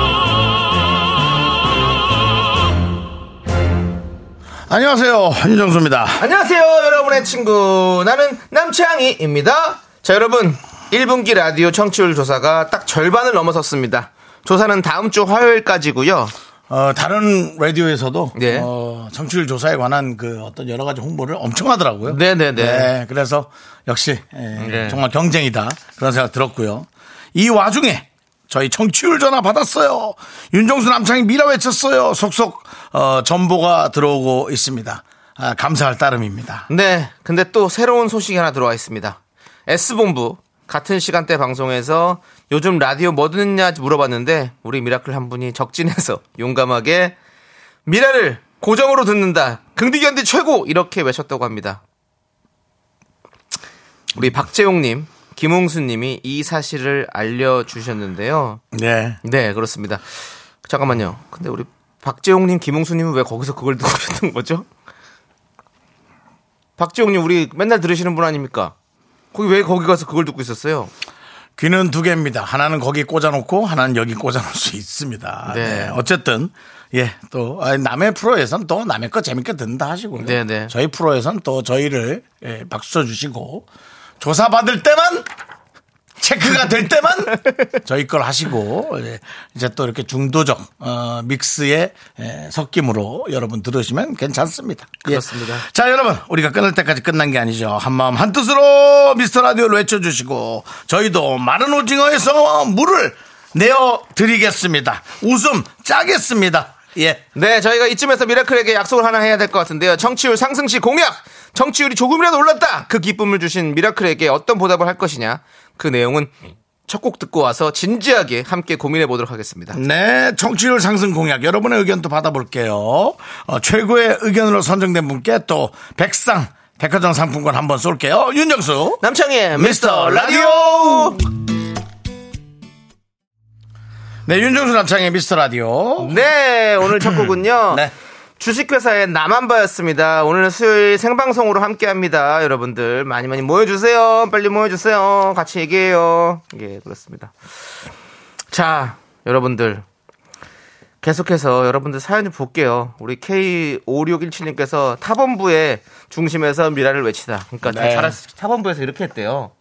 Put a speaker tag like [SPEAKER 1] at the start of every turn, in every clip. [SPEAKER 1] 안녕하세요. 윤정수입니다.
[SPEAKER 2] 안녕하세요, 여러분의 친구. 나는 남창희입니다. 자, 여러분. 1분기 라디오 청취율 조사가 딱 절반을 넘어섰습니다. 조사는 다음 주 화요일까지고요.
[SPEAKER 1] 어, 다른 라디오에서도
[SPEAKER 2] 네.
[SPEAKER 1] 어, 정치율 조사에 관한 그 어떤 여러 가지 홍보를 엄청 하더라고요.
[SPEAKER 2] 네네네.
[SPEAKER 1] 네, 그래서 역시 예,
[SPEAKER 2] 네.
[SPEAKER 1] 정말 경쟁이다 그런 생각 들었고요. 이 와중에 저희 청취율 전화 받았어요. 윤종수 남창이 밀어 외쳤어요. 속속 어, 전보가 들어오고 있습니다. 아, 감사할 따름입니다.
[SPEAKER 2] 네. 근데 또 새로운 소식이 하나 들어와 있습니다. S본부 같은 시간대 방송에서 요즘 라디오 뭐 듣느냐 물어봤는데 우리 미라클 한 분이 적진해서 용감하게 미라를 고정으로 듣는다. 긍디견디 최고 이렇게 외쳤다고 합니다. 우리 박재용 님, 김홍수 님이 이 사실을 알려 주셨는데요.
[SPEAKER 1] 네.
[SPEAKER 2] 네, 그렇습니다. 잠깐만요. 근데 우리 박재용 님, 김홍수 님은 왜 거기서 그걸 듣고 계셨던 거죠? 박재용 님, 우리 맨날 들으시는 분 아닙니까? 거기 왜 거기 가서 그걸 듣고 있었어요?
[SPEAKER 1] 귀는 두 개입니다. 하나는 거기 꽂아놓고 하나는 여기 꽂아놓을 수 있습니다.
[SPEAKER 2] 네.
[SPEAKER 1] 네. 어쨌든 예, 또 아, 남의 프로에선 또 남의 거 재밌게 듣는다 하시고요.
[SPEAKER 2] 네, 네.
[SPEAKER 1] 저희 프로에선 또 저희를 예, 박수 쳐주시고 조사 받을 때만 체크가 될 때만 저희 걸 하시고 예, 이제 또 이렇게 중도적 어, 믹스의 예, 섞임으로 여러분 들으시면 괜찮습니다. 예.
[SPEAKER 2] 그렇습니다.
[SPEAKER 1] 자 여러분 우리가 끊을 때까지 끝난 게 아니죠. 한마음 한뜻으로 미스터 라디오를 외쳐주시고 저희도 마른 오징어에서 물을 내어드리겠습니다. 웃음 짜겠습니다. 예.
[SPEAKER 2] 네, 저희가 이쯤에서 미라클에게 약속을 하나 해야 될 것 같은데요. 청취율 상승시 공약! 청취율이 조금이라도 올랐다! 그 기쁨을 주신 미라클에게 어떤 보답을 할 것이냐? 그 내용은 첫 곡 듣고 와서 진지하게 함께 고민해 보도록 하겠습니다.
[SPEAKER 1] 네, 청취율 상승 공약 여러분의 의견도 받아볼게요. 어, 최고의 의견으로 선정된 분께 또 백상 백화점 상품권 한번 쏠게요. 윤정수
[SPEAKER 2] 남창희의 미스터 라디오!
[SPEAKER 1] 네, 윤정수 남창의 미스터 라디오.
[SPEAKER 2] 네, 오늘 첫 곡은요.
[SPEAKER 1] 네.
[SPEAKER 2] 주식회사의 남한바였습니다. 오늘 수요일 생방송으로 함께 합니다. 여러분들 많이 많이 모여주세요. 빨리 모여주세요. 같이 얘기해요. 예, 그렇습니다. 자, 여러분들. 계속해서 여러분들 사연을 볼게요. 우리 K5617님께서 타본부의 중심에서 미라를 외치다. 그러니까
[SPEAKER 1] 네.
[SPEAKER 2] 잘 타본부에서 이렇게 했대요.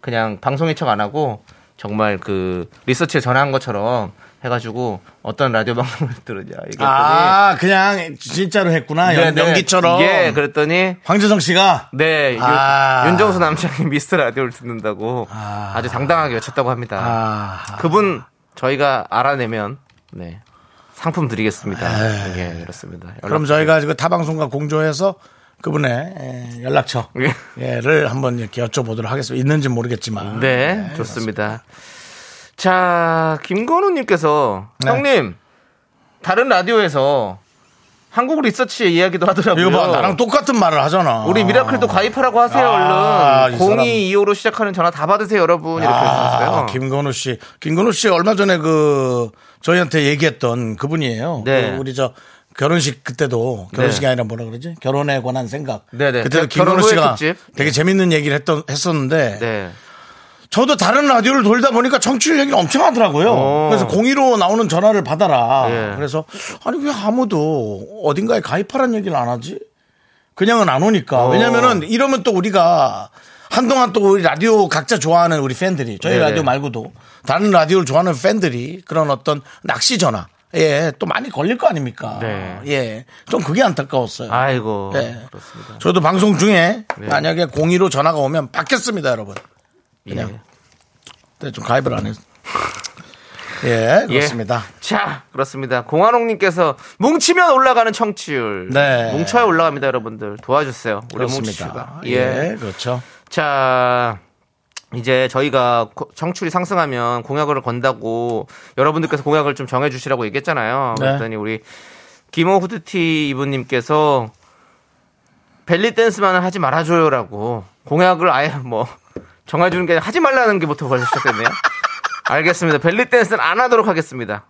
[SPEAKER 2] 그냥 방송인 척 안 하고 정말 그 리서치에 전화한 것처럼 해가지고 어떤 라디오 방송을 들으냐 이랬더니
[SPEAKER 1] 아, 그냥 진짜로 했구나.
[SPEAKER 2] 네,
[SPEAKER 1] 연-
[SPEAKER 2] 네.
[SPEAKER 1] 연기처럼.
[SPEAKER 2] 예 그랬더니
[SPEAKER 1] 황재성 씨가
[SPEAKER 2] 네
[SPEAKER 1] 아.
[SPEAKER 2] 윤, 윤정수 남창이 미스터 라디오를 듣는다고 아. 주 당당하게 외쳤다고 합니다
[SPEAKER 1] 아,
[SPEAKER 2] 그분 저희가 알아내면 네 상품 드리겠습니다 예 그렇습니다
[SPEAKER 1] 아. 그럼 저희가 지금 타방송과 공조해서 그분의 에, 연락처
[SPEAKER 2] 예.
[SPEAKER 1] 예를 한번 이렇게 여쭤보도록 하겠습니다. 있는지 모르겠지만. 예.
[SPEAKER 2] 네, 좋습니다. 자, 김건우님께서
[SPEAKER 1] 네.
[SPEAKER 2] 형님 다른 라디오에서 한국 리서치의 이야기도 하더라고요.
[SPEAKER 1] 이거 봐, 나랑 똑같은 말을 하잖아.
[SPEAKER 2] 우리 미라클도 가입하라고 하세요,
[SPEAKER 1] 아,
[SPEAKER 2] 얼른.
[SPEAKER 1] 이 사람.
[SPEAKER 2] 0225로 시작하는 전화 다 받으세요, 여러분. 이렇게
[SPEAKER 1] 아,
[SPEAKER 2] 해주셨어요.
[SPEAKER 1] 김건우 씨. 김건우 씨 얼마 전에 그 저희한테 얘기했던 그분이에요.
[SPEAKER 2] 네.
[SPEAKER 1] 그 우리 저 결혼식 그때도 결혼식이
[SPEAKER 2] 네.
[SPEAKER 1] 아니라 뭐라 그러지? 결혼에 관한 생각.
[SPEAKER 2] 네, 네.
[SPEAKER 1] 그때도
[SPEAKER 2] 결혼
[SPEAKER 1] 김건우
[SPEAKER 2] 후의
[SPEAKER 1] 씨가
[SPEAKER 2] 특집.
[SPEAKER 1] 되게 재밌는 얘기를 했던 했었는데
[SPEAKER 2] 네.
[SPEAKER 1] 저도 다른 라디오를 돌다 보니까 청취율 얘기를 엄청 하더라고요.
[SPEAKER 2] 어.
[SPEAKER 1] 그래서 공의로 나오는 전화를 받아라.
[SPEAKER 2] 예.
[SPEAKER 1] 그래서 아니 왜 아무도 어딘가에 가입하라는 얘기를 안 하지? 그냥은 안 오니까.
[SPEAKER 2] 어.
[SPEAKER 1] 왜냐면은 이러면 또 우리가 한동안 또 우리 라디오 각자 좋아하는 우리 팬들이 저희
[SPEAKER 2] 네네.
[SPEAKER 1] 라디오 말고도 다른 라디오를 좋아하는 팬들이 그런 어떤 낚시 전화 예, 또 많이 걸릴 거 아닙니까?
[SPEAKER 2] 네.
[SPEAKER 1] 예. 좀 그게 안타까웠어요.
[SPEAKER 2] 아이고. 네.
[SPEAKER 1] 예.
[SPEAKER 2] 그렇습니다.
[SPEAKER 1] 저도 방송 중에 만약에 공의로 전화가 오면 받겠습니다, 여러분. 그냥
[SPEAKER 2] 예.
[SPEAKER 1] 네, 좀 가입을 안 했어. 예, 그렇습니다.
[SPEAKER 2] 예. 자, 그렇습니다. 공한옥님께서 뭉치면 올라가는 청취율.
[SPEAKER 1] 네.
[SPEAKER 2] 뭉쳐야 올라갑니다, 여러분들. 도와주세요. 우리 뭉치다.
[SPEAKER 1] 그렇습니다. 예. 그렇죠.
[SPEAKER 2] 자, 이제 저희가 고- 청출이 상승하면 공약을 건다고 여러분들께서 공약을 좀 정해주시라고 얘기했잖아요.
[SPEAKER 1] 네.
[SPEAKER 2] 그랬더니 우리 김호 후드티 이분님께서 벨리 댄스만은 하지 말아줘요라고 공약을 아예 뭐 정해주는 게 아니라 하지 말라는 게부터 벌써 시작됐네요. 알겠습니다. 벨리 댄스는 안 하도록 하겠습니다.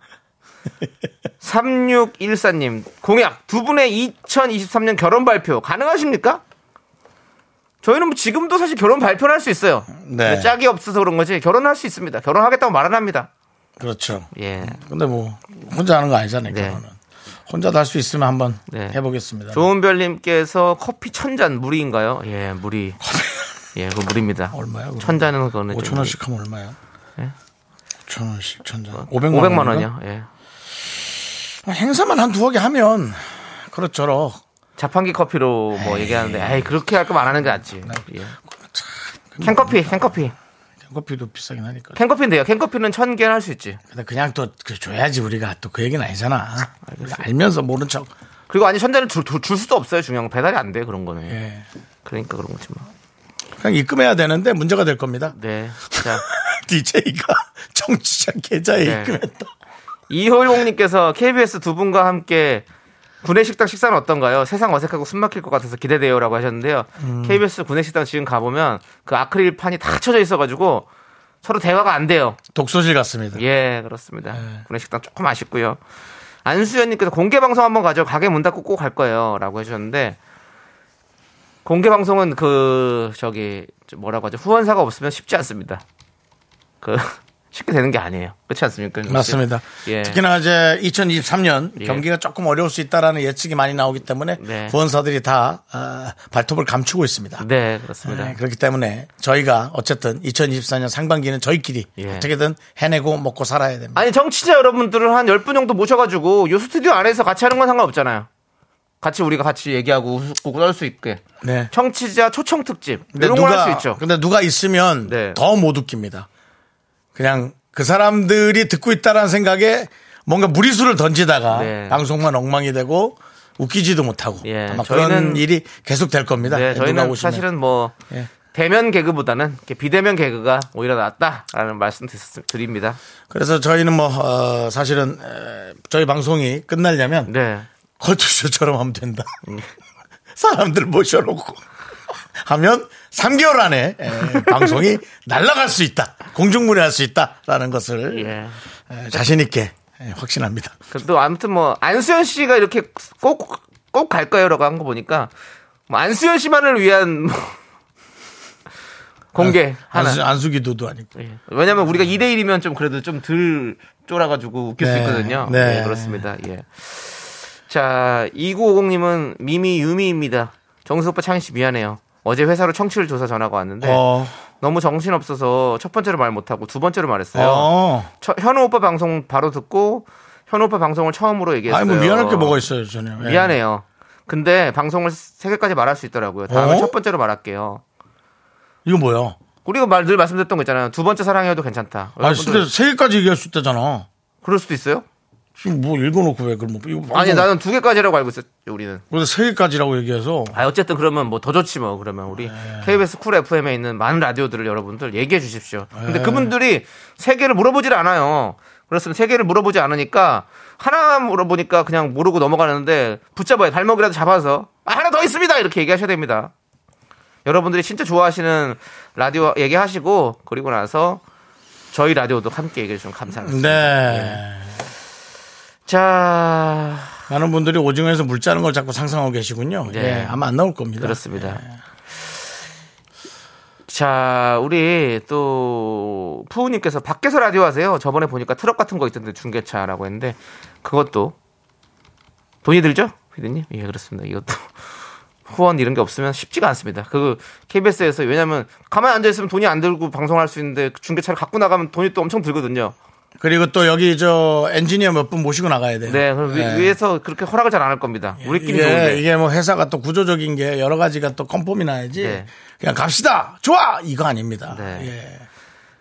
[SPEAKER 2] 3614님 공약 두 분의 2023년 결혼 발표 가능하십니까? 저희는 뭐 지금도 사실 결혼 발표를 할 수 있어요.
[SPEAKER 1] 네.
[SPEAKER 2] 근데 짝이 없어서 그런 거지 결혼할 수 있습니다. 결혼하겠다고 말은 합니다.
[SPEAKER 1] 그렇죠.
[SPEAKER 2] 예.
[SPEAKER 1] 근데 뭐 혼자 하는 거 아니잖아요.
[SPEAKER 2] 네.
[SPEAKER 1] 결혼은. 혼자도 할 수 있으면 한번
[SPEAKER 2] 네.
[SPEAKER 1] 해보겠습니다.
[SPEAKER 2] 조은별님께서 커피 천 잔 무리인가요? 예, 무리. 예, 그 무리입니다.
[SPEAKER 1] 얼마야? 그럼?
[SPEAKER 2] 천 잔은 그거는
[SPEAKER 1] 5천
[SPEAKER 2] 좀
[SPEAKER 1] 원씩 하면 얼마야?
[SPEAKER 2] 예?
[SPEAKER 1] 5천 원씩 천장. 500만,
[SPEAKER 2] 500만
[SPEAKER 1] 원인가?
[SPEAKER 2] 원이요. 예.
[SPEAKER 1] 행사만 한 두어 개 하면 그렇죠.
[SPEAKER 2] 자판기 커피로 뭐 얘기하는데, 에이 그렇게 할 거면 안 하는 게 낫지. 예. 캔커피, 캔커피,
[SPEAKER 1] 커피도 비싸긴 하니까.
[SPEAKER 2] 캔커피인데요. 캔커피는 천 개는 할 수 있지.
[SPEAKER 1] 근데 그냥 또 그 줘야지 우리가 또 그 얘기는 아니잖아. 알면서 모른 척.
[SPEAKER 2] 그리고 아니 천 잔을 줄, 줄, 줄 수도 없어요. 중요한 건 배달이 안 돼 그런 거는.
[SPEAKER 1] 예.
[SPEAKER 2] 그러니까 그런 거지 뭐.
[SPEAKER 1] 그냥 입금해야 되는데 문제가 될 겁니다.
[SPEAKER 2] 네. 자,
[SPEAKER 1] DJ가 정치자 계좌에
[SPEAKER 2] 네.
[SPEAKER 1] 입금했다.
[SPEAKER 2] 이효용님께서 KBS 두 분과 함께 구내식당 식사는 어떤가요? 세상 어색하고 숨막힐 것 같아서 기대돼요라고 하셨는데요. KBS 구내식당 지금 가보면 그 아크릴 판이 다 쳐져 있어가지고 서로 대화가 안 돼요.
[SPEAKER 1] 독서실 같습니다.
[SPEAKER 2] 예, 그렇습니다. 구내식당 조금 아쉽고요. 안수연님께서 공개 방송 한번 가죠. 가게 문 닫고 꼭 갈 거예요라고 해주셨는데 공개 방송은 그 저기 저 뭐라고 하죠? 후원사가 없으면 쉽지 않습니다. 그 쉽게 되는 게 아니에요. 그렇지 않습니까?
[SPEAKER 1] 맞습니다.
[SPEAKER 2] 예.
[SPEAKER 1] 특히나 이제 2023년
[SPEAKER 2] 예.
[SPEAKER 1] 경기가 조금 어려울 수 있다라는 예측이 많이 나오기 때문에
[SPEAKER 2] 네.
[SPEAKER 1] 후원사들이 다 아, 발톱을 감추고 있습니다.
[SPEAKER 2] 네, 그렇습니다.
[SPEAKER 1] 네, 그렇기 때문에 저희가 어쨌든 2024년 상반기는 저희끼리
[SPEAKER 2] 예.
[SPEAKER 1] 어떻게든 해내고 먹고 살아야 됩니다.
[SPEAKER 2] 아니 정치자 여러분들을 한 10분 정도 모셔가지고 요 스튜디오 안에서 같이 하는 건 상관없잖아요. 같이 우리가 같이 얘기하고 웃고 그럴 수 있게.
[SPEAKER 1] 네.
[SPEAKER 2] 청취자 초청 특집 이런 걸 할 수 있죠.
[SPEAKER 1] 근데 누가 있으면
[SPEAKER 2] 네.
[SPEAKER 1] 더 못 웃깁니다. 그냥 그 사람들이 듣고 있다라는 생각에 뭔가 무리수를 던지다가
[SPEAKER 2] 네.
[SPEAKER 1] 방송만 엉망이 되고 웃기지도 못하고
[SPEAKER 2] 예,
[SPEAKER 1] 아마 그런
[SPEAKER 2] 저희는-
[SPEAKER 1] 일이 계속 될 겁니다. 예,
[SPEAKER 2] 네,
[SPEAKER 1] 누가
[SPEAKER 2] 저희는
[SPEAKER 1] 오시면.
[SPEAKER 2] 사실은 뭐
[SPEAKER 1] 예.
[SPEAKER 2] 대면 개그보다는 이렇게 비대면 개그가 오히려 낫다라는 말씀 드렸- 드립니다.
[SPEAKER 1] 그래서 저희는 뭐 어, 사실은 에, 저희 방송이 끝나려면
[SPEAKER 2] 네.
[SPEAKER 1] 컬투쇼처럼 하면 된다. 사람들 모셔놓고 하면 3개월 안에 에, 방송이 날아갈 수 있다. 공중무례할 수 있다라는 것을
[SPEAKER 2] 예.
[SPEAKER 1] 에, 자신 있게 에, 확신합니다.
[SPEAKER 2] 그래도 아무튼 뭐 안수현 씨가 이렇게 꼭 꼭 갈 거예요라고 한 거 보니까 뭐 안수현 씨만을 위한 뭐 공개 하나.
[SPEAKER 1] 아, 안수, 안수기도도 아니고.
[SPEAKER 2] 예. 왜냐면 우리가 2대1이면 좀 그래도 좀 덜 쫄아가지고 웃길 수
[SPEAKER 1] 네,
[SPEAKER 2] 있거든요.
[SPEAKER 1] 네.
[SPEAKER 2] 네. 그렇습니다. 예. 자, 2950님은 미미 유미입니다. 정수 오빠 창희 씨 미안해요. 어제 회사로 청취율 조사 전화가 왔는데
[SPEAKER 1] 어,
[SPEAKER 2] 너무 정신없어서 첫 번째로 말 못하고 두 번째로 말했어요.
[SPEAKER 1] 어.
[SPEAKER 2] 처- 현우 오빠 방송 바로 듣고 현우 오빠 방송을 처음으로 얘기했어요.
[SPEAKER 1] 아니, 뭐 미안할 게 뭐가 있어요, 전혀. 예.
[SPEAKER 2] 미안해요. 근데 방송을 세 개까지 말할 수 있더라고요. 다음에
[SPEAKER 1] 어?
[SPEAKER 2] 첫 번째로 말할게요.
[SPEAKER 1] 이거 뭐야?
[SPEAKER 2] 우리가 말 늘 말씀드렸던 거 있잖아요. 두 번째 사랑해도 괜찮다.
[SPEAKER 1] 아니,
[SPEAKER 2] 여러분들
[SPEAKER 1] 근데 세 개까지 얘기할 수 있다잖아.
[SPEAKER 2] 그럴 수도 있어요?
[SPEAKER 1] 지금 뭐 읽어놓고 왜, 그럼 뭐, 이거 방송-
[SPEAKER 2] 아니 나는 두 개까지라고 알고 있었죠 우리는.
[SPEAKER 1] 그래서 세 개까지라고 얘기해서.
[SPEAKER 2] 아 어쨌든 그러면 뭐 더 좋지 뭐 그러면 우리 KBS 쿨 FM에 있는 많은 라디오들을 여러분들 얘기해 주십시오. 근데 그분들이 세 개를 물어보질 않아요. 그렇습니다. 세 개를 물어보지 않으니까 하나만 물어보니까 그냥 모르고 넘어가는데 붙잡아요. 발목이라도 잡아서 아, 하나 더 있습니다 이렇게 얘기하셔야 됩니다. 여러분들이 진짜 좋아하시는 라디오 얘기하시고 그리고 나서 저희 라디오도 함께 얘기해 주시면 감사하겠습니다.
[SPEAKER 1] 네.
[SPEAKER 2] 자
[SPEAKER 1] 많은 분들이 오징어에서 물 짜는 걸 자꾸 상상하고 계시군요.
[SPEAKER 2] 네.
[SPEAKER 1] 예, 아마 안 나올 겁니다.
[SPEAKER 2] 그렇습니다. 자, 우리 또 푸우님께서 밖에서 라디오 하세요. 저번에 보니까 트럭 같은 거 있던데 중계차라고 했는데 그것도 돈이 들죠, 피디님? 예, 그렇습니다. 이것도 후원 이런 게 없으면 쉽지가 않습니다. 그 KBS에서 왜냐하면 가만히 앉아 있으면 돈이 안 들고 방송할 수 있는데 그 중계차를 갖고 나가면 돈이 또 엄청 들거든요.
[SPEAKER 1] 그리고 또 여기 저 엔지니어 몇 분 모시고 나가야 돼요.
[SPEAKER 2] 네, 그럼 위-
[SPEAKER 1] 예.
[SPEAKER 2] 위에서 그렇게 허락을 잘 안 할 겁니다. 우리끼리
[SPEAKER 1] 이게,
[SPEAKER 2] 좋은데.
[SPEAKER 1] 이게 뭐 회사가 또 구조적인 게 여러 가지가 또 컨폼이 나야지
[SPEAKER 2] 네.
[SPEAKER 1] 그냥 갑시다 좋아 이거 아닙니다.
[SPEAKER 2] 네.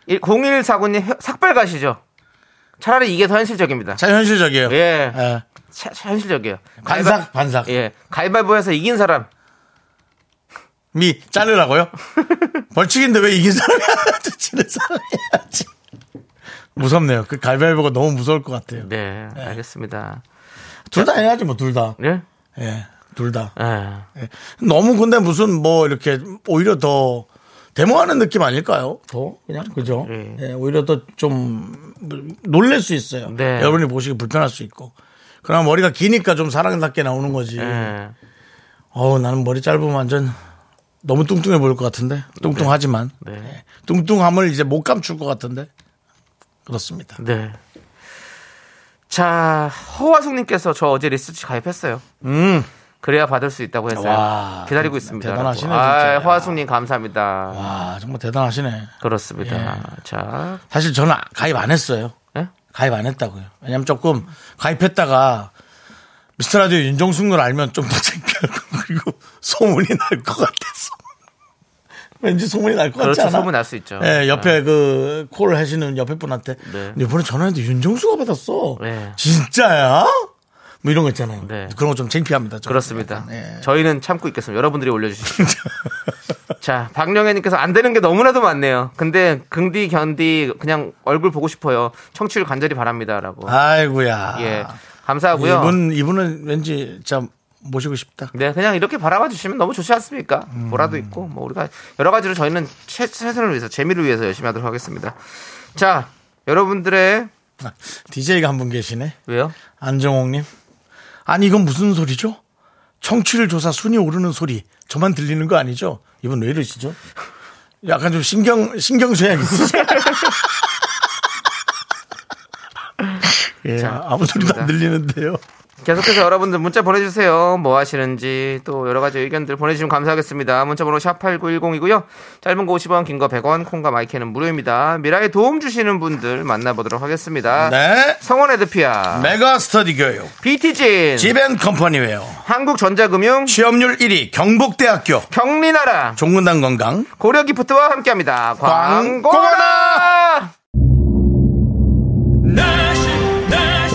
[SPEAKER 1] 예.
[SPEAKER 2] 0149님 삭발 가시죠. 차라리 이게 더 현실적입니다.
[SPEAKER 1] 참 현실적이에요.
[SPEAKER 2] 예.
[SPEAKER 1] 예.
[SPEAKER 2] 차- 차- 현실적이에요.
[SPEAKER 1] 반삭 반삭
[SPEAKER 2] 가위바- 예. 가위바위보해서 이긴 사람.
[SPEAKER 1] 미 자르라고요? 벌칙인데 왜 이긴 사람이 하나도 지는 사람이야지. 무섭네요. 그 갈비알보가 너무 무서울 것 같아요.
[SPEAKER 2] 네, 알겠습니다.
[SPEAKER 1] 둘 다 해야지 뭐 둘 다.
[SPEAKER 2] 네?
[SPEAKER 1] 예. 둘 다.
[SPEAKER 2] 예.
[SPEAKER 1] 예. 너무 근데 무슨 뭐 이렇게 오히려 더 데모하는 느낌 아닐까요? 더 그냥 그죠?
[SPEAKER 2] 예.
[SPEAKER 1] 예, 오히려 더 좀 놀랄 수 있어요.
[SPEAKER 2] 네.
[SPEAKER 1] 여러분이 보시기 불편할 수 있고. 그러나 머리가 기니까 좀 사랑답게 나오는 거지.
[SPEAKER 2] 예.
[SPEAKER 1] 어우 나는 머리 짧으면 완전 너무 뚱뚱해 보일 것 같은데 뚱뚱하지만
[SPEAKER 2] 네.
[SPEAKER 1] 예. 뚱뚱함을 이제 못 감출 것 같은데 그렇습니다.
[SPEAKER 2] 네. 자, 허화숙님께서 저 어제 리서치 가입했어요.
[SPEAKER 1] 음
[SPEAKER 2] 그래야 받을 수 있다고 했어요.
[SPEAKER 1] 와,
[SPEAKER 2] 기다리고
[SPEAKER 1] 대단-
[SPEAKER 2] 있습니다.
[SPEAKER 1] 대단하시네,
[SPEAKER 2] 아,
[SPEAKER 1] 진짜.
[SPEAKER 2] 허화숙님 감사합니다.
[SPEAKER 1] 와 아, 정말 대단하시네.
[SPEAKER 2] 그렇습니다. 자,
[SPEAKER 1] 사실 저는 가입 안 했어요.
[SPEAKER 2] 예?
[SPEAKER 1] 가입 안 했다고요. 왜냐면 조금 가입했다가 미스터 라디오 윤정숙 을 알면 좀 더 창피하고 그리고 소문이 날 것 같아서 왠지 소문이 날 것 같지
[SPEAKER 2] 그렇죠.
[SPEAKER 1] 않아?
[SPEAKER 2] 소문 날 수 있죠.
[SPEAKER 1] 예, 옆에 그 콜을 하시는 옆에 분한테
[SPEAKER 2] 네.
[SPEAKER 1] 근데 이번에 전화했는데 윤정수가 받았어.
[SPEAKER 2] 네.
[SPEAKER 1] 진짜야? 뭐 이런 거 있잖아요.
[SPEAKER 2] 네.
[SPEAKER 1] 그런 거 좀 창피합니다. 저는.
[SPEAKER 2] 그렇습니다. 네.
[SPEAKER 1] 예.
[SPEAKER 2] 저희는 참고 있겠습니다. 여러분들이 올려주시죠. 자, 박령애님께서 안 되는 게 너무나도 많네요. 근데 긍디 견디 그냥 얼굴 보고 싶어요. 청취율 간절히 바랍니다라고.
[SPEAKER 1] 아이고야.
[SPEAKER 2] 예, 감사하고요.
[SPEAKER 1] 이분 이분은 왠지 참 모시고 싶다.
[SPEAKER 2] 네, 그냥 이렇게 바라봐 주시면 너무 좋지 않습니까? 보라도 있고, 뭐, 우리가 여러 가지로 저희는 최, 최선을 위해서, 재미를 위해서 열심히 하도록 하겠습니다. 자, 여러분들의,
[SPEAKER 1] DJ가 한 분 계시네.
[SPEAKER 2] 왜요?
[SPEAKER 1] 안정홍님. 아니, 이건 무슨 소리죠? 청취율 조사 순위 오르는 소리. 저만 들리는 거 아니죠? 이분 왜 이러시죠? 약간 좀 신경, 신경쇠약 있으세요? 예,
[SPEAKER 2] 자,
[SPEAKER 1] 아무 소리도 안
[SPEAKER 2] 좋습니다.
[SPEAKER 1] 들리는데요.
[SPEAKER 2] 계속해서 여러분들 문자 보내주세요. 뭐 하시는지, 또 여러 가지 의견들 보내주시면 감사하겠습니다. 문자번호 샵8910이고요. 짧은 거 50원, 긴 거 100원, 콩과 마이크는 무료입니다. 미라에 도움 주시는 분들 만나보도록 하겠습니다.
[SPEAKER 1] 네.
[SPEAKER 2] 성원 에드피아,
[SPEAKER 1] 메가 스터디 교육,
[SPEAKER 2] 비티진,
[SPEAKER 1] 지벤 컴퍼니웨어,
[SPEAKER 2] 한국전자금융,
[SPEAKER 1] 취업률 1위, 경북대학교,
[SPEAKER 2] 경리나라,
[SPEAKER 1] 종근당 건강,
[SPEAKER 2] 고려기프트와 함께합니다. 광고나!
[SPEAKER 1] 광고나!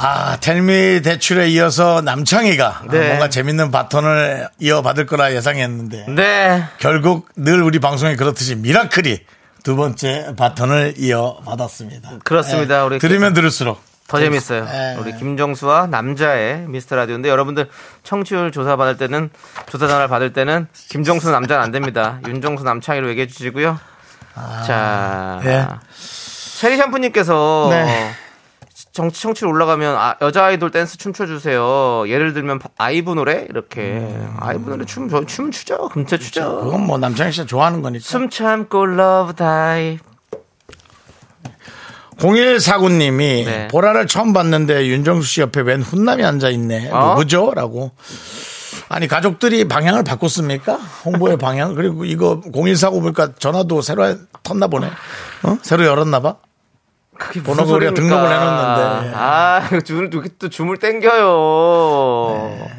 [SPEAKER 1] 아, 텔미 대출에 이어서 남창희가
[SPEAKER 2] 네.
[SPEAKER 1] 뭔가 재밌는 바톤을 이어받을 거라 예상했는데
[SPEAKER 2] 네.
[SPEAKER 1] 결국 늘 우리 방송에 그렇듯이 미라클이 두 번째 바톤을 이어받았습니다.
[SPEAKER 2] 그렇습니다.
[SPEAKER 1] 예,
[SPEAKER 2] 우리
[SPEAKER 1] 들으면 들을수록
[SPEAKER 2] 더 재밌어요.
[SPEAKER 1] 예.
[SPEAKER 2] 우리 김정수와 남자의 미스터 라디오인데 여러분들 청취율 조사 받을 때는 조사 전화를 받을 때는 김정수 남자는 안 됩니다. 윤정수 남창희로 얘기해 주시고요.
[SPEAKER 1] 아,
[SPEAKER 2] 자,
[SPEAKER 1] 예.
[SPEAKER 2] 체리 샴푸님께서
[SPEAKER 1] 네.
[SPEAKER 2] 정, 청취율 올라가면 아, 여자 아이돌 댄스 춤춰 주세요. 예를 들면 아이브 노래 이렇게 아이브 노래 춤춤 추죠. 금체 추죠.
[SPEAKER 1] 음. 그건 뭐 남창희 씨가 좋아하는 거니까.
[SPEAKER 2] 숨 참고 러브 다이.
[SPEAKER 1] 0149님이
[SPEAKER 2] 네.
[SPEAKER 1] 보라를 처음 봤는데 윤정수 씨 옆에 웬 훈남이 앉아 있네.
[SPEAKER 2] 어?
[SPEAKER 1] 누구죠? 라고. 아니 가족들이 방향을 바꿨습니까? 홍보의 방향 그리고 이거 0149 보니까 전화도 새로 해- 텄나 보네. 어? 새로 열었나 봐.
[SPEAKER 2] 그게 무슨
[SPEAKER 1] 번호가 우리가
[SPEAKER 2] 소리입니까?
[SPEAKER 1] 등록을 해놨는데.
[SPEAKER 2] 아, 이거 줌을 또- 또 줌을 땡겨요.
[SPEAKER 1] 네.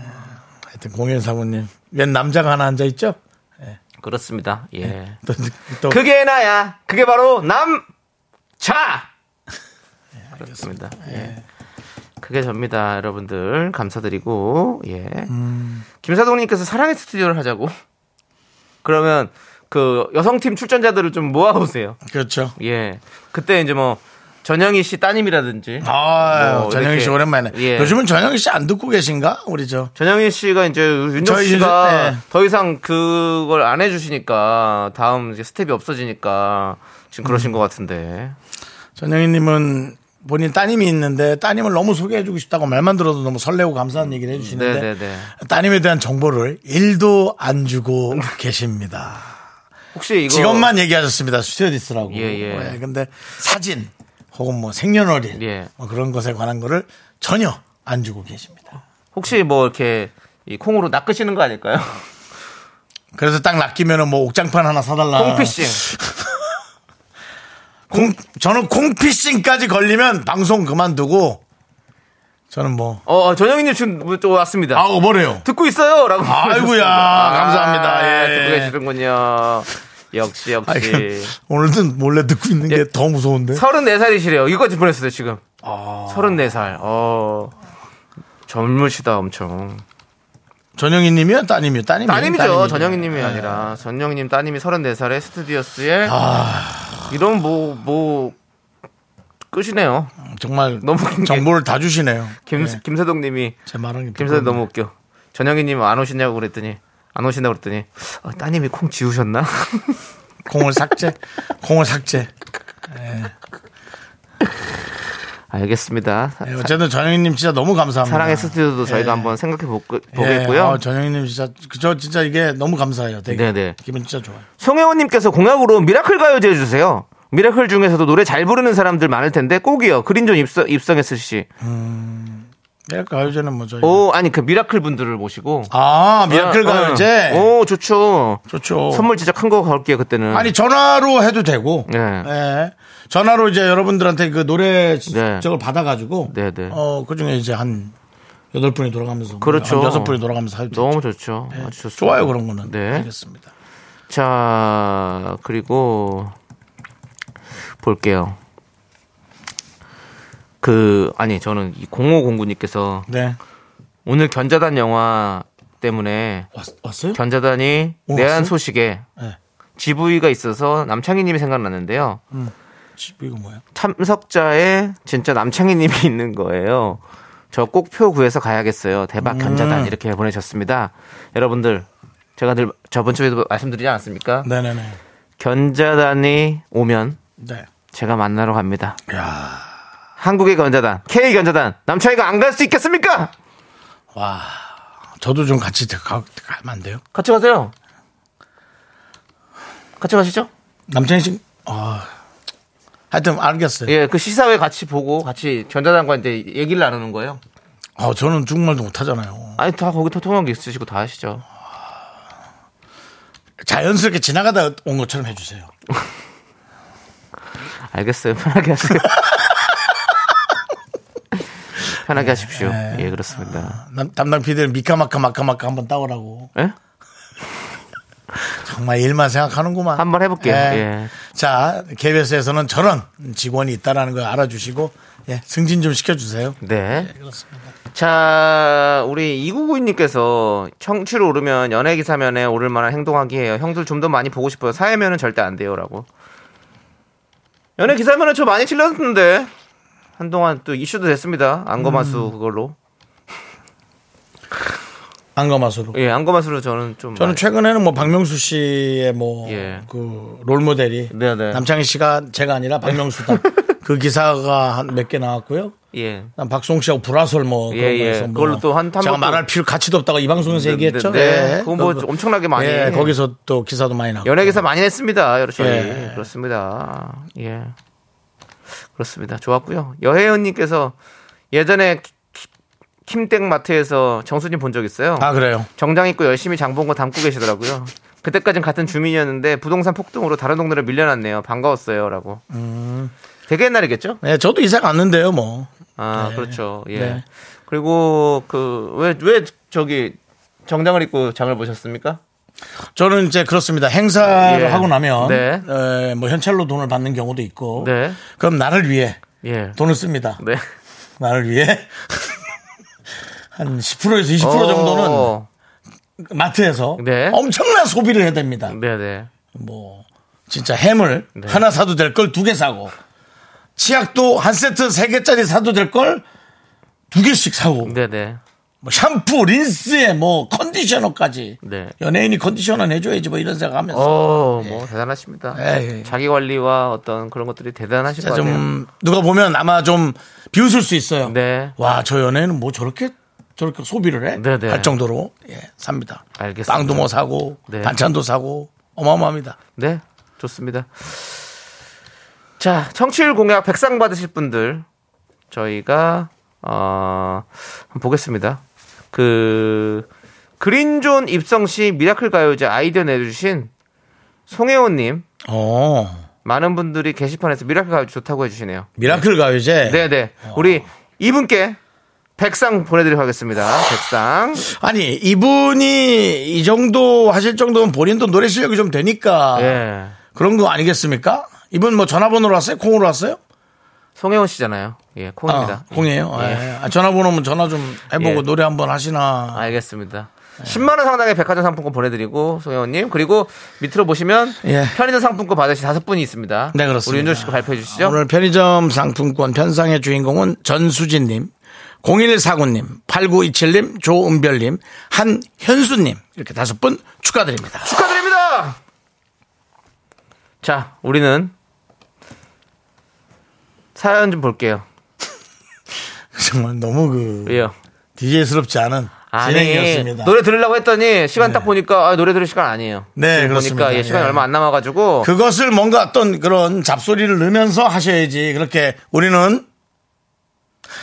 [SPEAKER 1] 하여튼 0149님 웬 남자가 하나 앉아 있죠?
[SPEAKER 2] 그렇습니다. 예.
[SPEAKER 1] 또, 또
[SPEAKER 2] 그게 나야. 그게 바로 남자.
[SPEAKER 1] 네,
[SPEAKER 2] 그렇습니다. 예. 그게 접니다, 여러분들. 감사드리고, 예.
[SPEAKER 1] 음.
[SPEAKER 2] 김사동님께서 사랑의 스튜디오를 하자고. 그러면 그 여성팀 출전자들을 좀 모아보세요.
[SPEAKER 1] 그렇죠.
[SPEAKER 2] 예. 그때 이제 뭐 전영희 씨 따님이라든지.
[SPEAKER 1] 아유,
[SPEAKER 2] 뭐
[SPEAKER 1] 전영희 씨
[SPEAKER 2] 이렇게.
[SPEAKER 1] 오랜만에.
[SPEAKER 2] 예.
[SPEAKER 1] 요즘은 전영희 씨 안 듣고 계신가? 우리 저.
[SPEAKER 2] 전영희 씨가 이제 윤정
[SPEAKER 1] 저희
[SPEAKER 2] 씨가
[SPEAKER 1] 윤정- 네.
[SPEAKER 2] 더 이상 그걸 안 해주시니까 다음 이제 스텝이 없어지니까 지금
[SPEAKER 1] 음.
[SPEAKER 2] 그러신 것 같은데.
[SPEAKER 1] 전영희님은 본인 따님이 있는데 따님을 너무 소개해주고 싶다고 말만 들어도 너무 설레고 감사한 얘기를 해주시는데
[SPEAKER 2] 네네네.
[SPEAKER 1] 따님에 대한 정보를 일도 안 주고 계십니다.
[SPEAKER 2] 혹시 이거
[SPEAKER 1] 직업만 얘기하셨습니다. 스튜어디스라고.
[SPEAKER 2] 예, 예.
[SPEAKER 1] 근데 사진 혹은 뭐 생년월일
[SPEAKER 2] 예.
[SPEAKER 1] 뭐 그런 것에 관한 거를 전혀 안 주고 계십니다.
[SPEAKER 2] 혹시 뭐 이렇게 이 콩으로 낚으시는 거 아닐까요?
[SPEAKER 1] 그래서 딱 낚이면은 뭐 옥장판 하나 사달라.
[SPEAKER 2] 콩피싱.
[SPEAKER 1] 공- 저는 콩피싱까지 걸리면 방송 그만두고 저는 뭐.
[SPEAKER 2] 어, 어, 전영희님 지금 문- 또 왔습니다.
[SPEAKER 1] 아우, 뭐래요?
[SPEAKER 2] 듣고 있어요라고.
[SPEAKER 1] 아이고야,
[SPEAKER 2] 보내주셨습니다. 아,
[SPEAKER 1] 감사합니다. 예.
[SPEAKER 2] 듣고 계시는군요. 역시
[SPEAKER 1] 아,
[SPEAKER 2] 역시.
[SPEAKER 1] 오늘은 몰래 듣고 있는
[SPEAKER 2] 예.
[SPEAKER 1] 게 더 무서운데.
[SPEAKER 2] 34살이시래요. 이거 지금 보냈어요, 지금.
[SPEAKER 1] 아.
[SPEAKER 2] 34살. 어. 젊으시다, 엄청.
[SPEAKER 1] 전영희 님이요? 따님이요? 따님이요?
[SPEAKER 2] 따님이죠.
[SPEAKER 1] 음, 따님이요.
[SPEAKER 2] 전영희 님이
[SPEAKER 1] 예.
[SPEAKER 2] 아니라. 전영희 님 따님이 34살에 스튜디오스에. 이런 뭐, 뭐, 끝이네요.
[SPEAKER 1] 정말
[SPEAKER 2] 너무 웃긴 게-
[SPEAKER 1] 정보를 다 주시네요.
[SPEAKER 2] 김,
[SPEAKER 1] 예.
[SPEAKER 2] 김세동 님이.
[SPEAKER 1] 제 말하는 게
[SPEAKER 2] 김세동
[SPEAKER 1] 부끄럽네요.
[SPEAKER 2] 너무 웃겨. 전영희 님 안 오시냐고 그랬더니. 안 오신다고 그랬더니. 어, 따님이 콩 지우셨나?
[SPEAKER 1] 공을 삭제. 공을 삭제.
[SPEAKER 2] 그 알겠습니다.
[SPEAKER 1] 예, 어쨌든 전영희 님 진짜 너무 감사합니다.
[SPEAKER 2] 사랑의 스튜디오도 저희가
[SPEAKER 1] 예.
[SPEAKER 2] 한번 생각해 보-
[SPEAKER 1] 예,
[SPEAKER 2] 보겠고요.
[SPEAKER 1] 어, 전영희 님 진짜 저 진짜 이게 너무 감사해요. 되게.
[SPEAKER 2] 네네.
[SPEAKER 1] 기분 진짜 좋아요.
[SPEAKER 2] 송혜원님께서 공약으로 미라클 가요제 해주세요. 미라클 중에서도 노래 잘 부르는 사람들 많을 텐데 꼭이요. 그린존 입성, 입성했을 시.
[SPEAKER 1] 미라클 가요제는 뭐 저희
[SPEAKER 2] 오, 아니 그 미라클 분들을 모시고.
[SPEAKER 1] 아, 미라클 가요제.
[SPEAKER 2] 네. 오, 좋죠.
[SPEAKER 1] 좋죠.
[SPEAKER 2] 선물 진짜 큰 거 갈게요 그때는.
[SPEAKER 1] 아니 전화로 해도 되고
[SPEAKER 2] 네.
[SPEAKER 1] 예. 전화로 이제 여러분들한테 그 노래
[SPEAKER 2] 네.
[SPEAKER 1] 저걸 받아가지고
[SPEAKER 2] 네, 네.
[SPEAKER 1] 어 그중에 이제 한 여덟 분이 돌아가면서
[SPEAKER 2] 그렇죠.
[SPEAKER 1] 한 여섯 분이 돌아가면서 해도 되죠.
[SPEAKER 2] 너무 좋죠. 아주 좋습니다.
[SPEAKER 1] 네. 좋아요 그런 거는
[SPEAKER 2] 네.
[SPEAKER 1] 알겠습니다.
[SPEAKER 2] 자, 그리고 볼게요. 그 아니 저는 이 0509님께서
[SPEAKER 1] 네
[SPEAKER 2] 오늘 견자단 영화 때문에
[SPEAKER 1] 왔, 어요
[SPEAKER 2] 견자단이
[SPEAKER 1] 오,
[SPEAKER 2] 내한
[SPEAKER 1] 왔어요?
[SPEAKER 2] 소식에
[SPEAKER 1] 네.
[SPEAKER 2] GV가 있어서 남창희님이 생각났는데요.
[SPEAKER 1] 집 이거 뭐야?
[SPEAKER 2] 참석자에 진짜 남창희님이 있는 거예요. 저 꼭 표 구해서 가야겠어요. 대박 견자단 이렇게 보내셨습니다. 여러분들 제가 늘 저번 주에도 말씀드리지 않았습니까?
[SPEAKER 1] 네네네.
[SPEAKER 2] 견자단이 오면
[SPEAKER 1] 네.
[SPEAKER 2] 제가 만나러 갑니다.
[SPEAKER 1] 야.
[SPEAKER 2] 한국의 견자단, K 견자단 남창희가 안 갈 수 있겠습니까?
[SPEAKER 1] 와. 저도 좀 같이 가, 가면 안 돼요?
[SPEAKER 2] 같이 가세요. 같이 가시죠.
[SPEAKER 1] 남창희 씨. 아. 하여튼 알겠어요.
[SPEAKER 2] 예, 그 시사회 같이 보고 같이 견자단과 이제 얘기를 나누는 거예요.
[SPEAKER 1] 아, 저는 중국말도 못하잖아요.
[SPEAKER 2] 아니 다 거기 통통하게 있으시고 다 하시죠.
[SPEAKER 1] 자연스럽게 지나가다 온 것처럼 해주세요.
[SPEAKER 2] 알겠어요. 편하게 하세요. 편하게 하십시오.
[SPEAKER 1] 네.
[SPEAKER 2] 예, 그렇습니다.
[SPEAKER 1] 남- 담당 PD는 미카마카 마카마카 한번 따오라고.
[SPEAKER 2] 예?
[SPEAKER 1] 정말 일만 생각하는구만.
[SPEAKER 2] 한번 해볼게요.
[SPEAKER 1] 네.
[SPEAKER 2] 예.
[SPEAKER 1] 자, KBS에서는 저런 직원이 있다라는 걸 알아주시고, 예, 승진 좀 시켜주세요.
[SPEAKER 2] 네.
[SPEAKER 1] 그렇습니다.
[SPEAKER 2] 자, 우리 이구구이님께서 청취로 오르면 연예기사면에 오를 만한 행동하기 해요. 형들 좀 더 많이 보고 싶어요. 사회면은 절대 안 돼요. 라고. 연예기사면은 저 많이 찔렸는데. 한동안 또 이슈도 됐습니다. 안검하수
[SPEAKER 1] 음.
[SPEAKER 2] 그걸로.
[SPEAKER 1] 안검하수로.
[SPEAKER 2] 예, 안검하수로 저는 좀.
[SPEAKER 1] 저는
[SPEAKER 2] 많이-
[SPEAKER 1] 최근에는 뭐 박명수 씨의 뭐,
[SPEAKER 2] 예.
[SPEAKER 1] 그, 롤모델이.
[SPEAKER 2] 네, 네.
[SPEAKER 1] 남창희 씨가 제가 아니라 박명수다. 그 기사가 한 몇 개 나왔고요.
[SPEAKER 2] 예.
[SPEAKER 1] 난 박송 씨하고 불화설 뭐 그런
[SPEAKER 2] 예, 예.
[SPEAKER 1] 거에서 뭐
[SPEAKER 2] 그걸로 또 한- 한
[SPEAKER 1] 제가
[SPEAKER 2] 번 또-
[SPEAKER 1] 말할 필요 가치도 없다고 이 방송에서
[SPEAKER 2] 네,
[SPEAKER 1] 얘기했죠.
[SPEAKER 2] 네, 네. 그건 뭐 엄청나게 많이-
[SPEAKER 1] 예, 거기서 또 기사도 많이 나고.
[SPEAKER 2] 연예기사 많이 했습니다. 여러분
[SPEAKER 1] 예.
[SPEAKER 2] 그렇습니다. 예. 그렇습니다. 좋았고요. 여혜연님께서 예전에 키- 킴땡 마트에서 정수진 본 적 있어요.
[SPEAKER 1] 아 그래요.
[SPEAKER 2] 정장 입고 열심히 장본거 담고 계시더라고요. 그때까진 같은 주민이었는데 부동산 폭등으로 다른 동네로 밀려났네요. 반가웠어요라고.
[SPEAKER 1] 음.
[SPEAKER 2] 되게 옛날이겠죠?
[SPEAKER 1] 네, 저도 이사 갔는데요, 뭐.
[SPEAKER 2] 아 그렇죠. 예.
[SPEAKER 1] 네.
[SPEAKER 2] 그리고 그 왜 왜 저기 정장을 입고 장을 보셨습니까?
[SPEAKER 1] 저는 이제 그렇습니다. 행사를
[SPEAKER 2] 예.
[SPEAKER 1] 하고 나면
[SPEAKER 2] 네.
[SPEAKER 1] 에, 뭐 현찰로 돈을 받는 경우도 있고
[SPEAKER 2] 네.
[SPEAKER 1] 그럼 나를 위해
[SPEAKER 2] 예.
[SPEAKER 1] 돈을 씁니다.
[SPEAKER 2] 네.
[SPEAKER 1] 나를 위해 한 10%에서 20%
[SPEAKER 2] 어.
[SPEAKER 1] 정도는 마트에서
[SPEAKER 2] 네.
[SPEAKER 1] 엄청난 소비를 해야 됩니다.
[SPEAKER 2] 네네.
[SPEAKER 1] 뭐 진짜 햄을
[SPEAKER 2] 네.
[SPEAKER 1] 하나 사도 될 걸 두 개 사고 치약도 한 세트 세 개짜리 사도 될 걸 두 개씩 사고
[SPEAKER 2] 네네.
[SPEAKER 1] 뭐 샴푸, 린스에 뭐 컨디셔너까지
[SPEAKER 2] 네.
[SPEAKER 1] 연예인이 컨디셔너는 해줘야지 뭐 이런 생각하면서
[SPEAKER 2] 어,
[SPEAKER 1] 네.
[SPEAKER 2] 뭐 대단하십니다.
[SPEAKER 1] 예, 예.
[SPEAKER 2] 자기 관리와 어떤 그런 것들이 대단하신
[SPEAKER 1] 진짜
[SPEAKER 2] 것 같아요.
[SPEAKER 1] 좀 누가 보면 아마 좀 비웃을 수 있어요.
[SPEAKER 2] 네.
[SPEAKER 1] 와 저 연예인은 뭐 저렇게 저렇게 소비를 해?
[SPEAKER 2] 네, 네.
[SPEAKER 1] 할 정도로 예, 삽니다.
[SPEAKER 2] 알겠습니다.
[SPEAKER 1] 빵도 뭐 사고
[SPEAKER 2] 네.
[SPEAKER 1] 반찬도 사고 어마어마합니다.
[SPEAKER 2] 네, 좋습니다. 자, 청취율 공약 백상 받으실 분들 저희가 어, 한번 보겠습니다. 그 그린존 입성 시 미라클 가요제 아이디어 내주신 송혜원님
[SPEAKER 1] 어
[SPEAKER 2] 많은 분들이 게시판에서 미라클 가요제 좋다고 해주시네요.
[SPEAKER 1] 어. 미라클 가요제
[SPEAKER 2] 네네. 우리 이분께 백상 보내드리도록 하겠습니다. 백상.
[SPEAKER 1] 아니 이분이 이 정도 하실 정도면 본인도 노래 실력이 좀 되니까
[SPEAKER 2] 예.
[SPEAKER 1] 그런 거 아니겠습니까? 이분 뭐 전화번호로 왔어요? 콩으로 왔어요?
[SPEAKER 2] 송혜원 씨잖아요. 예, 콩입니다.
[SPEAKER 1] 아, 콩이에요.
[SPEAKER 2] 예.
[SPEAKER 1] 예. 아, 전화번호면 전화 좀 해보고
[SPEAKER 2] 예.
[SPEAKER 1] 노래 한번 하시나.
[SPEAKER 2] 알겠습니다. 10만원 상당의 백화점 상품권 보내드리고, 송혜원님. 그리고 밑으로 보시면,
[SPEAKER 1] 예.
[SPEAKER 2] 편의점 상품권 받으신 다섯 분이 있습니다.
[SPEAKER 1] 네, 그렇습니다.
[SPEAKER 2] 우리 윤종 씨가 발표해 주시죠.
[SPEAKER 1] 오늘 편의점 상품권 편상의 주인공은 전수진님, 0149님, 8927님, 조은별님, 한현수님 이렇게 다섯 분 축하드립니다.
[SPEAKER 2] 축하드립니다! 자, 우리는 사연 좀 볼게요.
[SPEAKER 1] 정말 너무 그
[SPEAKER 2] 왜요?
[SPEAKER 1] DJ스럽지 않은
[SPEAKER 2] 아니,
[SPEAKER 1] 진행이었습니다.
[SPEAKER 2] 노래 들으려고 했더니 시간 딱 보니까 아, 노래 들을 시간 아니에요.
[SPEAKER 1] 네,
[SPEAKER 2] 지금
[SPEAKER 1] 그렇습니다.
[SPEAKER 2] 보니까 예, 시간이
[SPEAKER 1] 예.
[SPEAKER 2] 얼마 안 남아가지고
[SPEAKER 1] 그것을 뭔가 어떤 그런 잡소리를 넣으면서 하셔야지 그렇게 우리는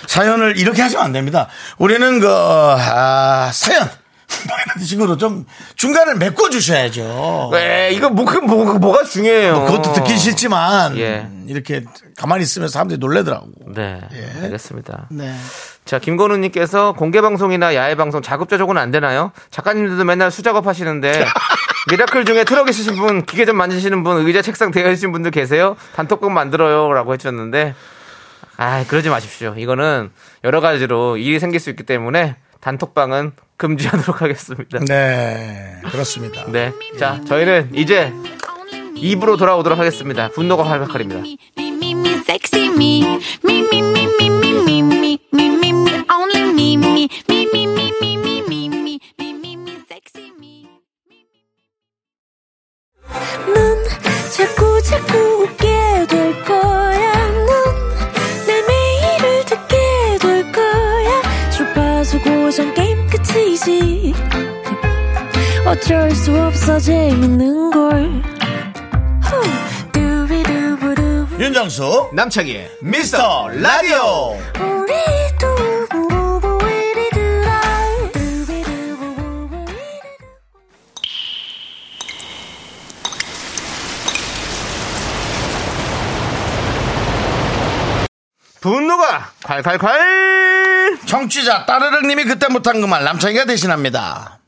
[SPEAKER 1] 사연을 이렇게 하시면 안 됩니다. 우리는 그 아, 사연 뭐 이런 식으로 좀 중간을 메꿔 주셔야죠.
[SPEAKER 2] 왜 이거 뭐, 그, 뭐, 그 뭐가 중요해요?
[SPEAKER 1] 그것도 듣기 싫지만
[SPEAKER 2] 예.
[SPEAKER 1] 이렇게 가만히 있으면 사람들이 놀래더라고.
[SPEAKER 2] 네,
[SPEAKER 1] 예.
[SPEAKER 2] 알겠습니다.
[SPEAKER 1] 네.
[SPEAKER 2] 자, 김건우님께서 공개 방송이나 야외 방송 작업 조정은 안 되나요? 작가님들도 맨날 수작업 하시는데 미라클 중에 트럭 있으신 분, 기계 좀 만지시는 분, 의자 책상 대여 있으신 분들 계세요? 단톡방 만들어요라고 해주셨는데, 아, 그러지 마십시오. 이거는 여러 가지로 일이 생길 수 있기 때문에 단톡방은 금지하도록 하겠습니다.
[SPEAKER 1] 네. 그렇습니다.
[SPEAKER 2] 네, 자, 저희는 이제 입으로 돌아오도록 하겠습니다. 분노가 활발합니다.
[SPEAKER 3] 넌 자꾸 자꾸 웃게 될 거야. 넌내 매일을 듣게 될 거야. 주파수 고정 게임 끝이지. 어쩔 수 없어 재밌는 걸. 후. 두비두부두.
[SPEAKER 1] 윤정수
[SPEAKER 2] 남창희의
[SPEAKER 1] 미스터 라디오.
[SPEAKER 3] 우리 두부부부 우리 두라. 두비두부부부 우리 두라.
[SPEAKER 2] 분노가 콸콸콸!
[SPEAKER 1] 청취자 따르릉 님이 그때 못한 그 말 남창이가 대신합니다.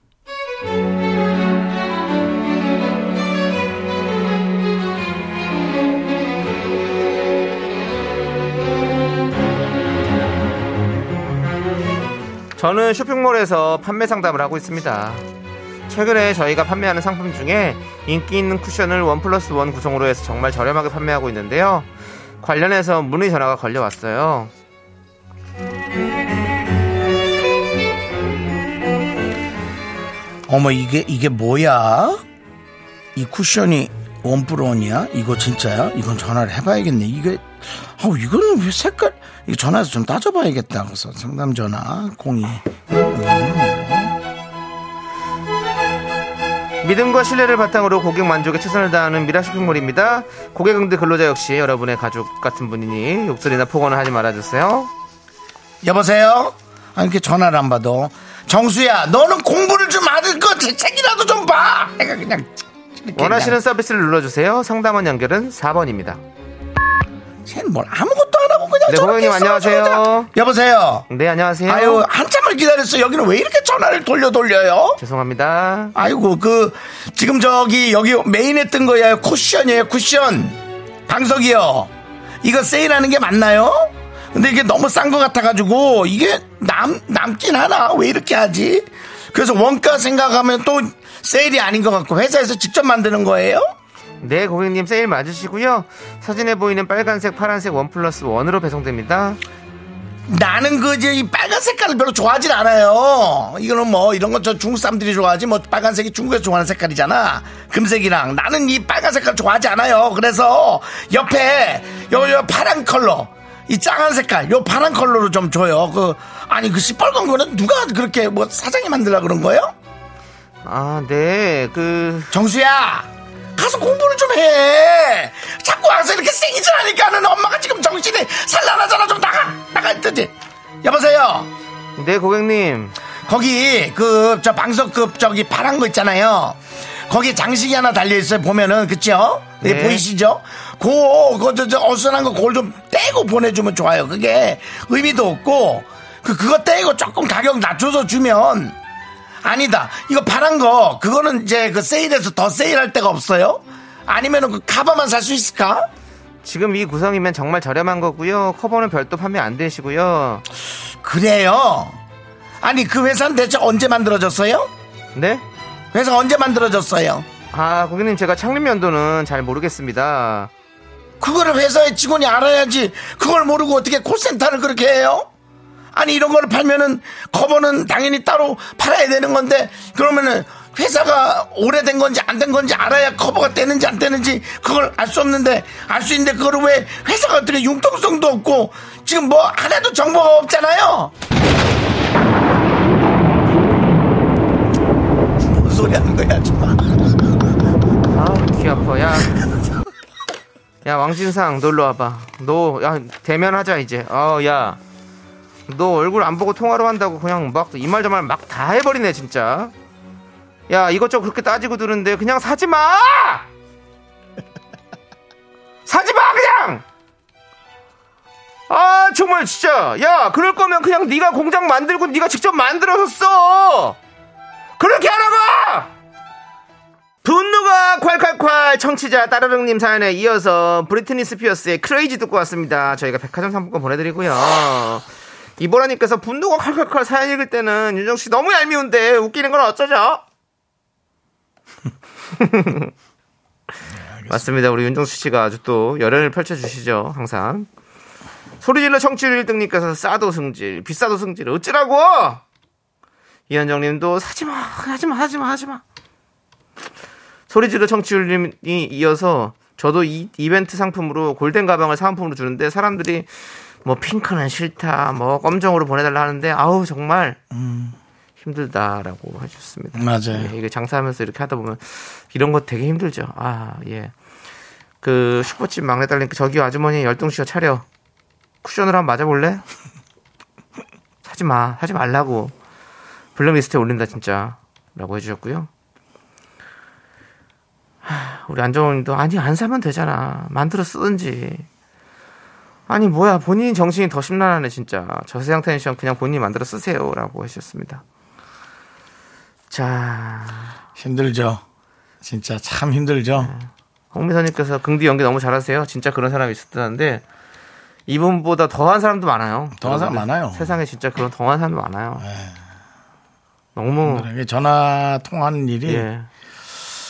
[SPEAKER 2] 저는 쇼핑몰에서 판매 상담을 하고 있습니다. 최근에 저희가 판매하는 상품 중에 인기 있는 쿠션을 원 플러스 원 구성으로 해서 정말 저렴하게 판매하고 있는데요. 관련해서 문의 전화가 걸려왔어요.
[SPEAKER 1] 어머 이게 이게 뭐야? 이 쿠션이 원프론이야? 이거 진짜야? 이건 전화를 해봐야겠네. 이게 아우 이거는 왜 색깔? 이 전화해서 좀 따져봐야겠다. 그래서 상담 전화 02.
[SPEAKER 2] 믿음과 신뢰를 바탕으로 고객 만족에 최선을 다하는 미라 쇼핑몰입니다. 고객응대 근로자 역시 여러분의 가족 같은 분이니 욕설이나 폭언을 하지 말아주세요.
[SPEAKER 1] 여보세요? 아 이렇게 전화를 안 받아. 정수야, 너는 공부를 좀 하는 거 책이라도 좀 봐. 내가 그냥 이렇게
[SPEAKER 2] 원하시는 서비스를 눌러주세요. 상담원 연결은 4번입니다.
[SPEAKER 1] 그냥 쟤는 뭘 아무것도 안 하고 그냥
[SPEAKER 2] 네,
[SPEAKER 1] 저렇게
[SPEAKER 2] 고객님
[SPEAKER 1] 있어,
[SPEAKER 2] 안녕하세요.
[SPEAKER 1] 저러자. 여보세요.
[SPEAKER 2] 네, 안녕하세요.
[SPEAKER 1] 아유 한참을 기다렸어. 여기는 왜 이렇게 전화를 돌려 돌려요?
[SPEAKER 2] 죄송합니다.
[SPEAKER 1] 아이고 그 지금 저기 여기 메인에 뜬 거예요 쿠션이에요 쿠션 방석이요 이거 세일하는 게 맞나요? 근데 이게 너무 싼 거 같아가지고 이게 남 남긴 하나 왜 이렇게 하지? 그래서 원가 생각하면 또 세일이 아닌 것 같고 회사에서 직접 만드는 거예요?
[SPEAKER 2] 네, 고객님 세일 맞으시고요. 사진에 보이는 빨간색, 파란색 원 플러스 원으로 배송됩니다.
[SPEAKER 1] 나는 그저 이 빨간 색깔을 별로 좋아하진 않아요. 이거는 뭐 이런 건 저 중국 사람들이 좋아하지 뭐 빨간색이 중국에서 좋아하는 색깔이잖아. 금색이랑 나는 이 빨간 색깔 좋아하지 않아요. 그래서 옆에 요, 요 파란 컬러 이 짱한 색깔 요 파란 컬러로 좀 줘요. 그 아니 그 시뻘건 거는 누가 그렇게 뭐 사장이 만들라 그런 거예요?
[SPEAKER 2] 아, 네, 그
[SPEAKER 1] 정수야 가서 공부를 좀 해. 자꾸 와서 이렇게 생이질하니까는 엄마가 지금 정신이 산란하잖아. 좀 나가 나가 뜨지. 여보세요.
[SPEAKER 2] 네, 고객님.
[SPEAKER 1] 거기 그 저 방석급 저기 파란 거 있잖아요. 거기 장식이 하나 달려 있어요. 보면은 그죠? 네.
[SPEAKER 2] 네.
[SPEAKER 1] 보이시죠? 그거저저 어수선한 거 그걸 좀 떼고 보내주면 좋아요. 그게 의미도 없고. 그 그거 떼고 조금 가격 낮춰서 주면 아니다. 이거 파란 거 그거는 이제 그 세일해서 더 세일할 데가 없어요. 아니면은 그 카바만 살 수 있을까?
[SPEAKER 2] 지금 이 구성이면 정말 저렴한 거고요. 커버는 별도 판매 안 되시고요.
[SPEAKER 1] 그래요. 아니 그 회사는 대체 언제 만들어졌어요?
[SPEAKER 2] 네?
[SPEAKER 1] 회사 언제 만들어졌어요?
[SPEAKER 2] 아, 고객님 제가 창립 연도는 잘 모르겠습니다.
[SPEAKER 1] 그거를 회사의 직원이 알아야지 그걸 모르고 어떻게 콜센터를 그렇게 해요? 아니 이런 거를 팔면은 커버는 당연히 따로 팔아야 되는 건데 그러면은 회사가 오래된 건지 안 된 건지 알아야 커버가 되는지 안 되는지 그걸 알 수 없는데 알 수 있는데 그걸 왜 회사가 어떻게 융통성도 없고 지금 뭐 하나도 정보가 없잖아요. 뭔 소리 하는 거야 정말.
[SPEAKER 2] 아, 귀 아파. 야. 야, 왕진상 놀러 와 봐. 너 야, 대면하자 이제. 어, 야. 너 얼굴 안 보고 통화로 한다고 그냥 막 이 말 저 말 막 다 해버리네 진짜. 야 이것저것 그렇게 따지고 드는데 그냥 사지 마. 사지 마 그냥. 아 정말 진짜. 야 그럴 거면 그냥 네가 공장 만들고 네가 직접 만들어서 써. 그렇게 하라고. 분노가 콸콸콸 청취자 따르릉님 사연에 이어서 브리트니 스피어스의 크레이지 듣고 왔습니다. 저희가 백화점 상품권 보내드리고요. 이보라님께서 분노가 콸콸콸 사연 읽을 때는 윤정 씨 너무 얄미운데 웃기는 건 어쩌죠? 맞습니다. 우리 윤정수 씨가 아주 또 열연을 펼쳐주시죠. 항상. 소리질러 청취율 1등님께서 싸도 승질, 비싸도 승질, 어찌라고! 이현정 님도 사지마, 하지마, 하지마, 하지마. 소리질러 청취율님이 이어서 저도 이 이벤트 상품으로 골덴 가방을 사은품으로 주는데 사람들이 뭐 핑크는 싫다 뭐 검정으로 보내달라 하는데 아우 정말 힘들다라고 해주셨습니다.
[SPEAKER 1] 맞아요.
[SPEAKER 2] 예, 이게 장사하면서 이렇게 하다 보면 이런 거 되게 힘들죠. 아 예. 그 슈퍼집 막내 딸님 저기 아주머니 열등시어 차려 쿠션으로 한번 맞아볼래? 사지 마 사지 말라고 블랙리스트에 올린다 진짜라고 해주셨고요. 우리 안정원님도 아니 안 사면 되잖아 만들어 쓰든지 아니 뭐야 본인 정신이 더 심란하네 진짜 저세상 텐션 그냥 본인이 만들어 쓰세요라고 하셨습니다 자
[SPEAKER 1] 힘들죠. 진짜 참 힘들죠.
[SPEAKER 2] 홍미선님께서 긍디 연기 너무 잘하세요 진짜 그런 사람이 있었다는데 이분보다 더한 사람도 많아요
[SPEAKER 1] 더한 사람 많아요. 네.
[SPEAKER 2] 세상에 진짜 그런 더한 사람도 많아요 너무
[SPEAKER 1] 이게 전화 통화하는 일이
[SPEAKER 2] 예.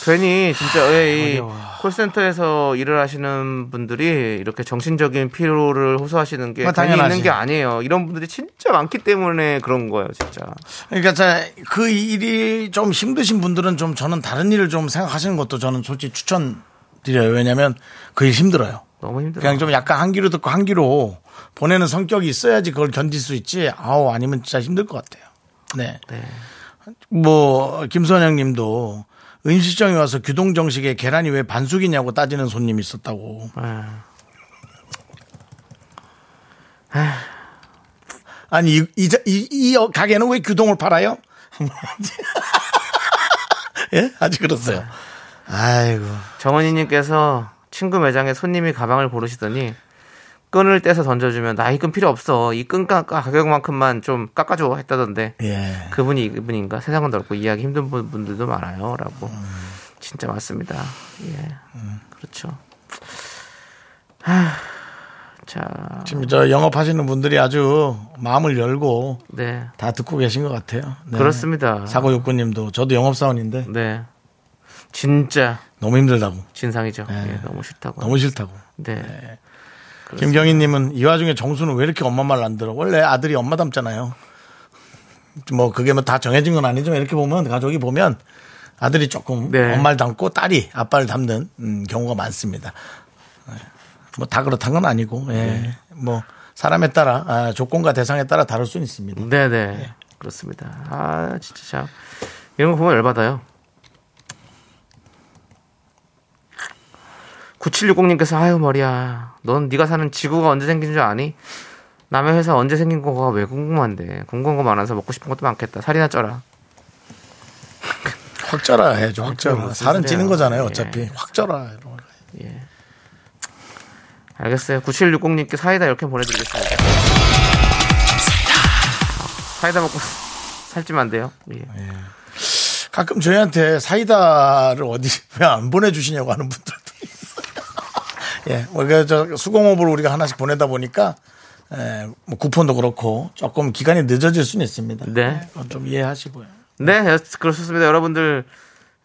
[SPEAKER 2] 괜히 진짜 왜 이
[SPEAKER 1] 어려워.
[SPEAKER 2] 콜센터에서 일을 하시는 분들이 이렇게 정신적인 피로를 호소하시는 게
[SPEAKER 1] 뭐,
[SPEAKER 2] 당연히
[SPEAKER 1] 당연하지.
[SPEAKER 2] 있는 게 아니에요. 이런 분들이 진짜 많기 때문에 그런 거예요, 진짜.
[SPEAKER 1] 그러니까 자, 그 일이 좀 힘드신 분들은 좀 저는 다른 일을 좀 생각하시는 것도 저는 솔직히 추천드려요. 왜냐하면 그 일 힘들어요.
[SPEAKER 2] 너무 힘들어.
[SPEAKER 1] 그냥 좀 약간 한 귀로 듣고 한 귀로 보내는 성격이 있어야지 그걸 견딜 수 있지. 아우 아니면 진짜 힘들 것 같아요. 네.
[SPEAKER 2] 네.
[SPEAKER 1] 뭐 김선영님도 음식점에 와서 규동 정식에 계란이 왜 반숙이냐고 따지는 손님이 있었다고.
[SPEAKER 2] 아,
[SPEAKER 1] 아. 아니 이, 이, 자- 이, 이 어, 가게는 왜 규동을 팔아요? 예? 아주 그렇어요. 아이고.
[SPEAKER 2] 정은이님께서 친구 매장에 손님이 가방을 고르시더니 끈을 떼서 던져주면 나 이 끈 필요 없어. 이 끈 가격만큼만 좀 깎아줘 했다던데
[SPEAKER 1] 예.
[SPEAKER 2] 그분이 이분인가? 세상은 넓고 이해하기 힘든 분- 분들도 많아요. 라고. 진짜 맞습니다. 예. 그렇죠. 하, 자,
[SPEAKER 1] 지금 저 영업하시는 분들이 아주 마음을 열고
[SPEAKER 2] 네.
[SPEAKER 1] 다 듣고 계신 것 같아요. 네.
[SPEAKER 2] 그렇습니다.
[SPEAKER 1] 사고 욕구님도 저도 영업사원인데
[SPEAKER 2] 네. 진짜
[SPEAKER 1] 너무 힘들다고,
[SPEAKER 2] 진상이죠.
[SPEAKER 1] 네.
[SPEAKER 2] 예, 너무 싫다고.
[SPEAKER 1] 너무 싫다고.
[SPEAKER 2] 네.
[SPEAKER 1] 김경희님은 이 와중에 정수는 왜 이렇게 엄마 말 안 들어? 원래 아들이 엄마 닮잖아요. 뭐 그게 뭐 다 정해진 건 아니지만 이렇게 보면 가족이 보면 아들이 조금
[SPEAKER 2] 네.
[SPEAKER 1] 엄마를 닮고 딸이 아빠를 닮는 음, 경우가 많습니다. 뭐 다 그렇단 건 아니고 예.
[SPEAKER 2] 네.
[SPEAKER 1] 뭐 사람에 따라 아, 조건과 대상에 따라 다를 수는 있습니다.
[SPEAKER 2] 네네. 그렇습니다. 아, 진짜 참. 이런 거 보면 열받아요. 9760님께서 아유 머리야 넌 네가 사는 지구가 언제 생긴 줄 아니? 남의 회사 언제 생긴 거가 왜 궁금한데 궁금한 거 많아서 먹고 싶은 것도 많겠다 살이나 쪄라
[SPEAKER 1] 확절화 해줘 확절화.
[SPEAKER 2] 그렇죠.
[SPEAKER 1] 살은 찌는 거잖아요 어차피
[SPEAKER 2] 예.
[SPEAKER 1] 확절화. 이런 거.
[SPEAKER 2] 알겠어요 9760님께 사이다 이렇게 보내드리겠습니다 사이다 먹고 살찌면 안 돼요. 예.
[SPEAKER 1] 가끔 저희한테 사이다를 어디 왜 안 보내주시냐고 하는 분들도 있어요. 예, 우리가 저 수공업을 우리가 하나씩 보내다 보니까 예, 뭐 쿠폰도 그렇고 조금 기간이 늦어질 수는 있습니다.
[SPEAKER 2] 네.
[SPEAKER 1] 예, 그건 좀 이해하시고요.
[SPEAKER 2] 네, 여- 그렇습니다. 여러분들,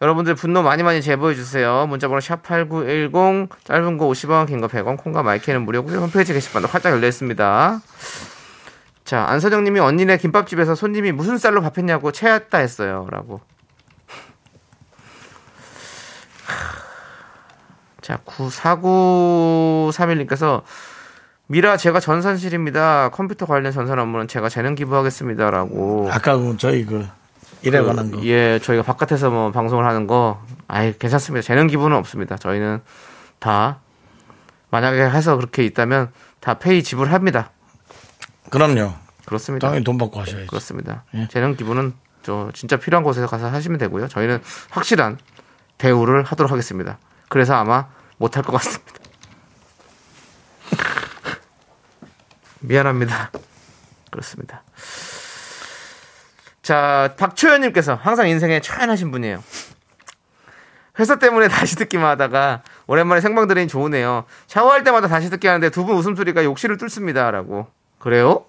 [SPEAKER 2] 여러분들 분노 많이 많이 제보해주세요. 문자번호 샵8910, 짧은 거 50원, 긴 거 100원, 콩과 마이크는 무료고요. 홈페이지 게시판도 활짝 열려있습니다. 자, 안선영님이 언니네 김밥집에서 손님이 무슨 쌀로 밥했냐고 채였다 했어요. 라고. 자, 94931님께서 미라 제가 전산실입니다. 컴퓨터 관련 전산 업무는 제가 재능 기부하겠습니다. 라고.
[SPEAKER 1] 아까 그 저희 그 일에
[SPEAKER 2] 그,
[SPEAKER 1] 관한 거.
[SPEAKER 2] 예, 저희가 바깥에서 뭐 방송을 하는 거, 아예 괜찮습니다. 재능 기부는 없습니다. 저희는 다 만약에 해서 그렇게 있다면 다 페이 지불합니다.
[SPEAKER 1] 그럼요.
[SPEAKER 2] 그렇습니다.
[SPEAKER 1] 당연히 돈 받고 하셔야죠.
[SPEAKER 2] 그렇습니다.
[SPEAKER 1] 예.
[SPEAKER 2] 재능 기부는 저 진짜 필요한 곳에서 가서 하시면 되고요. 저희는 확실한 대우를 하도록 하겠습니다. 그래서 아마 못할 것 같습니다. 미안합니다. 그렇습니다. 자, 박초연님께서 항상 인생에 초연하신 분이에요. 회사 때문에 다시 듣기만 하다가 오랜만에 생방 들으니 좋으네요. 샤워할 때마다 다시 듣기 하는데 두 분 웃음소리가 욕실을 뚫습니다라고. 그래요?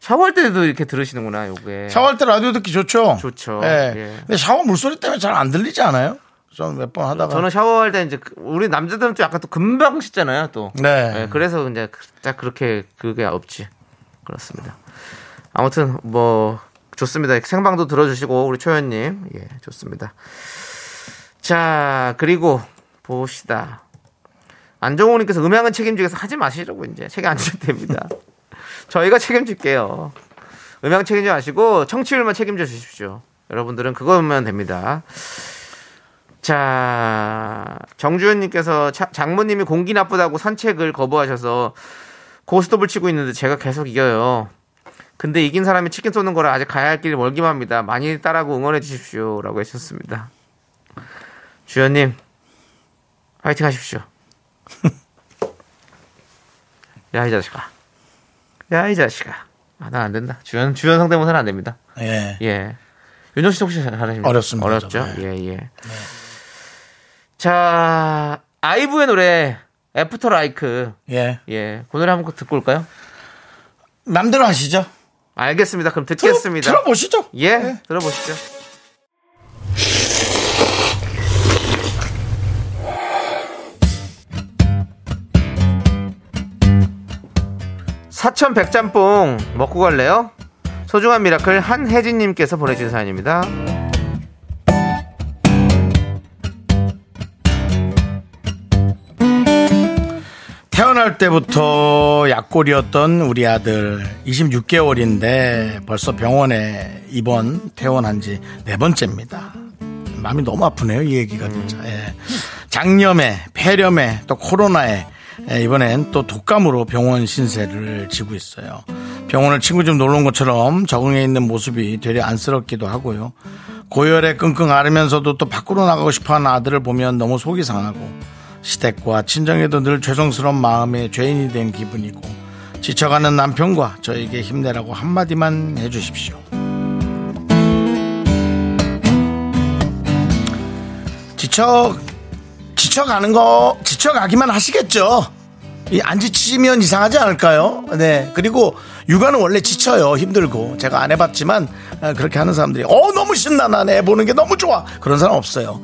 [SPEAKER 2] 샤워할 때도 이렇게 들으시는구나, 요게.
[SPEAKER 1] 샤워할 때 라디오 듣기 좋죠.
[SPEAKER 2] 좋죠.
[SPEAKER 1] 예.
[SPEAKER 2] 예.
[SPEAKER 1] 근데 샤워 물소리 때문에 잘 안 들리지 않아요? 저는 몇 번 하다가
[SPEAKER 2] 저는 샤워할 때 이제 그- 우리 남자들은 또 약간 또 금방 씻잖아요, 또.
[SPEAKER 1] 네.
[SPEAKER 2] 예, 그래서 이제 그- 딱 그렇게 그게 없지. 그렇습니다. 아무튼 뭐 좋습니다. 생방도 들어주시고 우리 초연님 예 좋습니다. 자 그리고 봅시다. 안정호님께서 음향은 책임지겠어 하지 마시라고 이제 책임 안 지셔도 됩니다. 저희가 책임질게요. 음향 책임져 마시고 청취율만 책임져 주십시오. 여러분들은 그거면 됩니다. 자, 정주현님께서 차- 장모님이 공기 나쁘다고 산책을 거부하셔서 고스톱을 치고 있는데 제가 계속 이겨요. 근데 이긴 사람이 치킨 쏘는 거라 아직 가야 할 길이 멀기만 합니다. 많이 따라고 응원해 주십시오. 라고 하셨습니다. 주현님, 화이팅 하십시오. 야, 이 자식아. 야, 이 자식아. 아, 난 안 된다. 주현, 주현 상대모사는 안 됩니다.
[SPEAKER 1] 예.
[SPEAKER 2] 예. 윤정 씨 혹시 잘하십니까?
[SPEAKER 1] 어렵습니다.
[SPEAKER 2] 어렵죠?
[SPEAKER 1] 네.
[SPEAKER 2] 예, 예. 자, 아이브의 노래, 애프터 라이크.
[SPEAKER 1] 예.
[SPEAKER 2] 예. 그 노래 한번 듣고 올까요?
[SPEAKER 1] 맘대로 하시죠.
[SPEAKER 2] 알겠습니다. 그럼
[SPEAKER 1] 들어,
[SPEAKER 2] 듣겠습니다.
[SPEAKER 1] 들어보시죠. 네.
[SPEAKER 2] 예, 들어보시죠. 사천 백짬뽕 먹고 갈래요? 소중한 미라클 한혜진님께서 보내주신 사연입니다.
[SPEAKER 1] 태어날 때부터 약골이었던 우리 아들 26개월인데 벌써 병원에 입원 퇴원한 지 네 번째입니다. 마음이 너무 아프네요 이 얘기가 진짜. 예. 장염에 폐렴에 또 코로나에 예, 이번엔 또 독감으로 병원 신세를 지고 있어요. 병원을 친구 좀 놀러 온 것처럼 적응해 있는 모습이 되려 안쓰럽기도 하고요. 고열에 끙끙 앓으면서도 또 밖으로 나가고 싶어하는 아들을 보면 너무 속이 상하고 시댁과 친정에도 늘 죄송스러운 마음에 죄인이 된 기분이고 지쳐가는 남편과 저에게 힘내라고 한마디만 해주십시오. 지쳐 지쳐가는 거 지쳐가기만 하시겠죠. 이 안 지치면 이상하지 않을까요? 네. 그리고 육아는 원래 지쳐요. 힘들고 제가 안 해봤지만 아, 그렇게 하는 사람들이 어 너무 신나 나는 애 보는 게 너무 좋아 그런 사람 없어요.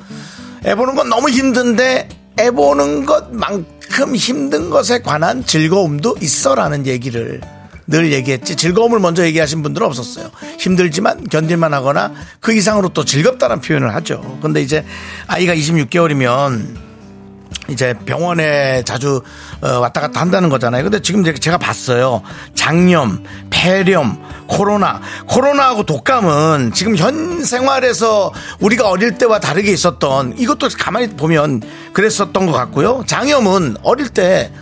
[SPEAKER 1] 애 보는 건 너무 힘든데 애 보는 것만큼 힘든 것에 관한 즐거움도 있어라는 얘기를 늘 얘기했지 즐거움을 먼저 얘기하신 분들은 없었어요. 힘들지만 견딜만 하거나 그 이상으로 또 즐겁다는 표현을 하죠. 근데 이제 아이가 26개월이면 이제 병원에 자주 어, 왔다 갔다 한다는 거잖아요. 근데 지금 이제 제가 봤어요. 장염, 폐렴, 코로나. 코로나하고 독감은 지금 현 생활에서 우리가 어릴 때와 다르게 있었던 이것도 가만히 보면 그랬었던 것 같고요. 장염은 어릴 때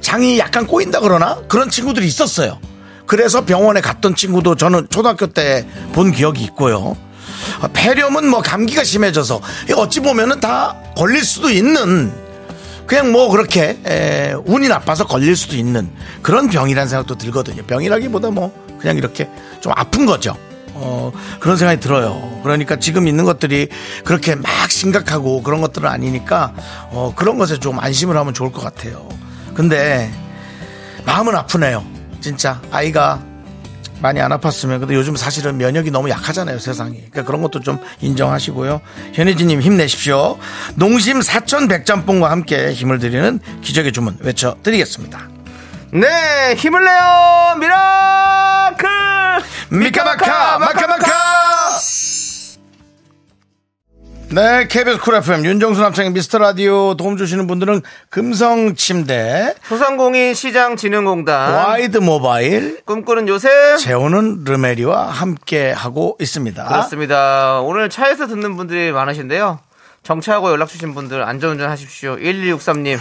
[SPEAKER 1] 장이 약간 꼬인다 그러나 그런 친구들이 있었어요. 그래서 병원에 갔던 친구도 저는 초등학교 때 본 기억이 있고요. 아, 폐렴은 뭐 감기가 심해져서 이거 어찌 보면은 다 걸릴 수도 있는 그냥 뭐 그렇게 에, 운이 나빠서 걸릴 수도 있는 그런 병이라는 생각도 들거든요. 병이라기보다 뭐 그냥 이렇게 좀 아픈 거죠. 어, 그런 생각이 들어요. 그러니까 지금 있는 것들이 그렇게 막 심각하고 그런 것들은 아니니까 어, 그런 것에 좀 안심을 하면 좋을 것 같아요. 근데 마음은 아프네요. 진짜 아이가 많이 안 아팠으면 근데 요즘 사실은 면역이 너무 약하잖아요 세상이 그러니까 그런 것도 좀 인정하시고요 현혜진님 힘내십시오 농심 사천 백짬뽕과 함께 힘을 드리는 기적의 주문 외쳐드리겠습니다
[SPEAKER 2] 네, 힘을 내요! 미라클!
[SPEAKER 1] 미카마카 마카마카 네 KBS 쿨 FM 윤정수 남창의 미스터라디오 도움 주시는 분들은 금성침대
[SPEAKER 2] 소상공인 시장진흥공단.
[SPEAKER 1] 와이드 모바일
[SPEAKER 2] 꿈꾸는 요새.
[SPEAKER 1] 재호는 르메리와 함께하고 있습니다
[SPEAKER 2] 그렇습니다. 오늘 차에서 듣는 분들이 많으신데요. 정차하고 연락 주신 분들 안전운전 하십시오. 1263님,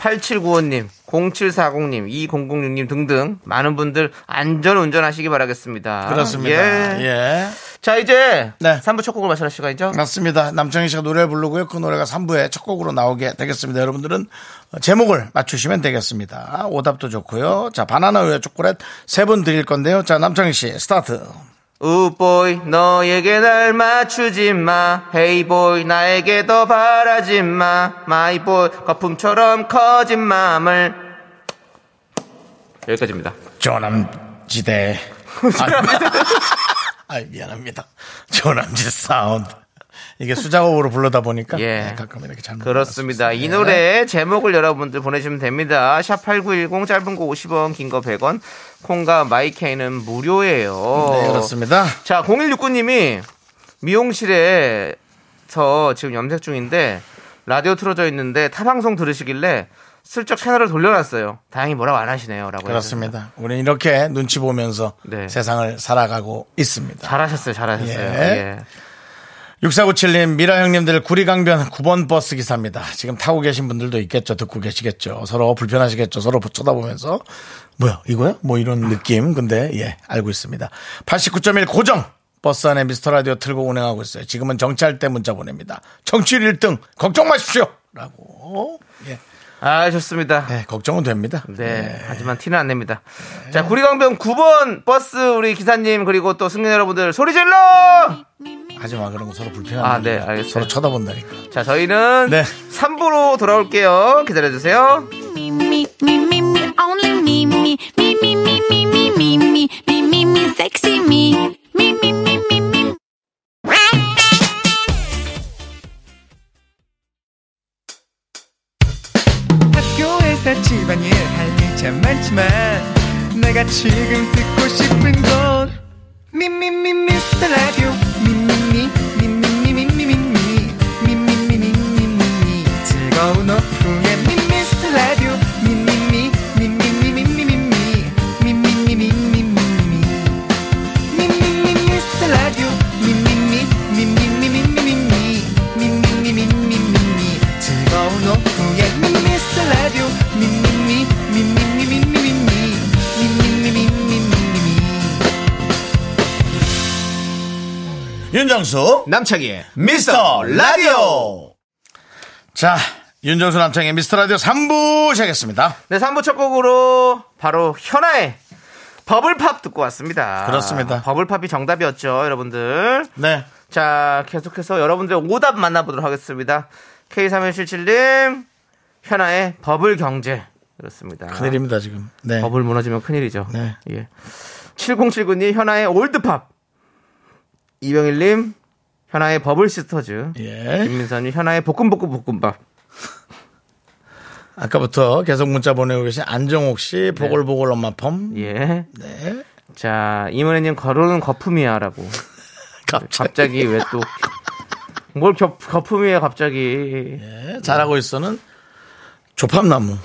[SPEAKER 2] 8795님, 0740님, 2006님 등등 많은 분들 안전운전 하시기 바라겠습니다.
[SPEAKER 1] 그렇습니다
[SPEAKER 2] 예.
[SPEAKER 1] 예.
[SPEAKER 2] 자, 이제
[SPEAKER 1] 네.
[SPEAKER 2] 3부 첫 곡을 마칠 시간이죠?
[SPEAKER 1] 맞습니다. 남창희 씨가 노래를 부르고요. 그 노래가 3부의 첫 곡으로 나오게 되겠습니다. 여러분들은 제목을 맞추시면 되겠습니다. 오답도 좋고요. 자, 바나나 우유 초콜릿 세 분 드릴 건데요. 자, 남창희 씨 스타트.
[SPEAKER 2] 우보이 너에게 날 맞추지 마 헤이보이 나에게 더 바라지 마 마이보이 거품처럼 커진 마음을 여기까지입니다
[SPEAKER 1] 조남지대. 아, 미안합니다. 조남지 사운드. 이게 수작업으로 부르다 보니까
[SPEAKER 2] 예.
[SPEAKER 1] 네, 가끔 이렇게 잘못
[SPEAKER 2] 그렇습니다
[SPEAKER 1] 나갈 수
[SPEAKER 2] 이
[SPEAKER 1] 있어요.
[SPEAKER 2] 노래의 제목을 여러분들 보내주시면 됩니다 샵8910 짧은 거 50원 긴 거 100원 콩과 마이케이는 무료예요
[SPEAKER 1] 네, 그렇습니다.
[SPEAKER 2] 자, 0169님이 미용실에서 지금 염색 중인데 라디오 틀어져 있는데 타 방송 들으시길래 슬쩍 채널을 돌려놨어요. 다행히 뭐라고 안 하시네요라고.
[SPEAKER 1] 그렇습니다. 우리는 이렇게 눈치 보면서
[SPEAKER 2] 네.
[SPEAKER 1] 세상을 살아가고 있습니다.
[SPEAKER 2] 잘하셨어요, 잘하셨어요.
[SPEAKER 1] 예.
[SPEAKER 2] 예.
[SPEAKER 1] 6497님, 미라 형님들 구리강변 9번 버스 기사입니다. 지금 타고 계신 분들도 있겠죠. 듣고 계시겠죠. 서로 불편하시겠죠. 서로 쳐다보면서. 뭐야, 이거야? 뭐 이런 느낌. 근데, 예, 알고 있습니다. 89.1 고정! 버스 안에 미스터 라디오 틀고 운행하고 있어요. 지금은 정찰 때 문자 보냅니다. 정치율 1등, 걱정 마십시오! 라고. 예,
[SPEAKER 2] 아, 좋습니다.
[SPEAKER 1] 예, 걱정은 됩니다.
[SPEAKER 2] 네. 하지만 티는 안 냅니다. 자, 구리강변 9번 버스 우리 기사님 그리고 또 승객 여러분들 소리 질러!
[SPEAKER 1] 네. 하지마, 그런 거 서로 불편하다.
[SPEAKER 2] 아, 네, 알겠어요.
[SPEAKER 1] 서로 쳐다본다니까.
[SPEAKER 2] 자, 저희는
[SPEAKER 1] 네.
[SPEAKER 2] 3부로 돌아올게요. 기다려 주세요.
[SPEAKER 3] Me, me, me, me, me, only me, me, me, me, me, me, me, me, me, me, me, me, sexy me. Me, me, me, me, me.
[SPEAKER 4] 학교에서 집안일 할 일 참 많지만 내가 지금 듣고 싶은 건 미미미 미스터 라디오 미미미 미미미 미미미 미미미 미미미 즐거운 오후에 미스터 라디오 미미미 미미미 미미미 미미미 미미미
[SPEAKER 1] 윤정수,
[SPEAKER 2] 남창희의
[SPEAKER 1] 미스터 라디오. 자, 윤정수 남창의 미스터 라디오 3부 시작했습니다.
[SPEAKER 2] 네, 3부 첫 곡으로 바로 현아의 버블팝 듣고 왔습니다.
[SPEAKER 1] 그렇습니다.
[SPEAKER 2] 버블팝이 정답이었죠, 여러분들.
[SPEAKER 1] 네.
[SPEAKER 2] 자, 계속해서 여러분들의 오답 만나보도록 하겠습니다. K3177님, 현아의 버블 경제. 그렇습니다.
[SPEAKER 1] 큰일입니다, 지금. 네.
[SPEAKER 2] 버블 무너지면 큰일이죠.
[SPEAKER 1] 네.
[SPEAKER 2] 예. 7079님, 현아의 올드팝. 이병일님, 현아의 버블 시스터즈.
[SPEAKER 1] 예.
[SPEAKER 2] 김민선님, 현아의 볶음볶음 볶음밥.
[SPEAKER 1] 아까부터 계속 문자 보내고 계신 안정옥 씨, 보글보글 엄마 펌.
[SPEAKER 2] 예.
[SPEAKER 1] 네.
[SPEAKER 2] 자, 이문혜님, 거로는 거품이야라고.
[SPEAKER 1] 갑자기.
[SPEAKER 2] 갑자기 왜 또 뭘 거품이에요 갑자기
[SPEAKER 1] 네, 잘하고 있어는 조팝나무.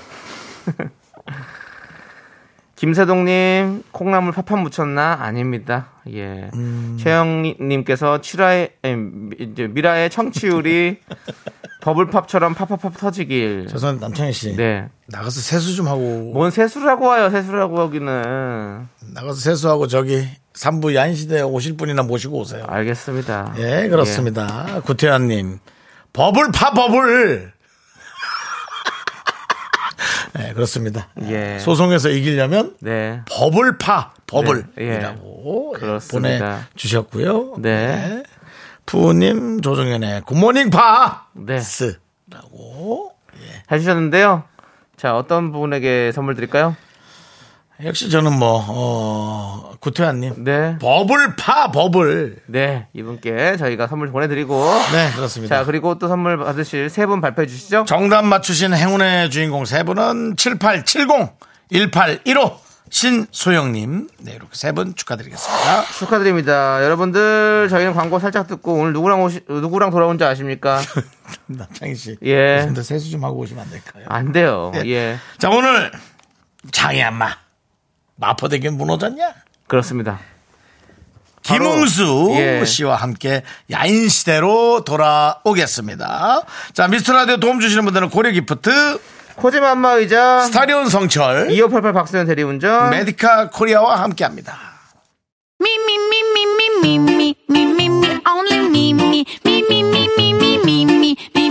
[SPEAKER 2] 김세동님 콩나물 팝팝 묻혔나 아닙니다 예
[SPEAKER 1] 음.
[SPEAKER 2] 최영님께서 칠화의 아니, 미- 이제 미라의 청취율이 버블팝처럼 팝팝팝 터지길
[SPEAKER 1] 죄송한데, 남창희 씨.
[SPEAKER 2] 네뭔
[SPEAKER 1] 나가서 세수 좀 하고.
[SPEAKER 2] 세수라고 와요 세수라고 하기는
[SPEAKER 1] 나가서 세수하고 저기 3부 야인시대에 오실 분이나 모시고 오세요.
[SPEAKER 2] 알겠습니다
[SPEAKER 1] 예, 그렇습니다. 구태환님. 버블 파 버블! 그렇습니다.
[SPEAKER 2] 예.
[SPEAKER 1] 소송에서 이기려면
[SPEAKER 2] 네.
[SPEAKER 1] 법을 파
[SPEAKER 2] 네, 예.
[SPEAKER 1] 법을이라고
[SPEAKER 2] 그렇습니다.
[SPEAKER 1] 보내주셨고요.
[SPEAKER 2] 네.
[SPEAKER 1] 부님 조정현의 굿모닝 파
[SPEAKER 2] 네.
[SPEAKER 1] 스라고
[SPEAKER 2] 해주셨는데요. 자, 어떤 분에게 선물 드릴까요?
[SPEAKER 1] 역시 저는 뭐 어, 구태환님
[SPEAKER 2] 네.
[SPEAKER 1] 법을 파 법을
[SPEAKER 2] 네. 이분께 저희가 선물 보내드리고.
[SPEAKER 1] 네 그렇습니다.
[SPEAKER 2] 자, 그리고 또 선물 받으실 세 분 발표해 주시죠.
[SPEAKER 1] 정답 맞추신 행운의 주인공 세 분은 7870 1815 신소영님 네 이렇게 세 분 축하드리겠습니다.
[SPEAKER 2] 축하드립니다. 여러분들, 저희는 광고 살짝 듣고 오늘 누구랑 오시, 누구랑 돌아온지 아십니까?
[SPEAKER 1] 남창희 씨,
[SPEAKER 2] 예.
[SPEAKER 1] 근데 세수 좀 하고 오시면 안 될까요?
[SPEAKER 2] 안 돼요.
[SPEAKER 1] 네.
[SPEAKER 2] 예.
[SPEAKER 1] 자 오늘 장애한마 마포대교 무너졌냐?
[SPEAKER 2] 그렇습니다. 바로,
[SPEAKER 1] 김웅수
[SPEAKER 2] 예.
[SPEAKER 1] 씨와 함께 야인 시대로 돌아오겠습니다. 자 미스터 라디오 도움 주시는 분들은 고려 기프트,
[SPEAKER 2] 코지마 안마 의자.
[SPEAKER 1] 스타리온 성철,
[SPEAKER 2] 2588 박수현 대리운전.
[SPEAKER 1] 메디카 코리아와 함께합니다.
[SPEAKER 3] Me, me, me, me, me, me, me, me, me, me, only me, me, me, me, me, me, me, me, me, me,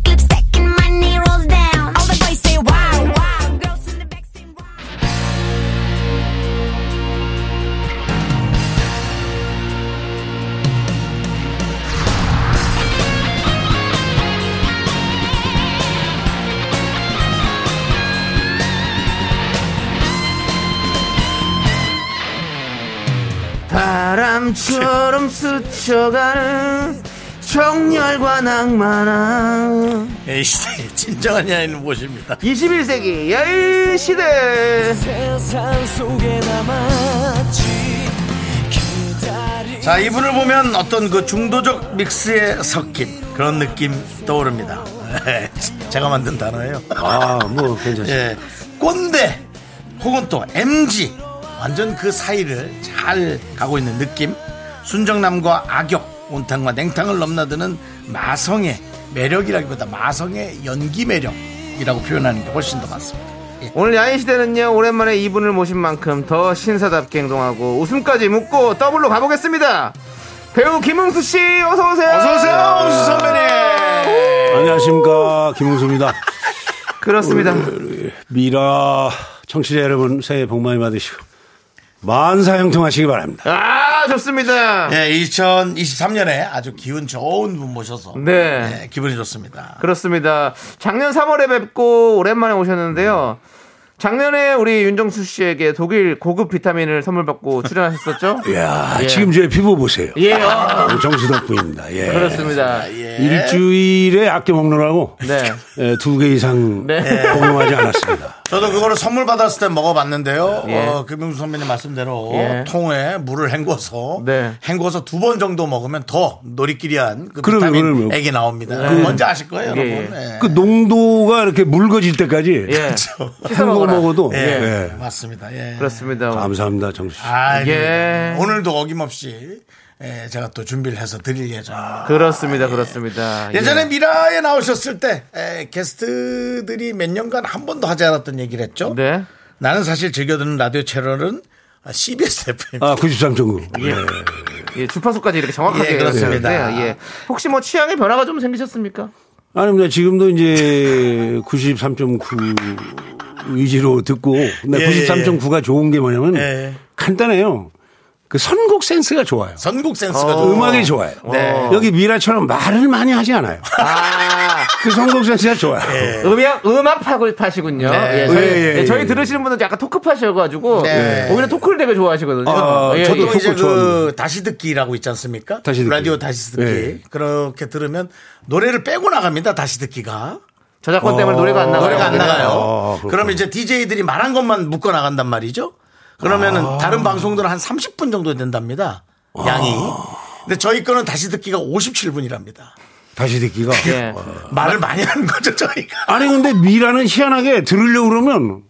[SPEAKER 3] lipstick and my knee rolls down. All the boys say wow, wow. Girls in the back say wow.
[SPEAKER 2] 바람처럼 스쳐가는 청열과 낭만아
[SPEAKER 1] 이 시대의 진정한 야인을 모십니다.
[SPEAKER 2] 21세기 여일시대
[SPEAKER 1] 자, 이분을 보면 어떤 그 중도적 믹스에 섞인 그런 느낌 떠오릅니다. 제가 만든 단어예요.
[SPEAKER 5] 아, 뭐, 괜찮습니다.
[SPEAKER 1] 예, 꼰대 혹은 또 MG 완전 그 사이를 잘 가고 있는 느낌 순정남과 악역 온탕과 냉탕을 넘나드는 마성의 매력이라기보다 마성의 연기 매력이라고 표현하는 게 훨씬 더 맞습니다
[SPEAKER 2] 오늘 야인시대는요 오랜만에 이분을 모신 만큼 더 신사답게 행동하고 웃음까지 묻고 더블로 가보겠습니다 배우 김흥수씨 어서오세요
[SPEAKER 1] 어서오세요 우수 선배님
[SPEAKER 5] 안녕하십니까. 김웅수입니다.
[SPEAKER 2] 그렇습니다
[SPEAKER 5] 미라 청취자 여러분 새해 복 많이 받으시고 만사 형통하시기 바랍니다.
[SPEAKER 2] 아 좋습니다
[SPEAKER 1] 예, 2023년에 아주 기운 좋은 분 모셔서
[SPEAKER 2] 네.
[SPEAKER 1] 예, 기분이 좋습니다
[SPEAKER 2] 그렇습니다. 작년 3월에 뵙고 오랜만에 오셨는데요. 작년에 우리 윤정수 씨에게 독일 고급 비타민을 선물 받고 출연하셨었죠?
[SPEAKER 5] 이야,
[SPEAKER 2] 예.
[SPEAKER 5] 지금 제 피부 보세요.
[SPEAKER 2] 예, 어,
[SPEAKER 1] 아.
[SPEAKER 5] 정수 덕분입니다. 아, 예.
[SPEAKER 2] 그렇습니다.
[SPEAKER 5] 일주일에 아껴 먹느라고 예,
[SPEAKER 2] 네.
[SPEAKER 5] 두 개 이상
[SPEAKER 2] 네.
[SPEAKER 5] 공용하지 않았습니다.
[SPEAKER 1] 저도 그거를 선물 받았을 때 먹어봤는데요.
[SPEAKER 2] 예.
[SPEAKER 1] 어, 금융수 선배님 말씀대로
[SPEAKER 2] 예.
[SPEAKER 1] 통에 물을 헹궈서
[SPEAKER 2] 네.
[SPEAKER 1] 헹궈서 두 번 정도 먹으면 더 노리끼리한 그
[SPEAKER 5] 그럼요,
[SPEAKER 1] 비타민
[SPEAKER 5] 그럼요.
[SPEAKER 1] 액이 나옵니다. 뭔지 아실 거예요,
[SPEAKER 2] 네. 예,
[SPEAKER 1] 여러분. 예.
[SPEAKER 5] 그 농도가 이렇게 묽어질 때까지
[SPEAKER 2] 예. 씻어
[SPEAKER 5] 헹궈
[SPEAKER 2] 먹어라.
[SPEAKER 5] 먹어도 아, 네.
[SPEAKER 1] 예.
[SPEAKER 5] 예.
[SPEAKER 1] 맞습니다. 예.
[SPEAKER 2] 네. 그렇습니다.
[SPEAKER 5] 감사합니다, 정수 씨.
[SPEAKER 1] 아,
[SPEAKER 2] 예.
[SPEAKER 1] 오늘도 어김없이 예, 제가 또 준비를 해서 드릴 예정입니다.
[SPEAKER 2] 아, 그렇습니다. 그렇습니다.
[SPEAKER 1] 예전에
[SPEAKER 2] 예.
[SPEAKER 1] 미라에 나오셨을 때 에, 게스트들이 몇 년간 한 번도 하지 않았던 얘기를 했죠.
[SPEAKER 2] 네.
[SPEAKER 1] 나는 사실 즐겨 듣는 라디오 채널은 CBS FM.
[SPEAKER 5] 아, 93.9.
[SPEAKER 2] 예. 예, 주파수까지 이렇게 정확하게
[SPEAKER 1] 예, 그렇습니다.
[SPEAKER 2] 얘기했는데, 예. 혹시 뭐 취향의 변화가 좀 생기셨습니까?
[SPEAKER 5] 아닙니다. 지금도 이제 93.9 위주로 듣고, 근데
[SPEAKER 1] 예,
[SPEAKER 5] 93.9가 좋은 게 뭐냐면
[SPEAKER 1] 예.
[SPEAKER 5] 간단해요. 그 선곡 센스가 좋아요.
[SPEAKER 1] 선곡 센스가 좋고.
[SPEAKER 5] 어, 음악이 좋아요.
[SPEAKER 1] 어.
[SPEAKER 5] 어.
[SPEAKER 1] 네.
[SPEAKER 5] 여기 미라처럼 말을 많이 하지 않아요.
[SPEAKER 2] 아,
[SPEAKER 5] 그 선곡 센스가 좋아요.
[SPEAKER 1] 예.
[SPEAKER 2] 음악, 음악 파고 파시군요.
[SPEAKER 1] 네.
[SPEAKER 2] 예, 저희,
[SPEAKER 5] 예, 예,
[SPEAKER 2] 예, 저희
[SPEAKER 5] 예.
[SPEAKER 2] 들으시는 분들 약간 토크 파셔가지고,
[SPEAKER 1] 네.
[SPEAKER 2] 오히려 토크를 되게 좋아하시거든요.
[SPEAKER 5] 아,
[SPEAKER 2] 예,
[SPEAKER 5] 저도
[SPEAKER 1] 또
[SPEAKER 5] 토크
[SPEAKER 1] 이제 그
[SPEAKER 5] 좋아합니다.
[SPEAKER 1] 다시 듣기라고 있지 않습니까?
[SPEAKER 5] 다시 듣기.
[SPEAKER 1] 라디오 다시 듣기
[SPEAKER 5] 예.
[SPEAKER 1] 그렇게 들으면 노래를 빼고 나갑니다. 다시 듣기가
[SPEAKER 2] 저작권 때문에 노래가 안 나가요.
[SPEAKER 1] 노래가 안 나가요.
[SPEAKER 5] 아, 그렇구나.
[SPEAKER 1] 그럼 이제 DJ들이 말한 것만 묶어 나간단 말이죠. 그러면은
[SPEAKER 5] 아.
[SPEAKER 1] 다른 방송들은 한 30분 정도 된답니다. 양이. 근데 저희 거는 다시 듣기가 57분이랍니다.
[SPEAKER 5] 다시 듣기가.
[SPEAKER 2] 예.
[SPEAKER 1] 말을 많이 하는 거죠, 저희가.
[SPEAKER 5] 아니 근데 미라는 희한하게 들으려고 그러면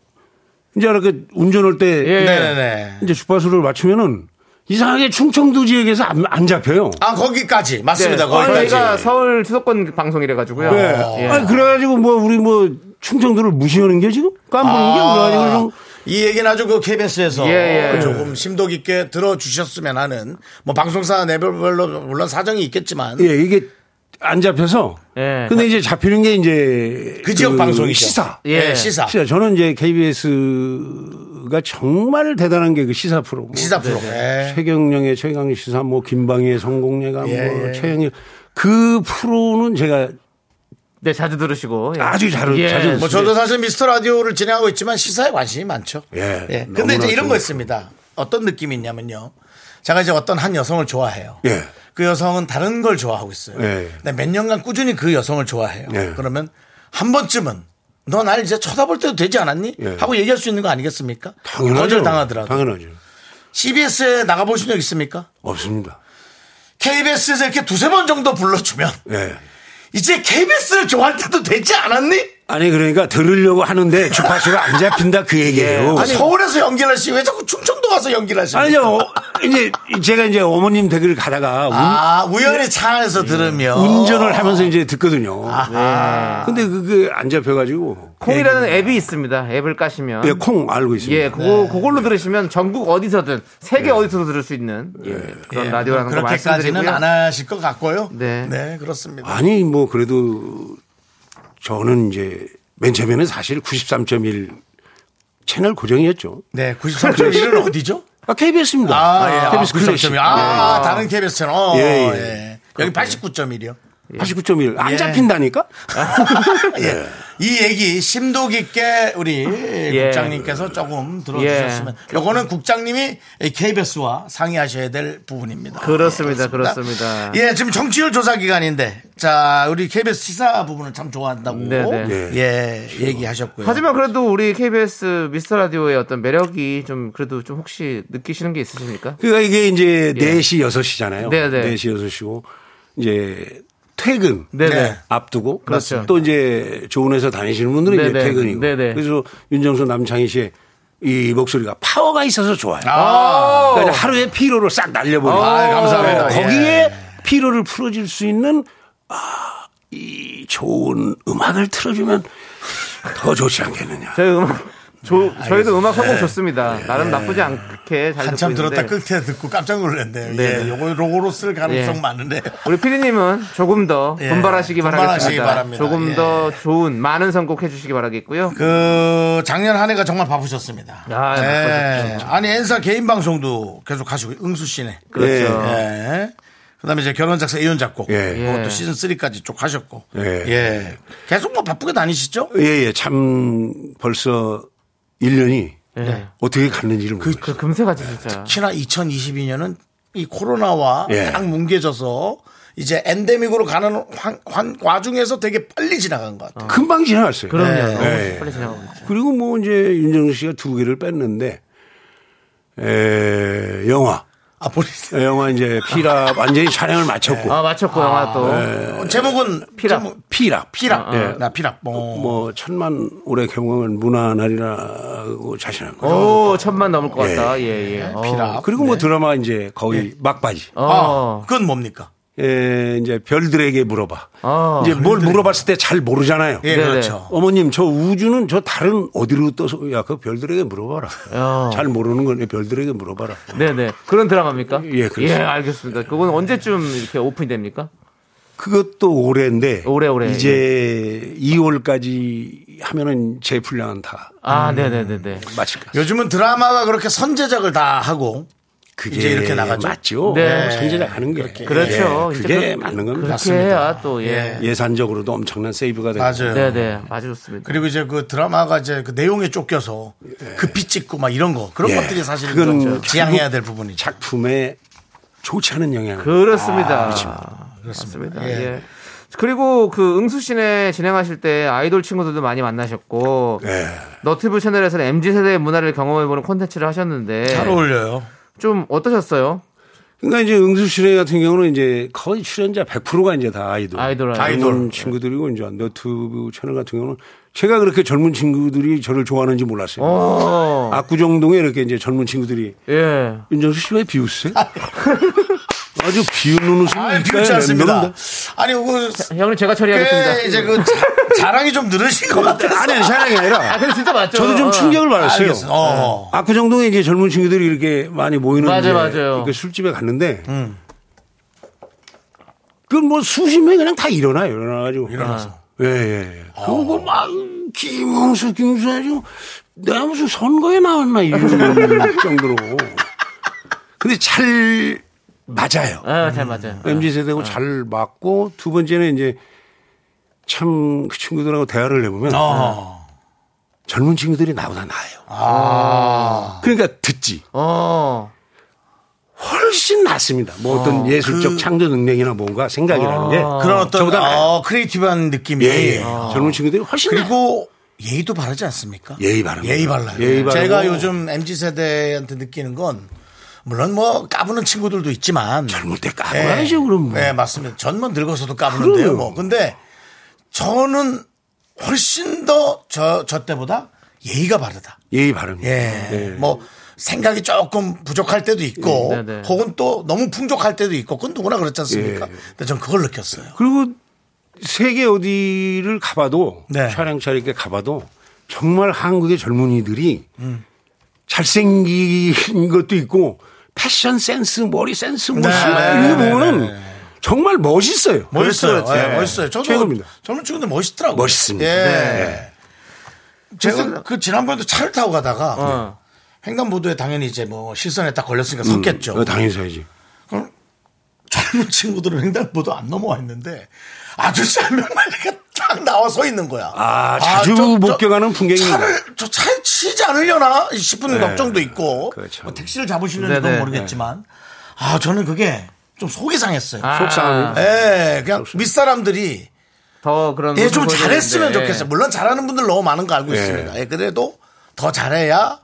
[SPEAKER 5] 이제 이렇게 운전할 때
[SPEAKER 2] 예.
[SPEAKER 1] 네네네.
[SPEAKER 5] 이제 주파수를 맞추면은 이상하게 충청도 지역에서 안, 안 잡혀요.
[SPEAKER 1] 아, 거기까지. 맞습니다,
[SPEAKER 5] 아,
[SPEAKER 1] 거기까지.
[SPEAKER 2] 아, 저희가 서울 수도권 방송이라 가지고요.
[SPEAKER 5] 네.
[SPEAKER 2] 예.
[SPEAKER 5] 아니, 그래가지고 뭐 우리 뭐 충청도를 무시하는 게 지금 깜부는 게
[SPEAKER 1] 아.
[SPEAKER 5] 그래가지고 좀
[SPEAKER 1] 이 얘기는 아주 그 KBS에서 그
[SPEAKER 2] 예, 예.
[SPEAKER 1] 조금 심도 깊게 들어주셨으면 하는 뭐 방송사 레벨별로 물론 사정이 있겠지만
[SPEAKER 5] 예, 이게 안 잡혀서.
[SPEAKER 2] 예.
[SPEAKER 5] 근데 이제 잡히는 게 이제
[SPEAKER 1] 그 지역 방송이죠.
[SPEAKER 5] 시사.
[SPEAKER 1] 예,
[SPEAKER 2] 예.
[SPEAKER 1] 시사.
[SPEAKER 5] 시사. 저는 이제 KBS가 정말 대단한 게 그 시사 프로. 뭐
[SPEAKER 1] 시사 프로. 예.
[SPEAKER 5] 최경령의 최강 시사, 뭐 김방희의 성공예가,
[SPEAKER 1] 예,
[SPEAKER 5] 뭐
[SPEAKER 1] 예.
[SPEAKER 5] 최영일 그 프로는 제가
[SPEAKER 2] 네, 자주 들으시고. 예.
[SPEAKER 5] 아주 잘
[SPEAKER 2] 예.
[SPEAKER 5] 자주
[SPEAKER 1] 뭐 저도 사실 미스터 라디오를 진행하고 있지만 시사에 관심이 많죠.
[SPEAKER 5] 예,
[SPEAKER 1] 근데 이제
[SPEAKER 5] 너무나
[SPEAKER 1] 이런 거
[SPEAKER 5] 좋은
[SPEAKER 1] 있습니다. 어떤 느낌이 있냐면요. 제가 이제 어떤 한 여성을 좋아해요.
[SPEAKER 5] 예.
[SPEAKER 1] 그 여성은 다른 걸 좋아하고 있어요.
[SPEAKER 5] 예.
[SPEAKER 1] 근데 몇 년간 꾸준히 그 여성을 좋아해요.
[SPEAKER 5] 예.
[SPEAKER 1] 그러면 한 번쯤은 너 날 이제 쳐다볼 때도 되지 않았니?
[SPEAKER 5] 예.
[SPEAKER 1] 하고 얘기할 수 있는 거 아니겠습니까?
[SPEAKER 5] 당연하죠.
[SPEAKER 1] 거절 당하더라도.
[SPEAKER 5] 당연하죠.
[SPEAKER 1] CBS에 나가보신 적 있습니까?
[SPEAKER 5] 없습니다.
[SPEAKER 1] KBS에서 이렇게 두세 번 정도 불러주면
[SPEAKER 5] 예.
[SPEAKER 1] 이제 KBS를 좋아할 때도 되지 않았니?
[SPEAKER 5] 아니 그러니까 들으려고 하는데 주파수가 안 잡힌다 그 얘기예요.
[SPEAKER 1] 아니, 서울에서 연기를 하시고 왜 자꾸 충청도 가서 연기를 하시는
[SPEAKER 5] 아니죠. 어, 이제 제가 이제 어머님 댁을 가다가 운-
[SPEAKER 1] 아, 우연히 차 안에서 들으면.
[SPEAKER 5] 운전을 하면서 이제 듣거든요. 예. 근데 그게 안 잡혀가지고
[SPEAKER 2] 콩이라는 앱이 있습니다. 앱을 까시면.
[SPEAKER 5] 예, 콩 알고 있습니다.
[SPEAKER 2] 예, 그거 그걸로 들으시면 전국 어디서든 세계 어디서도 들을 수 있는 예, 그런
[SPEAKER 1] 예,
[SPEAKER 2] 라디오라는 거
[SPEAKER 1] 그렇게까지는
[SPEAKER 2] 말씀드리고요.
[SPEAKER 1] 안 하실 것 같고요.
[SPEAKER 2] 네.
[SPEAKER 1] 그렇습니다.
[SPEAKER 5] 아니 뭐 그래도 저는 이제 맨 처음에는 사실 93.1 채널 고정이었죠.
[SPEAKER 1] 네, 93.1은 어디죠?
[SPEAKER 5] 아, KBS입니다.
[SPEAKER 1] 아, 예. 아,
[SPEAKER 5] KBS
[SPEAKER 1] 93.1. 아, 다른 KBS 채널. 어,
[SPEAKER 5] 예,
[SPEAKER 1] 예,
[SPEAKER 5] 예.
[SPEAKER 1] 여기 89.1이요.
[SPEAKER 5] 89.1. 안
[SPEAKER 1] 예.
[SPEAKER 5] 잡힌다니까?
[SPEAKER 1] 예. 이 얘기 심도 깊게 우리
[SPEAKER 2] 예.
[SPEAKER 1] 국장님께서 조금 들어주셨으면. 요거는 국장님이 KBS와 상의하셔야 될 부분입니다.
[SPEAKER 2] 그렇습니다,
[SPEAKER 1] 예,
[SPEAKER 2] 그렇습니다.
[SPEAKER 1] 예, 지금 정치율 조사 기간인데, 자, 우리 KBS 시사 부분을 참 좋아한다고.
[SPEAKER 2] 네,
[SPEAKER 5] 네.
[SPEAKER 1] 예, 얘기하셨고요.
[SPEAKER 2] 하지만 그래도 우리 KBS 미스터 라디오의 어떤 매력이 좀 그래도 좀 혹시 느끼시는 게 있으십니까?
[SPEAKER 5] 그러니까 이게 이제
[SPEAKER 2] 예.
[SPEAKER 5] 4시 6시잖아요.
[SPEAKER 2] 네, 네.
[SPEAKER 5] 4시 6시고 이제 퇴근
[SPEAKER 2] 네, 네.
[SPEAKER 1] 네.
[SPEAKER 5] 앞두고
[SPEAKER 2] 그렇죠.
[SPEAKER 5] 또 이제 조은에서 다니시는 분들은
[SPEAKER 2] 네,
[SPEAKER 5] 이제
[SPEAKER 2] 네.
[SPEAKER 5] 퇴근이고
[SPEAKER 2] 네, 네.
[SPEAKER 5] 그래서 윤정수 남창희 씨의 이 목소리가 파워가 있어서 좋아요.
[SPEAKER 1] 아,
[SPEAKER 2] 어.
[SPEAKER 5] 그러니까 하루의 피로를 싹 날려버리고
[SPEAKER 1] 아, 감사합니다.
[SPEAKER 5] 어, 예. 거기에 피로를 풀어줄 수 있는 아, 이 좋은 음악을 틀어주면 더 좋지 않겠느냐.
[SPEAKER 2] 저희 음악 조- 저희도 음악 성공 좋습니다. 나름 나쁘지 않게 잘
[SPEAKER 1] 한참
[SPEAKER 2] 듣고
[SPEAKER 1] 들었다
[SPEAKER 2] 있는데
[SPEAKER 1] 끝에 듣고 깜짝 놀랐네요.
[SPEAKER 2] 네.
[SPEAKER 1] 예, 요거 로고로 쓸 가능성
[SPEAKER 2] 예.
[SPEAKER 1] 많은데.
[SPEAKER 2] 우리 피디님은 조금 더
[SPEAKER 1] 예,
[SPEAKER 2] 분발하시기
[SPEAKER 1] 분발하시기
[SPEAKER 2] 바라겠습니다.
[SPEAKER 1] 바랍니다.
[SPEAKER 2] 조금
[SPEAKER 1] 예.
[SPEAKER 2] 더 좋은 많은 선곡 해주시기 바라겠고요.
[SPEAKER 1] 그 작년 한 해가 정말 바쁘셨습니다. 예.
[SPEAKER 2] 아, 바쁘셨죠.
[SPEAKER 1] 아니 엔사 개인 방송도 계속 하시고 응수 씨네.
[SPEAKER 2] 그렇죠.
[SPEAKER 1] 예. 그다음에 이제 결혼 작사 이혼 작곡
[SPEAKER 5] 예.
[SPEAKER 1] 그것도
[SPEAKER 2] 예.
[SPEAKER 1] 시즌 3까지 쭉 하셨고
[SPEAKER 5] 예.
[SPEAKER 1] 예. 계속 뭐 바쁘게 다니시죠?
[SPEAKER 5] 예, 예. 참 벌써 1년이
[SPEAKER 2] 네.
[SPEAKER 5] 어떻게 갔는지를 모르겠어요.
[SPEAKER 2] 그 금세같이 진짜.
[SPEAKER 1] 특히나 2022년은 이 코로나와
[SPEAKER 5] 예.
[SPEAKER 1] 딱 뭉개져서 이제 엔데믹으로 가는 환, 환- 과중에서 되게 빨리 지나간 것 같아요.
[SPEAKER 5] 금방 지나갔어요.
[SPEAKER 2] 그럼요.
[SPEAKER 5] 네.
[SPEAKER 2] 너무 빨리 지나가고 있죠.
[SPEAKER 5] 그리고 뭐 이제 윤정수 씨가 두 개를 뺐는데 에, 영화
[SPEAKER 1] 아 본인
[SPEAKER 5] 영화 이제 피랍 완전히 촬영을 마쳤고
[SPEAKER 2] 아 맞췄고 영화 또.
[SPEAKER 5] 예.
[SPEAKER 1] 제목은
[SPEAKER 2] 피랍.
[SPEAKER 1] 제목-
[SPEAKER 5] 피랍
[SPEAKER 1] 피랍.
[SPEAKER 5] 어, 어.
[SPEAKER 1] 나 피랍. 어.
[SPEAKER 5] 뭐 천만 올해 경험은 무난하리라고 자신한 거죠.
[SPEAKER 2] 오 천만 넘을 것 같다. 예예. 아,
[SPEAKER 1] 피랍.
[SPEAKER 5] 그리고
[SPEAKER 2] 네.
[SPEAKER 5] 뭐 드라마 이제 거의 막바지.
[SPEAKER 2] 어.
[SPEAKER 1] 아,
[SPEAKER 2] 어.
[SPEAKER 1] 그건 뭡니까?
[SPEAKER 5] 에, 이제 별들에게 물어봐.
[SPEAKER 2] 어.
[SPEAKER 5] 이제 뭘 물어봤을 때 잘 모르잖아요.
[SPEAKER 1] 예,
[SPEAKER 2] 네네.
[SPEAKER 1] 그렇죠.
[SPEAKER 5] 어머님 저 우주는 저 다른 어디로 떠서 야 그 별들에게 물어봐라.
[SPEAKER 2] 어.
[SPEAKER 5] 잘 모르는 거네 별들에게 물어봐라.
[SPEAKER 2] 네네. 그런 드라마입니까?
[SPEAKER 5] 예, 그렇습니다.
[SPEAKER 2] 알겠습니다. 그건 언제쯤 이렇게 오픈이 됩니까?
[SPEAKER 5] 그것도 올해인데
[SPEAKER 2] 올해, 올해,
[SPEAKER 5] 이제 2월까지 하면은 제 분량은 다
[SPEAKER 2] 아, 네네네네.
[SPEAKER 5] 마칠 것 같아요.
[SPEAKER 1] 요즘은 드라마가 그렇게 선제작을 다 하고
[SPEAKER 5] 그게
[SPEAKER 1] 이제 이렇게 나가죠?
[SPEAKER 5] 맞죠. 뭐
[SPEAKER 2] 네.
[SPEAKER 5] 선제작 하는 게
[SPEAKER 2] 그렇죠.
[SPEAKER 5] 예,
[SPEAKER 2] 이제
[SPEAKER 5] 그게
[SPEAKER 2] 그-
[SPEAKER 5] 맞는 겁니다.
[SPEAKER 2] 그렇게 해야 또, 예.
[SPEAKER 5] 예산적으로도 엄청난 세이브가 되고
[SPEAKER 1] 네. 맞아요.
[SPEAKER 2] 네네. 아주 좋습니다.
[SPEAKER 1] 그리고 이제 그 드라마가 이제 그 내용에 쫓겨서 급히 찍고 막 이런 거 그런
[SPEAKER 5] 예.
[SPEAKER 1] 것들이 사실은
[SPEAKER 5] 그건 뭐
[SPEAKER 1] 좀
[SPEAKER 5] 결국
[SPEAKER 1] 지양해야 될 부분이죠.
[SPEAKER 5] 작품에 좋지 않은 영향을
[SPEAKER 2] 그렇습니다. 그렇습니다.
[SPEAKER 1] 아, 예.
[SPEAKER 2] 예. 그리고 그 응수 씨네 진행하실 때 아이돌 친구들도 많이 만나셨고
[SPEAKER 1] 네.
[SPEAKER 5] 예.
[SPEAKER 2] 너튜브 채널에서는 MZ 세대의 문화를 경험해보는 콘텐츠를 하셨는데
[SPEAKER 1] 잘 어울려요.
[SPEAKER 2] 좀 어떠셨어요?
[SPEAKER 5] 그러니까 이제 응수실회 같은 경우는 이제 거의 출연자 100%가 이제 다 아이돌.
[SPEAKER 2] 아이돌, 아이돌.
[SPEAKER 5] 젊은 친구들이고 이제 너튜브 채널 같은 경우는 제가 그렇게 젊은 친구들이 저를 좋아하는지 몰랐어요.
[SPEAKER 2] 어,
[SPEAKER 5] 압구정동에 이렇게 이제 젊은 친구들이
[SPEAKER 2] 예.
[SPEAKER 5] 윤정수 씨 왜 비웃으세요? 아주 비웃는 웃음이
[SPEAKER 1] 아니,
[SPEAKER 5] 있어요,
[SPEAKER 1] 비웃지 않습니다.
[SPEAKER 5] 몇
[SPEAKER 1] 아니, 그,
[SPEAKER 2] 형님 제가
[SPEAKER 1] 꽤
[SPEAKER 2] 처리하겠습니다.
[SPEAKER 1] 이제 그 자- 자랑이 좀 늘으신 것
[SPEAKER 5] 명당.
[SPEAKER 1] 같아서.
[SPEAKER 5] 아니, 아니, 사랑이
[SPEAKER 2] 아,
[SPEAKER 5] 아니라.
[SPEAKER 2] 근데 진짜 맞죠.
[SPEAKER 5] 저도 좀
[SPEAKER 2] 어.
[SPEAKER 5] 충격을 받았어요.
[SPEAKER 1] 알겠어. 어.
[SPEAKER 5] 아, 그 압구정동에 이제 젊은 친구들이 이렇게 많이 모이는
[SPEAKER 2] 맞아요,
[SPEAKER 5] 이제
[SPEAKER 2] 맞아요.
[SPEAKER 5] 그 술집에 갔는데 그 뭐 수십 명이 그냥 다 일어나요. 일어나가지고. 일어나서. 예, 예, 예. 그거 막 김웅수, 김웅수 해가지고 내가 무슨 선거에 나왔나 이런 정도로. 근데 잘 맞아요.
[SPEAKER 2] 아, 잘 맞아요.
[SPEAKER 1] 음.
[SPEAKER 5] MZ 세대고 잘 맞고 두 번째는 이제 참 그 친구들하고 대화를 해보면
[SPEAKER 1] 어.
[SPEAKER 5] 젊은 친구들이 나보다 나아요. 그러니까 듣지.
[SPEAKER 2] 어.
[SPEAKER 5] 훨씬 낫습니다. 뭐 어떤 예술적
[SPEAKER 1] 그- 아,
[SPEAKER 5] 창조 능력이나 뭔가 생각이라는 게
[SPEAKER 1] 그런 어떤,
[SPEAKER 5] 저보다 나아요.
[SPEAKER 1] 어, 크리에이티브한 느낌이.
[SPEAKER 5] 예, 예. 젊은 친구들이 훨씬 나아요.
[SPEAKER 1] 그리고 예의도 바르지 않습니까?
[SPEAKER 5] 예의 바른
[SPEAKER 1] 예의
[SPEAKER 5] 거예요.
[SPEAKER 1] 발라요.
[SPEAKER 5] 예의 바르고.
[SPEAKER 1] 제가 요즘 MZ 세대한테 느끼는 건 물론 뭐 까부는 친구들도 있지만
[SPEAKER 5] 젊을 때
[SPEAKER 1] 예.
[SPEAKER 5] 까불어야죠, 그럼 뭐.
[SPEAKER 1] 네, 맞습니다. 전만 늙어서도 까부는데요.
[SPEAKER 5] 그럼요.
[SPEAKER 1] 뭐. 근데 저는 훨씬 더 저, 저 때보다 예의가 바르다.
[SPEAKER 5] 예의 바른
[SPEAKER 1] 예.
[SPEAKER 5] 거예요. 예.
[SPEAKER 1] 뭐 생각이 조금 부족할 때도 있고
[SPEAKER 2] 네, 네.
[SPEAKER 1] 혹은 또 너무 풍족할 때도 있고 그건 누구나 그렇지 않습니까?
[SPEAKER 5] 예.
[SPEAKER 1] 근데 전 그걸 느꼈어요.
[SPEAKER 5] 그리고 세계 어디를 가봐도
[SPEAKER 1] 네.
[SPEAKER 5] 차량차 이렇게 가봐도 정말 한국의 젊은이들이
[SPEAKER 1] 음.
[SPEAKER 5] 잘생긴 것도 있고 패션 센스, 머리 센스, 뭐
[SPEAKER 1] 네,
[SPEAKER 5] 신발
[SPEAKER 1] 네,
[SPEAKER 5] 이런 거
[SPEAKER 1] 네,
[SPEAKER 5] 보면은
[SPEAKER 1] 네.
[SPEAKER 5] 정말 멋있어요.
[SPEAKER 1] 멋있어요.
[SPEAKER 5] 그래서,
[SPEAKER 1] 예,
[SPEAKER 5] 예,
[SPEAKER 1] 멋있어요. 저도
[SPEAKER 5] 최고입니다.
[SPEAKER 1] 젊은 친구들 멋있더라고요.
[SPEAKER 5] 멋있습니다.
[SPEAKER 1] 예.
[SPEAKER 5] 네.
[SPEAKER 1] 제가 그 지난번에도 차를 타고 가다가
[SPEAKER 2] 어.
[SPEAKER 1] 횡단보도에 당연히 이제 뭐 실선에 딱 걸렸으니까 섰겠죠.
[SPEAKER 5] 어, 당연히 사야지.
[SPEAKER 1] 젊은 친구들은 횡단보도 안 넘어와 있는데 아저씨 한 명만 이렇게 딱 나와 서 있는 거야.
[SPEAKER 5] 아, 자주 목격하는 풍경입니다.
[SPEAKER 1] 차를, 저 차에 치지 않으려나 싶은 걱정도 있고
[SPEAKER 5] 그렇죠.
[SPEAKER 1] 뭐 택시를 잡으시려는
[SPEAKER 2] 네네.
[SPEAKER 1] 건 모르겠지만 아 저는 그게 좀 속이 상했어요.
[SPEAKER 2] 아,
[SPEAKER 5] 속상함이. 아,
[SPEAKER 1] 예, 그냥 윗사람들이
[SPEAKER 2] 더 그런.
[SPEAKER 1] 예, 좀
[SPEAKER 2] 모습을
[SPEAKER 1] 잘했으면
[SPEAKER 2] 보여드리는데. 예.
[SPEAKER 1] 좋겠어요. 물론 잘하는 분들 너무 많은 거 알고
[SPEAKER 5] 예.
[SPEAKER 1] 있습니다. 예, 그래도 더 잘해야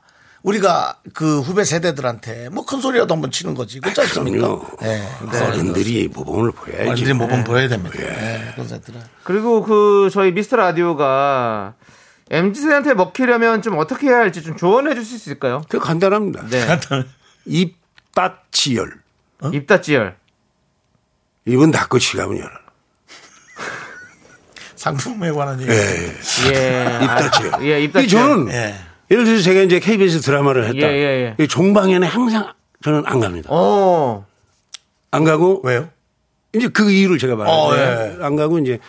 [SPEAKER 1] 우리가 그 후배 세대들한테 뭐 큰 소리라도 한번 치는 거지. 그렇지 않습니까?
[SPEAKER 5] 아, 그럼요. 아,
[SPEAKER 1] 예.
[SPEAKER 5] 어른들이 모범을 보여야지.
[SPEAKER 1] 완전히 모범 보여야 됩니다. 예. 그런 생각들은.
[SPEAKER 2] 그리고 그 저희 미스터 라디오가 MZ세대한테 먹히려면 좀 어떻게 해야 할지 좀 조언해 주실 수 있을까요?
[SPEAKER 5] 그 간단합니다.
[SPEAKER 2] 네.
[SPEAKER 5] 입다치열.
[SPEAKER 1] 어?
[SPEAKER 2] 입다지열.
[SPEAKER 5] 입은 닫고 지갑은 열어.
[SPEAKER 1] 상품에 관한 얘기.
[SPEAKER 5] 예.
[SPEAKER 2] 예.
[SPEAKER 5] 입다치열.
[SPEAKER 2] 아, 예, 입다지열.
[SPEAKER 5] 저는
[SPEAKER 1] 예.
[SPEAKER 5] 예를 들어서 제가 이제 KBS 드라마를 했다.
[SPEAKER 2] 예, 예,
[SPEAKER 5] 이 종방에는 항상 저는 안 갑니다.
[SPEAKER 2] 어.
[SPEAKER 5] 안 가고
[SPEAKER 1] 왜요?
[SPEAKER 5] 이제 그 이유를 제가 말해요.
[SPEAKER 1] 어, 예.
[SPEAKER 5] 안 가고 이제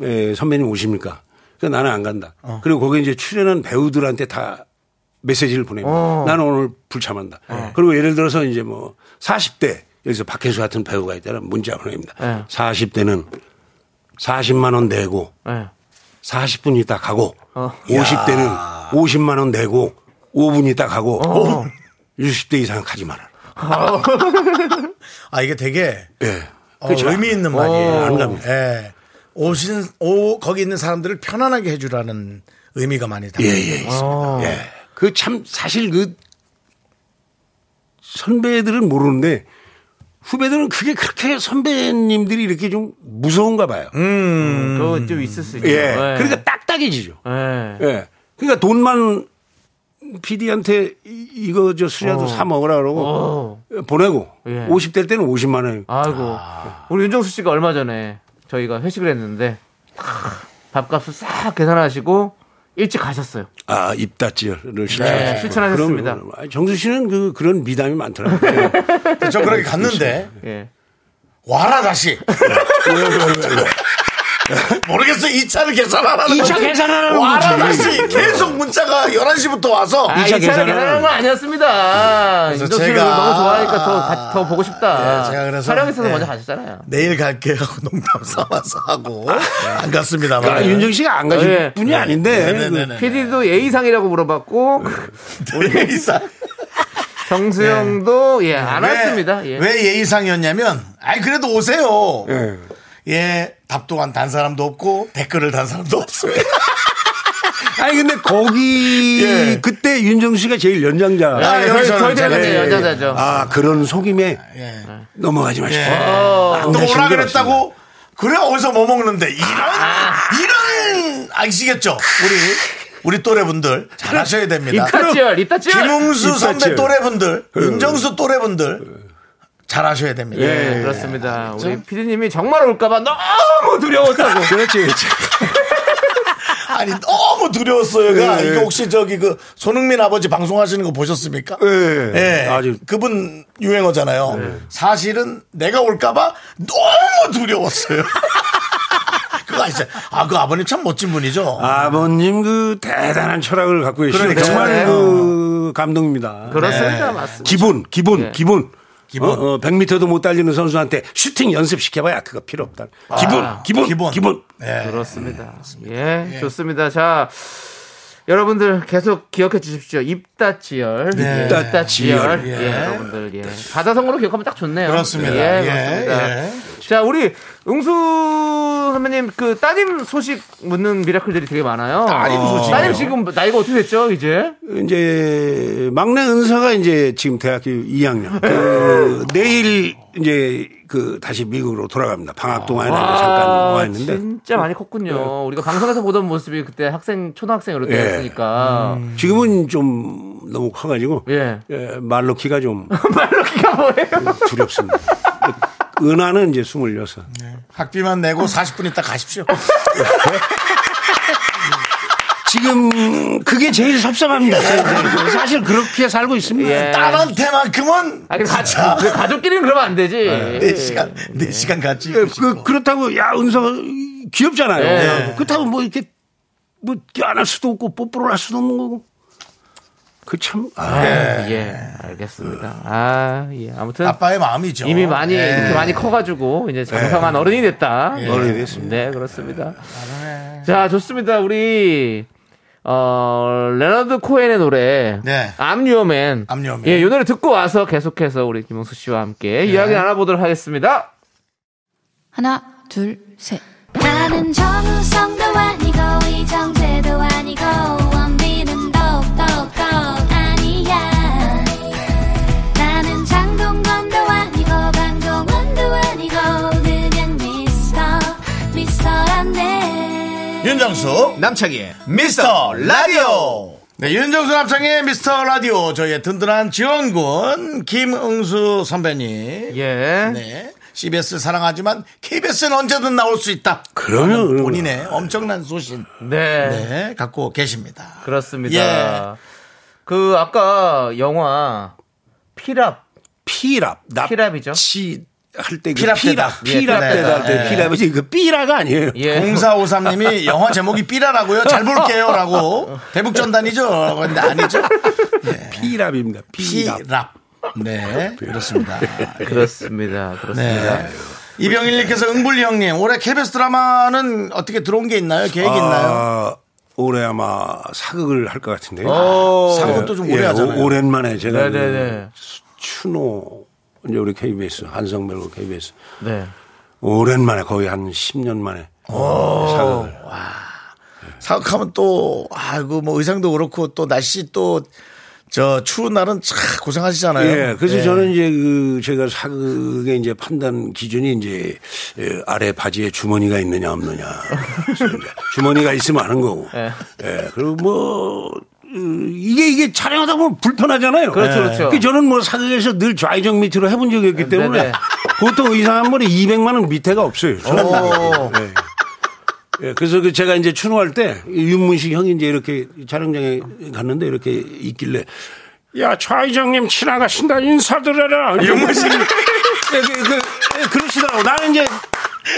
[SPEAKER 5] 에, 선배님 오십니까? 그 나는 안 간다. 그리고 거기 이제 출연한 배우들한테 다 메시지를 보냅니다.
[SPEAKER 2] 어.
[SPEAKER 5] 나는 오늘 불참한다. 그리고 예를 들어서 이제 뭐 40대 여기서 박혜수 같은 배우가 있다면 문자 보냅니다.
[SPEAKER 2] 예.
[SPEAKER 5] 40대는 40만 원 내고
[SPEAKER 2] 예.
[SPEAKER 5] 40분 있다 가고
[SPEAKER 2] 어.
[SPEAKER 5] 50대는 50만 원 내고 5분 있다 가고 60대 이상 가지 마라.
[SPEAKER 1] 아, 이게 되게
[SPEAKER 5] 예.
[SPEAKER 1] 어,
[SPEAKER 5] 그렇죠.
[SPEAKER 1] 의미 있는 말이에요.
[SPEAKER 5] 어, 안 갑니다.
[SPEAKER 1] 예. 오신, 오, 거기 있는 사람들을 편안하게 해주라는 의미가 많이 담겨
[SPEAKER 5] 예,
[SPEAKER 1] 있어요.
[SPEAKER 5] 예, 있습니다.
[SPEAKER 2] 어.
[SPEAKER 5] 예. 그 참 사실 그 선배들은 모르는데 후배들은 그게 그렇게 선배님들이 이렇게 좀 무서운가 봐요.
[SPEAKER 2] 그거 좀 있을 수 있죠.
[SPEAKER 5] 예. 그러니까 딱딱해지죠.
[SPEAKER 2] 예.
[SPEAKER 5] 예. 그러니까 돈만 PD한테 이거 저 수자도 사 먹으라 그러고
[SPEAKER 2] 어.
[SPEAKER 5] 보내고
[SPEAKER 2] 예.
[SPEAKER 5] 50 될 때는 50만 원.
[SPEAKER 2] 아이고. 우리 윤정수 씨가 얼마 전에 저희가 회식을 했는데 탁 밥값을 싹 계산하시고 일찍 가셨어요.
[SPEAKER 5] 아, 입다지를
[SPEAKER 2] 네,
[SPEAKER 5] 실천하셨습니다.
[SPEAKER 2] 실천하셨습니다.
[SPEAKER 5] 그럼, 그럼. 아, 정수 씨는 그, 그런 미담이 많더라고요. 예.
[SPEAKER 1] 저 그렇게
[SPEAKER 5] 그렇죠.
[SPEAKER 1] 갔는데,
[SPEAKER 2] 예.
[SPEAKER 1] 와라, 다시. 모르겠어. 이 차를 계산하라는
[SPEAKER 5] 이차
[SPEAKER 1] 거지.
[SPEAKER 5] 계산하라는
[SPEAKER 1] 와라,
[SPEAKER 5] 거지.
[SPEAKER 1] 다시. 계속 문자가 11시부터 와서.
[SPEAKER 2] 아,
[SPEAKER 5] 이차
[SPEAKER 2] 이차
[SPEAKER 5] 계산은-
[SPEAKER 2] 계산하는 건 아니었습니다. 윤정수 씨를
[SPEAKER 1] 제가-
[SPEAKER 2] 너무 좋아하니까 더, 가- 더 보고 싶다.
[SPEAKER 1] 예, 제가 그래서-
[SPEAKER 2] 촬영 있어서
[SPEAKER 1] 예.
[SPEAKER 2] 먼저 가셨잖아요.
[SPEAKER 1] 내일 갈게 하고 농담 삼아서 하고. 안
[SPEAKER 5] 아,
[SPEAKER 1] 갔습니다만. 네.
[SPEAKER 5] 윤정 씨가 그 안 가실
[SPEAKER 2] 예.
[SPEAKER 5] 분이 아닌데.
[SPEAKER 1] 네네네.
[SPEAKER 2] PD도 예의상이라고 물어봤고
[SPEAKER 1] 예의상.
[SPEAKER 2] 정수영도 예 안
[SPEAKER 1] 왜-
[SPEAKER 2] 왔습니다. 예.
[SPEAKER 1] 왜 예의상이었냐면, 아이, 그래도 오세요.
[SPEAKER 5] 예.
[SPEAKER 1] 예, 답 또한 단 사람도 없고 댓글을 단 사람도 없습니다.
[SPEAKER 5] 아니 근데 거기
[SPEAKER 1] 예.
[SPEAKER 5] 그때 윤정 씨가 제일 연장자.
[SPEAKER 2] 아,
[SPEAKER 1] 아,
[SPEAKER 2] 저희
[SPEAKER 1] 여기서는
[SPEAKER 2] 저희 때가
[SPEAKER 1] 제가-
[SPEAKER 2] 그때
[SPEAKER 1] 예, 예.
[SPEAKER 2] 연장자죠.
[SPEAKER 5] 아 그런 속임에
[SPEAKER 1] 예.
[SPEAKER 5] 넘어가지 마시고.
[SPEAKER 1] 아, 또 오라
[SPEAKER 5] 신기하십니다.
[SPEAKER 1] 그랬다고? 그래, 어디서 뭐 먹는데? 이런,
[SPEAKER 2] 아.
[SPEAKER 1] 이런, 아시겠죠? 우리, 우리 또래분들, 잘 하셔야 됩니다.
[SPEAKER 2] 입다치열, 입다치열.
[SPEAKER 1] 김웅수 선배
[SPEAKER 5] 입다치열.
[SPEAKER 1] 또래분들, 윤정수 또래분들, 잘 하셔야 됩니다.
[SPEAKER 2] 네, 그렇습니다. 우리 피디님이 정말 올까봐 너무 두려웠다고.
[SPEAKER 5] 그렇지.
[SPEAKER 1] 아니, 너무 두려웠어요.
[SPEAKER 5] 예, 예.
[SPEAKER 1] 이거 혹시 저기 그 손흥민 아버지 방송하시는 거 보셨습니까?
[SPEAKER 5] 예.
[SPEAKER 1] 예.
[SPEAKER 5] 아주 예.
[SPEAKER 1] 그분 유행어잖아요. 사실은 내가 올까봐 너무 두려웠어요. 그거 아시죠? 아, 그 아버님 참 멋진 분이죠.
[SPEAKER 5] 아버님 그 대단한 철학을 갖고 계시죠.
[SPEAKER 1] 그러니까요.
[SPEAKER 5] 정말
[SPEAKER 2] 네.
[SPEAKER 5] 그 감동입니다.
[SPEAKER 2] 그렇습니다, 맞습니다.
[SPEAKER 5] 기본, 기본,
[SPEAKER 2] 예.
[SPEAKER 5] 기본.
[SPEAKER 1] 기본.
[SPEAKER 5] 어, 어, 100m도 못 달리는 선수한테 슈팅 연습시켜봐야 그거 필요 없다.
[SPEAKER 2] 아.
[SPEAKER 5] 아, 기본, 기본,
[SPEAKER 1] 아, 기본.
[SPEAKER 5] 기본.
[SPEAKER 1] 네.
[SPEAKER 2] 그렇습니다. 예, 좋습니다. 자, 여러분들 계속 기억해 주십시오. 입다지열.
[SPEAKER 1] 네.
[SPEAKER 2] 예, 입다지열.
[SPEAKER 5] 입다지열.
[SPEAKER 2] 예,
[SPEAKER 1] 예.
[SPEAKER 2] 여러분들. 예. 가다성어로 기억하면 딱 좋네요.
[SPEAKER 1] 그렇습니다.
[SPEAKER 2] 예,
[SPEAKER 1] 예,
[SPEAKER 2] 그렇습니다.
[SPEAKER 1] 예.
[SPEAKER 2] 자, 우리 응수 선배님 그 따님 소식 묻는 미라클들이 되게 많아요. 따님 소식. 따님 지금 나이가 어떻게 됐죠, 이제?
[SPEAKER 5] 이제 막내 은서가 이제 지금 대학교 2학년. 그 내일 이제 그 다시 미국으로 돌아갑니다. 방학 동안에 잠깐
[SPEAKER 2] 뭐
[SPEAKER 5] 와 있는데
[SPEAKER 2] 어, 진짜 많이 컸군요. 우리가 방송에서 보던 모습이 그때 학생, 초등학생으로
[SPEAKER 5] 예.
[SPEAKER 2] 되었으니까.
[SPEAKER 5] 지금은 좀 너무 커가지고
[SPEAKER 2] 예.
[SPEAKER 5] 예, 말로 키가 좀
[SPEAKER 2] 말로 키가 뭐예요?
[SPEAKER 5] 두렵습니다. 은하는 이제 26.
[SPEAKER 1] 학비만 내고 40분 있다 가십시오.
[SPEAKER 5] 예. 지금 그게 제일 섭섭합니다. 사실 그렇게 살고 있습니다.
[SPEAKER 2] 예.
[SPEAKER 1] 딸한테만큼은
[SPEAKER 2] 아니, 가족,
[SPEAKER 1] 진짜
[SPEAKER 2] 가족끼리는 그러면 안 되지.
[SPEAKER 1] 네 시간 네 시간 같이 있고
[SPEAKER 5] 예. 그,
[SPEAKER 1] 싶고.
[SPEAKER 5] 그렇다고 야 은서 귀엽잖아요.
[SPEAKER 1] 네.
[SPEAKER 2] 예.
[SPEAKER 5] 그렇다고 뭐 이렇게 뭐 껴안을 수도 없고 뽀뽀를 할 수도 없는 거고. 그 참 아,
[SPEAKER 2] 예, 알겠습니다. 아, 예. 아무튼
[SPEAKER 1] 아빠의 마음이죠.
[SPEAKER 2] 이미 많이
[SPEAKER 1] 예.
[SPEAKER 2] 이렇게 많이 커가지고 이제 정상한 어른이 됐다.
[SPEAKER 5] 어른이 됐습니다.
[SPEAKER 2] 네, 그렇습니다. 자, 좋습니다. 우리 어 레너드 코엔의 노래
[SPEAKER 1] 네.
[SPEAKER 2] 암유어맨
[SPEAKER 1] I'm Your Man.
[SPEAKER 2] 예, 이 노래 듣고 와서 계속해서 우리 김홍수 씨와 함께 이야기 나눠보도록 하겠습니다.
[SPEAKER 3] 하나, 둘, 셋.
[SPEAKER 6] 나는 정우성도 아니고 이정재도 아니고 원빈은 더욱더 아니야 나는 장동건도 아니고 방종원도 아니고 그냥 미스터 미스터란데
[SPEAKER 1] 윤정수 남창희의 미스터 라디오 네, 윤정수 남창희의 미스터 라디오 저희의 든든한 지원군 김응수 선배님
[SPEAKER 2] 예.
[SPEAKER 1] 네, CBS를 사랑하지만 KBS는 언제든 나올 수 있다
[SPEAKER 5] 그러면 그러면.
[SPEAKER 1] 본인의 엄청난 소신
[SPEAKER 2] 네.
[SPEAKER 1] 네, 갖고 계십니다 예.
[SPEAKER 2] 그렇습니다. 그 아까 영화 피랍
[SPEAKER 5] 피랍
[SPEAKER 2] 아,
[SPEAKER 5] 납
[SPEAKER 2] 피랍이죠.
[SPEAKER 5] 치할때 그
[SPEAKER 1] 피랍 대답.
[SPEAKER 5] 피랍
[SPEAKER 1] 예,
[SPEAKER 5] 대답
[SPEAKER 1] 예.
[SPEAKER 5] 때 피랍이지 그 삐라가 아니에요.
[SPEAKER 2] 예.
[SPEAKER 1] 0453님이 영화 제목이 삐라라고요? 잘 볼게요. 라고. 대북전단이죠? 근데 아니죠?
[SPEAKER 5] 피랍입니다. 피랍.
[SPEAKER 1] 피랍. 네. 그렇습니다.
[SPEAKER 2] 그렇습니다. 그렇습니다.
[SPEAKER 1] 네. 이병일님께서 응불리 형님, 올해 KBS 드라마는 어떻게 들어온 게 있나요? 계획 있나요?
[SPEAKER 5] 아, 올해 아마 사극을 할 것 같은데요.
[SPEAKER 2] 오.
[SPEAKER 1] 사고도 어, 좀 오래
[SPEAKER 5] 예,
[SPEAKER 1] 하잖아요.
[SPEAKER 5] 오- 오랜만에 제가
[SPEAKER 2] 네네네.
[SPEAKER 5] 그 추노 이제 우리 KBS 한성멜 우리 KBS
[SPEAKER 2] 네.
[SPEAKER 5] 오랜만에 거의 한 10년 만에 사극을
[SPEAKER 1] 사극하면 또, 아이고, 뭐 의상도 그렇고 또 날씨 또, 저 추운 날은 참 고생하시잖아요.
[SPEAKER 5] 예, 그래서 저는 이제 그 제가 사극의 이제 판단 기준이 이제 예, 아래 바지에 주머니가 있느냐 없느냐. 그래서 이제 주머니가 있으면 하는 거고. 예. 그리고 뭐 음, 이게 이게 촬영하다 보면 불편하잖아요.
[SPEAKER 2] 그렇죠, 그렇죠.
[SPEAKER 5] 그 저는 뭐 사극에서 늘 좌회전 밑으로 해본 적이 없기 때문에
[SPEAKER 2] 네네.
[SPEAKER 5] 보통 의상 한 벌에 200만 원 밑에가 없어요.
[SPEAKER 2] 오.
[SPEAKER 5] 예. 예, 그래서 그 제가 이제 추노할 때이 윤문식 형이 이제 이렇게 촬영장에 갔는데 이렇게 있길래 야, 좌회장님 지나가신다 인사드려라. 윤문식. 예, 그, 그, 러시더라고 나는 이제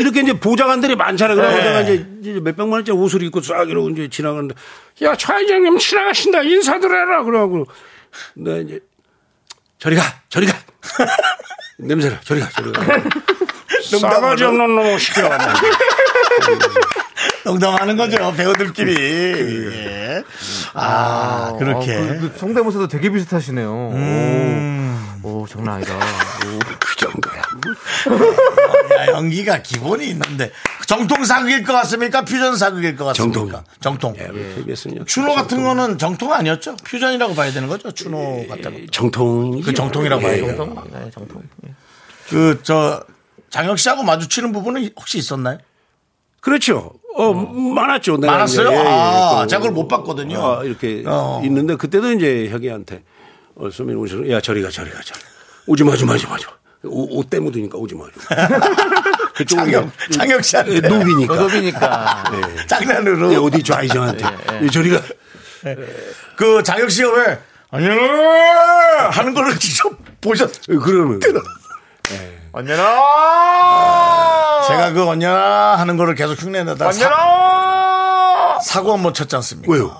[SPEAKER 5] 이렇게 이제 보좌관들이 많잖아요. 그러고 내가 이제, 이제 몇백만 원짜리 옷을 입고 싹 이러고 이제 지나가는데 야, 좌회장님 지나가신다 인사드려라. 그러고 내가 이제 저리 가, 저리 가. 냄새나, 저리 가, 저리 가. 싸가지 없는 놈을 뭐, 시켜가지고.
[SPEAKER 1] 농담하는 거죠. 배우들끼리.
[SPEAKER 5] 그,
[SPEAKER 1] 예. 아, 그렇게.
[SPEAKER 2] 어, 그, 그
[SPEAKER 1] 음.
[SPEAKER 2] 성대모사도 되게 비슷하시네요. 오. 오, 장난 아니다.
[SPEAKER 5] 그 정도야. 뭐 그.
[SPEAKER 1] 야, 연기가 기본이 있는데 정통 사극일 것 같습니까? 퓨전 사극일 것 같습니까? 정통.
[SPEAKER 5] 예, 뭐, KBS는요.
[SPEAKER 1] 추노 같은 거는 정통 아니었죠? 퓨전이라고 봐야 되는 거죠?
[SPEAKER 5] 예,
[SPEAKER 1] 추노 같은 거.
[SPEAKER 5] 정통.
[SPEAKER 1] 그
[SPEAKER 5] 예,
[SPEAKER 1] 정통이라고 봐야 돼요.
[SPEAKER 2] 정통? 네, 정통. 예.
[SPEAKER 1] 그 저 장혁 씨하고 마주치는 부분은 혹시 있었나요?
[SPEAKER 5] 그렇죠. 어, 많았죠. 내가
[SPEAKER 1] 많았어요?
[SPEAKER 5] 이제,
[SPEAKER 1] 아,
[SPEAKER 5] 그,
[SPEAKER 1] 제가 그걸 못 봤거든요.
[SPEAKER 5] 아, 이렇게
[SPEAKER 1] 어.
[SPEAKER 5] 있는데 그때도 이제 혁이한테 어, 수민 오셔서 야, 저리 가, 저리 가, 저리 가. 오지 마, 오지 마, 오지 마. 오지 마. 옷, 옷 때문에 되니까 오지 마. 오지 마. 그쪽은
[SPEAKER 1] 장혁, 장혁 씨한테.
[SPEAKER 5] 노비니까.
[SPEAKER 2] 노비니까.
[SPEAKER 1] 장난으로.
[SPEAKER 5] 예, 어디 좌이정한테. 예, 저리 가.
[SPEAKER 1] 그 장혁 씨가 왜 안녕 하는 거를 직접 보셨.
[SPEAKER 5] 예, 그러면.
[SPEAKER 2] 언제나!
[SPEAKER 1] 제가 그 언냐 하는 거를 계속 흉내내다가 사,
[SPEAKER 2] 언제나!
[SPEAKER 1] 사고 한 번 쳤지 않습니까?
[SPEAKER 5] 왜요?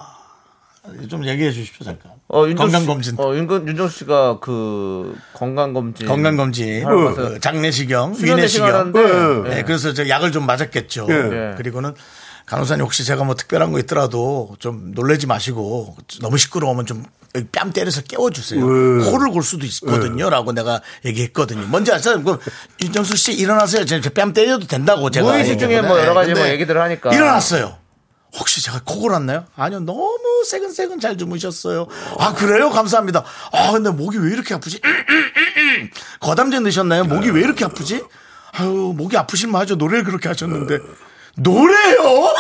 [SPEAKER 1] 좀 얘기해 주십시오 잠깐.
[SPEAKER 2] 어, 윤정 씨-
[SPEAKER 1] 건강검진.
[SPEAKER 2] 어, 윤건, 윤정 씨가 그 건강검진.
[SPEAKER 1] 건강검진,
[SPEAKER 2] 하러 가서
[SPEAKER 1] 어, 장내시경,
[SPEAKER 2] 수면 내시경
[SPEAKER 1] 위내시경.
[SPEAKER 2] 하는데,
[SPEAKER 1] 네, 그래서 저 약을 좀 맞았겠죠.
[SPEAKER 5] 예.
[SPEAKER 1] 그리고는 간호사님 혹시 제가 뭐 특별한 거 있더라도 좀 놀래지 마시고 너무 시끄러우면 좀 뺨 때려서 깨워주세요. 코를 골 수도 있거든요. 라고 내가 얘기했거든요. 뭔지 아세요? 그 윤정수 씨 일어나세요. 제가 뺨 때려도 된다고 제가.
[SPEAKER 2] 무의식 중에 뭐 여러 가지
[SPEAKER 1] 네, 근데
[SPEAKER 2] 뭐 얘기들을 하니까.
[SPEAKER 1] 일어났어요. 혹시 제가 코 골았나요? 아니요. 너무 새근새근 잘 주무셨어요. 아, 그래요? 감사합니다. 아, 근데 목이 왜 이렇게 아프지? 음! 거담제 넣으셨나요? 목이 왜 이렇게 아프지? 아유, 목이 아프실만 하죠. 노래를 그렇게 하셨는데. 노래요?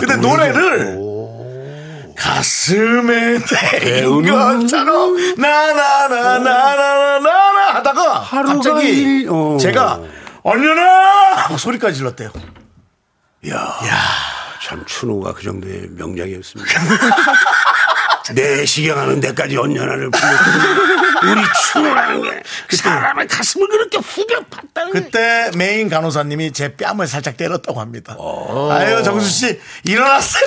[SPEAKER 1] 근데 아, 노래를 가슴에 대인 것처럼 나나나나나나나 하다가
[SPEAKER 5] 하루가
[SPEAKER 1] 갑자기
[SPEAKER 5] 일- 어.
[SPEAKER 1] 제가 얼려나 하고 소리까지 질렀대요.
[SPEAKER 5] 야, 참 추노가 그 정도의 명작이었습니다. 내 시경하는 데까지 언연화를 불렀던 우리 추노라는 게 사람의 가슴을 그렇게 후벼 팠다는 게
[SPEAKER 1] 그때 메인 간호사님이 제 뺨을 살짝 때렸다고 합니다. 아유 정수 씨 일어났어요.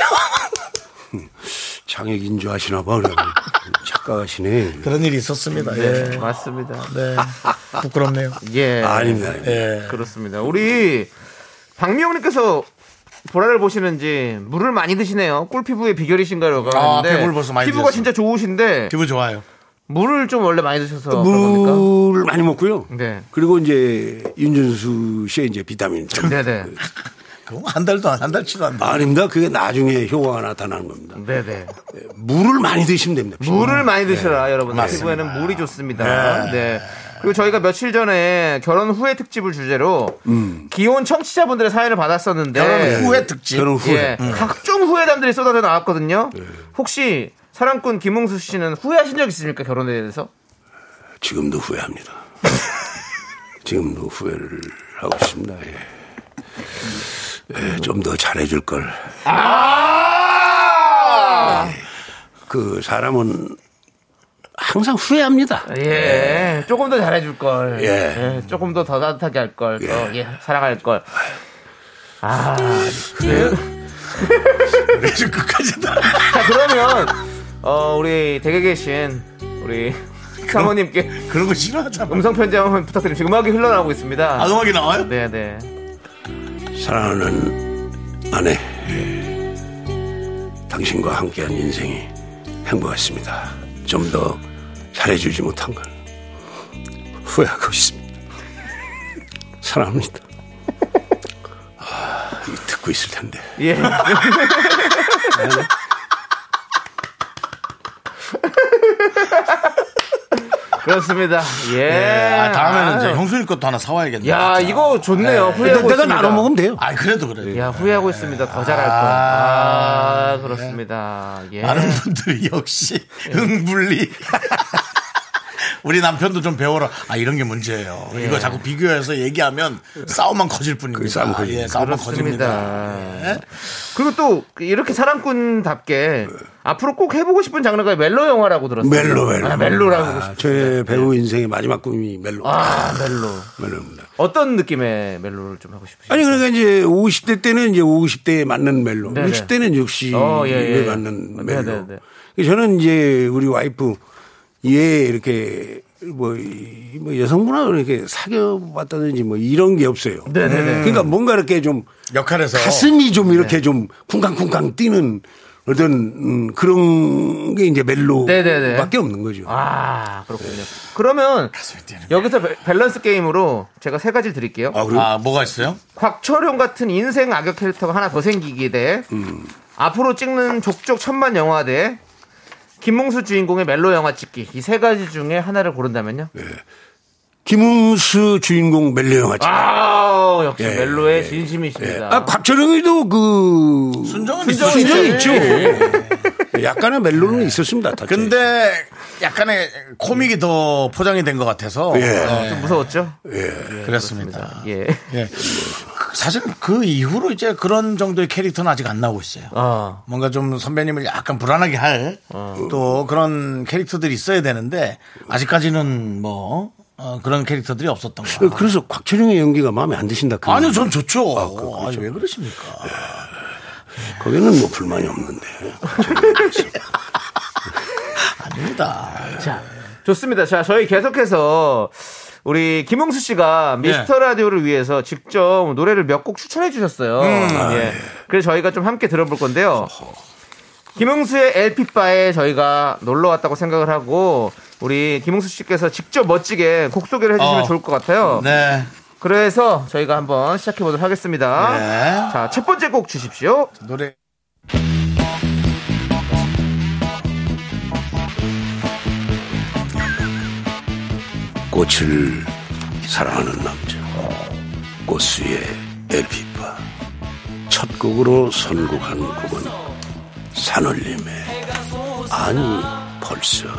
[SPEAKER 5] 장애 인조하시나 봐. 그러고. 착각하시네.
[SPEAKER 1] 그런 일이 있었습니다. 예.
[SPEAKER 2] 네, 맞습니다.
[SPEAKER 1] 네. 부끄럽네요.
[SPEAKER 2] 예.
[SPEAKER 5] 아닙니다. 아닙니다.
[SPEAKER 1] 예.
[SPEAKER 2] 그렇습니다. 우리 박미영님께서 보라를 보시는지 물을 많이 드시네요. 꿀 피부의 비결이신가요?가
[SPEAKER 1] 아,
[SPEAKER 2] 하는데
[SPEAKER 1] 폐물 벌써 많이
[SPEAKER 2] 피부가
[SPEAKER 1] 드셨어요.
[SPEAKER 2] 진짜 좋으신데
[SPEAKER 1] 기분 좋아요.
[SPEAKER 2] 물을 좀 원래 많이 드셔서 뭐, 그런 겁니까?
[SPEAKER 5] 물을 많이 먹고요.
[SPEAKER 2] 네.
[SPEAKER 5] 그리고 이제 윤준수 씨의 이제 비타민.
[SPEAKER 2] 네네.
[SPEAKER 1] 그럼 한 달도 안, 한 달치도 안 돼.
[SPEAKER 5] 아닙니다. 그게 나중에 효과가 나타나는 겁니다.
[SPEAKER 2] 네네.
[SPEAKER 5] 물을 많이 드시면 됩니다.
[SPEAKER 2] 물을 많이 드셔라, 여러분. 들 피부에는 물이 좋습니다. 네. 그리고 저희가 며칠 전에 결혼 후에 특집을 주제로 기혼 청취자분들의 사연을 받았었는데
[SPEAKER 1] 후회 특집.
[SPEAKER 5] 저는 후회.
[SPEAKER 2] 예, 각종 후회담들이 쏟아져 나왔거든요. 혹시 사랑꾼 김홍수 씨는 후회하신 적 있습니까 결혼에 대해서?
[SPEAKER 5] 지금도 후회합니다. 지금도 후회를 하고 있습니다. 예. 좀 더 잘해줄 걸. 예. 그 사람은 항상 후회합니다.
[SPEAKER 2] 예, 조금 더 잘해줄 걸.
[SPEAKER 5] 예.
[SPEAKER 2] 예, 조금 더 더 따뜻하게 할 걸. 더, 예, 사랑할 걸. 아, 그래요?
[SPEAKER 1] 지금 끝까지 다.
[SPEAKER 2] 자 그러면 어, 우리 댁에 계신 우리 사모님께
[SPEAKER 1] 그런 거 싫어하잖아.
[SPEAKER 2] 음성 편지 한번 부탁드립니다. 지금 음악이 흘러나오고 있습니다.
[SPEAKER 1] 아, 음악이 나와요?
[SPEAKER 2] 네, 네.
[SPEAKER 5] 사랑하는 아내, 당신과 함께한 인생이 행복했습니다. 좀 더 잘해주지 못한 건 후회하고 있습니다. 사랑합니다. 아, 이 듣고 있을 텐데.
[SPEAKER 2] 예. 그렇습니다. 예.
[SPEAKER 1] 아, 다음에는 이제 형수님 것도 하나 사와야겠네.
[SPEAKER 2] 야, 이거 좋네요. 후회하고
[SPEAKER 5] 내가
[SPEAKER 2] 있습니다.
[SPEAKER 5] 나눠 먹으면 돼요.
[SPEAKER 1] 아, 그래도 그래.
[SPEAKER 2] 야,
[SPEAKER 1] 요
[SPEAKER 2] 후회하고 있습니다. 더 잘할 걸. 아,
[SPEAKER 1] 네.
[SPEAKER 2] 그렇습니다. 예.
[SPEAKER 1] 많은 분들이 역시 흥분리. 우리 남편도 좀 배워라. 아 이런 게 문제예요. 이거 자꾸 비교해서 얘기하면 싸움만 커질 뿐입니다.
[SPEAKER 5] 싸움 커집니다.
[SPEAKER 1] 예, 싸움만 커집니다. 예?
[SPEAKER 2] 그렇습니다.
[SPEAKER 5] 네.
[SPEAKER 2] 그리고 또 이렇게 사랑꾼답게 앞으로 꼭 해보고 싶은 장르가 멜로 영화라고 들었어요.
[SPEAKER 5] 네. 멜로, 멜로.
[SPEAKER 2] 아, 멜로라고 하고
[SPEAKER 5] 아,
[SPEAKER 2] 싶.
[SPEAKER 5] 저의 배우 인생의 마지막 꿈이 멜로.
[SPEAKER 2] 아, 멜로.
[SPEAKER 5] 멜로입니다.
[SPEAKER 2] 어떤 느낌의 멜로를 좀 하고 싶으세요?
[SPEAKER 5] 아니 그러니까 이제 50대 때는 이제 50대에 맞는 멜로,
[SPEAKER 2] 네네.
[SPEAKER 5] 60대는 60에
[SPEAKER 2] 어, 예, 예.
[SPEAKER 5] 맞는
[SPEAKER 2] 네네네.
[SPEAKER 5] 멜로. 저는 이제 우리 와이프 얘 이렇게 뭐, 이- 뭐 여성분하고 이렇게 사귀어봤다든지 뭐 이런 게 없어요.
[SPEAKER 2] 네네네. 네.
[SPEAKER 5] 그러니까 뭔가 이렇게 좀
[SPEAKER 1] 역할에서
[SPEAKER 5] 가슴이 좀 이렇게 좀 쿵쾅쿵쾅 뛰는 어떤 음, 그런 게 이제
[SPEAKER 2] 네네네.
[SPEAKER 5] 멜로밖에 없는 거죠.
[SPEAKER 2] 아 그렇군요. 그러면 여기서 밸- 밸런스 게임으로 제가 세 가지를 드릴게요.
[SPEAKER 5] 아, 그래요?
[SPEAKER 1] 아, 뭐가 있어요?
[SPEAKER 2] 곽철용 같은 인생 악역 캐릭터가 하나 더 생기기 대
[SPEAKER 5] 음.
[SPEAKER 2] 앞으로 찍는 족족 천만 영화 대 김몽수 주인공의 멜로 영화 찍기 이 세 가지 중에 하나를 고른다면요?
[SPEAKER 5] 김웅수 주인공 멜로 영화. 아,
[SPEAKER 2] 아 역시
[SPEAKER 5] 예,
[SPEAKER 2] 멜로의
[SPEAKER 5] 예,
[SPEAKER 2] 진심이십니다.
[SPEAKER 5] 아 곽철용이도 그
[SPEAKER 1] 순정은
[SPEAKER 5] 순정이
[SPEAKER 1] 있었지.
[SPEAKER 5] 있죠. 약간의 멜로는 있었습니다. 다
[SPEAKER 1] 예. 근데 약간의 코믹이 더 포장이 된 것 같아서
[SPEAKER 5] 예.
[SPEAKER 1] 예,
[SPEAKER 2] 좀 무서웠죠?
[SPEAKER 1] 그랬습니다.
[SPEAKER 2] 예.
[SPEAKER 1] 예. 그- 사실 그 이후로 이제 그런 정도의 캐릭터는 아직 안 나오고 있어요.
[SPEAKER 2] 아
[SPEAKER 1] 뭔가 좀 선배님을 약간 불안하게 할
[SPEAKER 5] 어.
[SPEAKER 1] 또 그런 캐릭터들이 있어야 되는데 아직까지는 뭐 어, 그런 캐릭터들이 없었던 거 같아요.
[SPEAKER 5] 그래서 곽철용의 연기가 마음에 안 드신다. 그 그렇죠.
[SPEAKER 1] 아니요, 전 좋죠. 아니, 왜 그러십니까?
[SPEAKER 5] 거기는 뭐 불만이 없는데.
[SPEAKER 1] 아닙니다.
[SPEAKER 2] 좋습니다. 자 저희 계속해서 우리 김홍수 씨가 미스터 라디오를 위해서 직접 노래를 몇 곡 추천해 주셨어요. 예. 그래서 저희가 좀 함께 들어볼 건데요. 김홍수의 LP 바에 저희가 놀러 왔다고 생각을 하고 우리 김홍수 씨께서 직접 멋지게 곡 소개를 해주시면
[SPEAKER 1] 어.
[SPEAKER 2] 좋을 것 같아요.
[SPEAKER 1] 네.
[SPEAKER 2] 그래서 저희가 한번 시작해 보도록 하겠습니다.
[SPEAKER 1] 네.
[SPEAKER 2] 자 첫 번째 곡 주십시오.
[SPEAKER 1] 노래
[SPEAKER 5] 꽃을 사랑하는 남자 꽃수의 에피파 첫 곡으로 선곡한 곡은 산울림의 아니 벌써입니다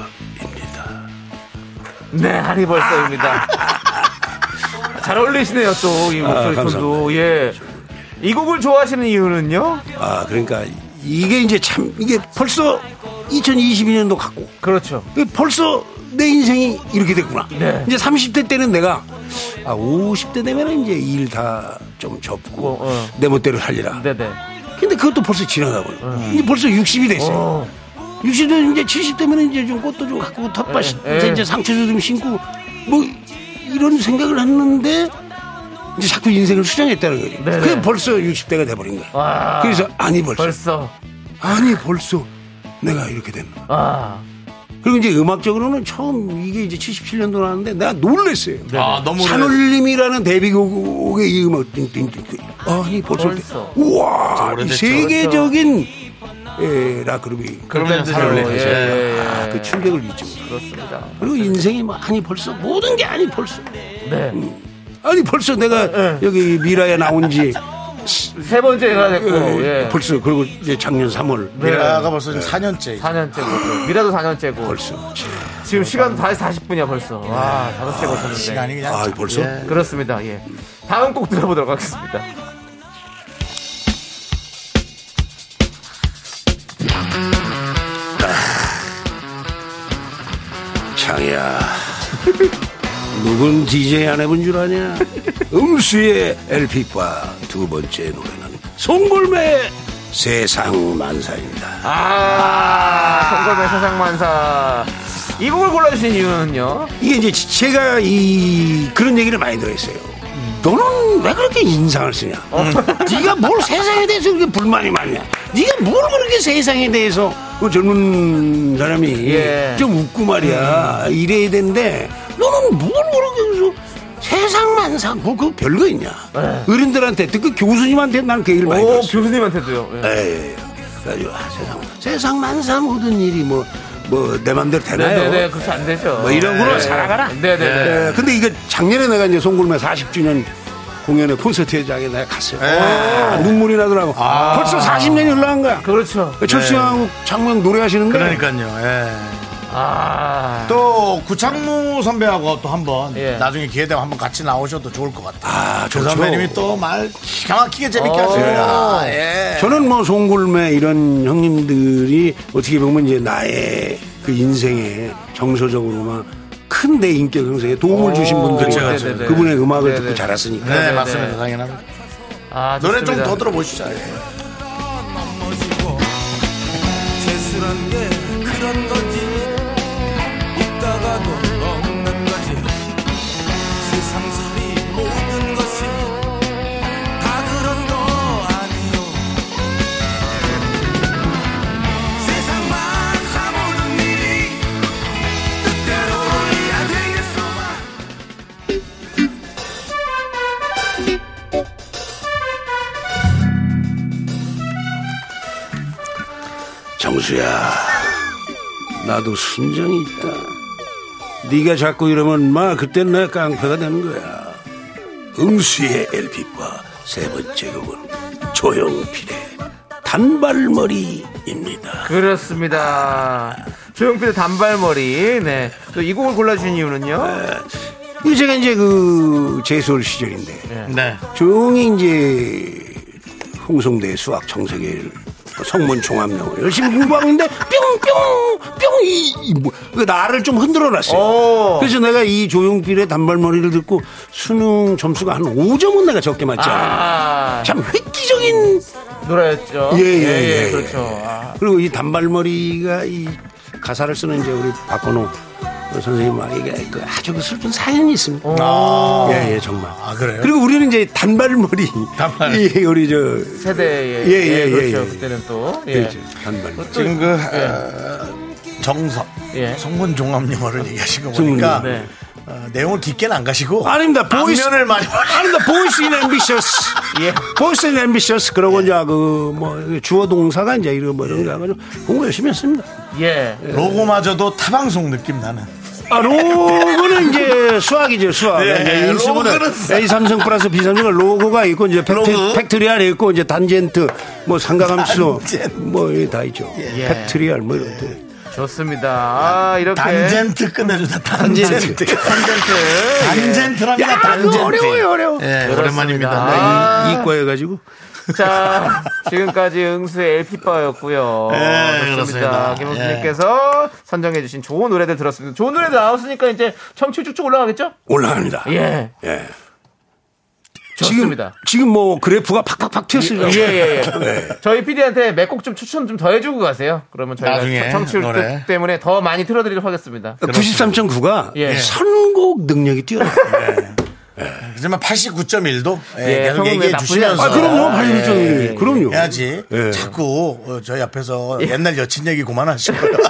[SPEAKER 2] 네, 하리 벌써입니다. 잘 어울리시네요, 또, 이 목소리 톤도.
[SPEAKER 5] 감사합니다.
[SPEAKER 2] 예. 이 곡을 좋아하시는 이유는요?
[SPEAKER 5] 아 그러니까 이게 이제 참 이게 벌써 2022년도 갔고
[SPEAKER 2] 그렇죠.
[SPEAKER 5] 이게 벌써 내 인생이 이렇게 됐구나
[SPEAKER 2] 네.
[SPEAKER 5] 이제 30대 때는 내가 아 50대 되면 이제 일 다 좀 접고
[SPEAKER 2] 어, 어.
[SPEAKER 5] 내 멋대로 살리라
[SPEAKER 2] 네네. 어.
[SPEAKER 5] 근데 그것도 벌써 지나가고 이제 벌써 60이 됐어요. 60대 이제 70대면 이제 좀 꽃도 좀 갖고 텃밭
[SPEAKER 2] 예,
[SPEAKER 5] 이제,
[SPEAKER 2] 예.
[SPEAKER 5] 이제 상추도 좀 심고 뭐 이런 생각을 했는데 이제 자꾸 인생을 수정했다는 거죠.
[SPEAKER 2] 네네.
[SPEAKER 5] 그게 벌써 60대가 돼버린 거예요.
[SPEAKER 2] 와.
[SPEAKER 5] 그래서 아니 벌써,
[SPEAKER 2] 벌써.
[SPEAKER 5] 아니 벌써 내가 이렇게 됐나.
[SPEAKER 2] 아.
[SPEAKER 5] 그리고 이제 음악적으로는 처음 이게 이제 77년도 나왔는데 내가 놀랬어요.
[SPEAKER 2] 네.
[SPEAKER 1] 아, 너무
[SPEAKER 5] 산울림이라는 데뷔곡의 이 음악 띵띵띵 아니 벌써, 이렇게-
[SPEAKER 2] 벌써.
[SPEAKER 5] 우와 이
[SPEAKER 1] 오래됐죠.
[SPEAKER 5] 세계적인 예, 락그룹이
[SPEAKER 1] 그러면
[SPEAKER 2] 그럼요.
[SPEAKER 1] 잘 어울리죠.
[SPEAKER 2] 예, 예, 예.
[SPEAKER 5] 아, 그 충격을 잊지 못해
[SPEAKER 2] 그렇습니다.
[SPEAKER 5] 그리고 인생이 뭐 아니 벌써 모든 게 아니 벌써 음.
[SPEAKER 2] 네.
[SPEAKER 5] 아니 벌써 내가 여기 미라에 나온 지
[SPEAKER 2] 세 번째가 됐고, 어, 예. 네,
[SPEAKER 5] 벌써 그리고 이제 작년 3월
[SPEAKER 1] 미라가 벌써 지금 4년째.
[SPEAKER 2] 4년째 고 미라도 4년째고.
[SPEAKER 5] 벌써
[SPEAKER 2] 지금 시간도 다시 40분이야, 벌써. 와, 5시에 걸쳤는데.
[SPEAKER 1] 시간이 그냥.
[SPEAKER 5] 아 벌써
[SPEAKER 2] 그렇습니다, 예. 다음 곡 들어보도록 하겠습니다.
[SPEAKER 5] 장이야 누군 DJ 안 해본 줄 아냐 음수의 LP과 두 번째 노래는 송골매 세상 만사입니다
[SPEAKER 2] 아, 성검의 세상만사. 이 곡을 골라주신 이유는요?
[SPEAKER 5] 이게 이제 제가 이 그런 얘기를 많이 들었어요 너는 왜 그렇게 인상을 쓰냐
[SPEAKER 2] 어.
[SPEAKER 5] 네가 뭘 세상에 대해서 그렇게 불만이 많냐 네가 뭘 그렇게 세상에 대해서 그 젊은 사람이
[SPEAKER 2] 예. 음.
[SPEAKER 5] 좀 웃고 말이야 이래야 되는데 너는 뭘 그렇게 그래서 세상만 사고 그거 별거 있냐 어른들한테 특히 교수님한테 난 그 얘기를 많이
[SPEAKER 2] 네. 오,
[SPEAKER 5] 들었어
[SPEAKER 2] 아, 교수님한테도요.
[SPEAKER 5] 네.
[SPEAKER 2] 예.
[SPEAKER 5] 에이, 그래가지고, 아, 세상, 세상만사 모든 일이 뭐, 뭐, 내 맘대로 되나요?
[SPEAKER 2] 네네네, 그렇지 안 되죠.
[SPEAKER 5] 뭐 이런 거로
[SPEAKER 2] 예.
[SPEAKER 5] 살아가라.
[SPEAKER 2] 네네네.
[SPEAKER 5] 예, 근데 이게 작년에 내가 이제 송골매 40주년 공연에 콘서트장에 내가 갔어요.
[SPEAKER 1] 네.
[SPEAKER 5] 와, 눈물이 나더라고.
[SPEAKER 1] 아.
[SPEAKER 5] 벌써 40년이 흘러간 거야.
[SPEAKER 2] 그렇죠.
[SPEAKER 5] 철수형 장명 노래하시는데.
[SPEAKER 1] 네. 그러니까요. 예.
[SPEAKER 2] 아.
[SPEAKER 1] 또 구창무 선배하고 또 한번
[SPEAKER 2] 예.
[SPEAKER 1] 나중에 기회 되면 한번 같이 나오셔도 좋을 것 같아요.
[SPEAKER 5] 아,
[SPEAKER 1] 그
[SPEAKER 5] 좋죠.
[SPEAKER 1] 선배님이 또 말 기가 막히게 재밌게
[SPEAKER 2] 오.
[SPEAKER 1] 하세요.
[SPEAKER 5] 어.
[SPEAKER 1] 아, 예.
[SPEAKER 5] 저는 뭐 송골매 이런 형님들이 어떻게 보면 이제 나의 그 인생에 정서적으로만 큰 내 인격 형성에 도움을 주신 분들이
[SPEAKER 1] 그렇죠, 그렇죠.
[SPEAKER 5] 그분의 음악을
[SPEAKER 2] 네네.
[SPEAKER 5] 듣고 자랐으니까.
[SPEAKER 1] 네,
[SPEAKER 2] 네,
[SPEAKER 1] 맞습니다.
[SPEAKER 2] 네.
[SPEAKER 1] 당연합니다.
[SPEAKER 2] 아,
[SPEAKER 1] 노래 좀
[SPEAKER 2] 좋습니다.
[SPEAKER 1] 더 들어보시죠. 예.
[SPEAKER 5] 윤수야 나도 순정이 있다 네가 자꾸 이러면 마 그땐 내 깡패가 되는 거야 응수의 LP바 세 번째 곡은 조용필의 단발머리입니다
[SPEAKER 2] 그렇습니다. 조용필의 단발머리. 네. 또 이 곡을 골라주신 이유는요?
[SPEAKER 5] 그 제가 이제 그 재수월 시절인데
[SPEAKER 1] 네.
[SPEAKER 5] 조용히 이제 홍성대 수학 정세계 성문 종합영어 열심히 공부하고 있는데 뿅뿅뿅이 뭐, 그 나를 좀 흔들어 놨어요.
[SPEAKER 2] 오.
[SPEAKER 5] 그래서 내가 이 조용필의 단발머리를 듣고 수능 점수가 한 5점은 내가 적게 맞지 않아요.
[SPEAKER 2] 아,
[SPEAKER 5] 참 획기적인
[SPEAKER 2] 노래였죠.
[SPEAKER 5] 예, 예, 예,
[SPEAKER 2] 그렇죠.
[SPEAKER 5] 예.
[SPEAKER 2] 아,
[SPEAKER 5] 그리고 이 단발머리가 이 가사를 쓰는 이제 우리 박건호 선생님에게 그 아주 그 슬픈 사연이 있습니다.
[SPEAKER 2] 어.
[SPEAKER 5] 예, 예, 정말.
[SPEAKER 1] 아, 그래요?
[SPEAKER 5] 그리고 우리는 이제 단발머리.
[SPEAKER 1] 단발.
[SPEAKER 5] 예, 우리 저.
[SPEAKER 2] 세대에.
[SPEAKER 5] 예, 예, 예,
[SPEAKER 2] 그렇죠.
[SPEAKER 5] 예, 예.
[SPEAKER 2] 그때는 또. 예.
[SPEAKER 5] 예. 단발머리.
[SPEAKER 1] 지금 그 어, 정석
[SPEAKER 2] 예.
[SPEAKER 1] 성문 종합영어를 얘기하신 거
[SPEAKER 5] 성문
[SPEAKER 1] 보니까
[SPEAKER 2] 네.
[SPEAKER 1] 어, 내용을 깊게는 안 가시고
[SPEAKER 5] 아닙니다. 보이스.
[SPEAKER 1] 앞면을 많이
[SPEAKER 5] 아닙니다. 보이스 인 앰비셔스.
[SPEAKER 2] 예.
[SPEAKER 5] 보이스 인 앰비셔스. 그러고 이제 그 뭐 주어 동사가 이제 이런 뭐 이런 거 해가지고 공부 열심히 했습니다.
[SPEAKER 2] 예.
[SPEAKER 1] 로고마저도 타방송 느낌 나는
[SPEAKER 5] 아, 로고는 이제 수학이죠, 수학.
[SPEAKER 1] 네,
[SPEAKER 5] 이제 일수분은
[SPEAKER 1] 로고는 수학.
[SPEAKER 5] A 삼성 플러스 B 삼성은 로고가 있고 이제
[SPEAKER 1] 로고.
[SPEAKER 5] 팩트, 팩트리알 있고 이제 단젠트 뭐 삼각함수
[SPEAKER 1] 단젠트.
[SPEAKER 5] 뭐다 있죠.
[SPEAKER 2] 예.
[SPEAKER 5] 팩트리알 뭐 이런 데.
[SPEAKER 2] 좋습니다. 아, 이렇게.
[SPEAKER 1] 단젠트 끝내주다 단젠트
[SPEAKER 5] 단젠트.
[SPEAKER 2] 그, 아,
[SPEAKER 1] 단젠트랍니다 단젠트
[SPEAKER 5] 어려워요, 어려워.
[SPEAKER 1] 예,
[SPEAKER 2] 그렇습니다.
[SPEAKER 1] 오랜만입니다 네.
[SPEAKER 2] 아.
[SPEAKER 5] 이과해 가지고
[SPEAKER 2] 자, 지금까지 응수의 LP바였고요.
[SPEAKER 1] 예, 그렇습니다.
[SPEAKER 2] 김호수님께서 선정해주신 좋은 노래들 들었습니다. 좋은 노래들 나왔으니까 이제 청취 쭉쭉 올라가겠죠?
[SPEAKER 5] 올라갑니다.
[SPEAKER 2] 예.
[SPEAKER 5] 예.
[SPEAKER 2] 좋습니다.
[SPEAKER 5] 지금 지금 뭐 그래프가 팍팍팍 튀었습니다.
[SPEAKER 2] 예, 예, 예.
[SPEAKER 5] 네.
[SPEAKER 2] 저희 PD한테 몇 곡 좀 추천 좀 더 해주고 가세요. 그러면 저희가
[SPEAKER 1] 나중에
[SPEAKER 2] 청취율
[SPEAKER 1] 노래.
[SPEAKER 2] 때문에 더 많이 틀어드리도록 하겠습니다.
[SPEAKER 5] 93.9가
[SPEAKER 2] 예.
[SPEAKER 5] 그 선곡 능력이 뛰어나.
[SPEAKER 1] 하지만 89.1도
[SPEAKER 2] 예,
[SPEAKER 1] 계속
[SPEAKER 2] 성우는
[SPEAKER 1] 얘기해
[SPEAKER 2] 나쁘지
[SPEAKER 1] 주시면서
[SPEAKER 5] 아,
[SPEAKER 2] 않습니다.
[SPEAKER 5] 그럼요.
[SPEAKER 1] 예,
[SPEAKER 5] 8 9
[SPEAKER 1] 예,
[SPEAKER 5] 1 그럼요.
[SPEAKER 1] 해야지
[SPEAKER 5] 예.
[SPEAKER 1] 자꾸 어, 저희 앞에서 옛날 여친 얘기 그만하시고요
[SPEAKER 5] 그렇죠.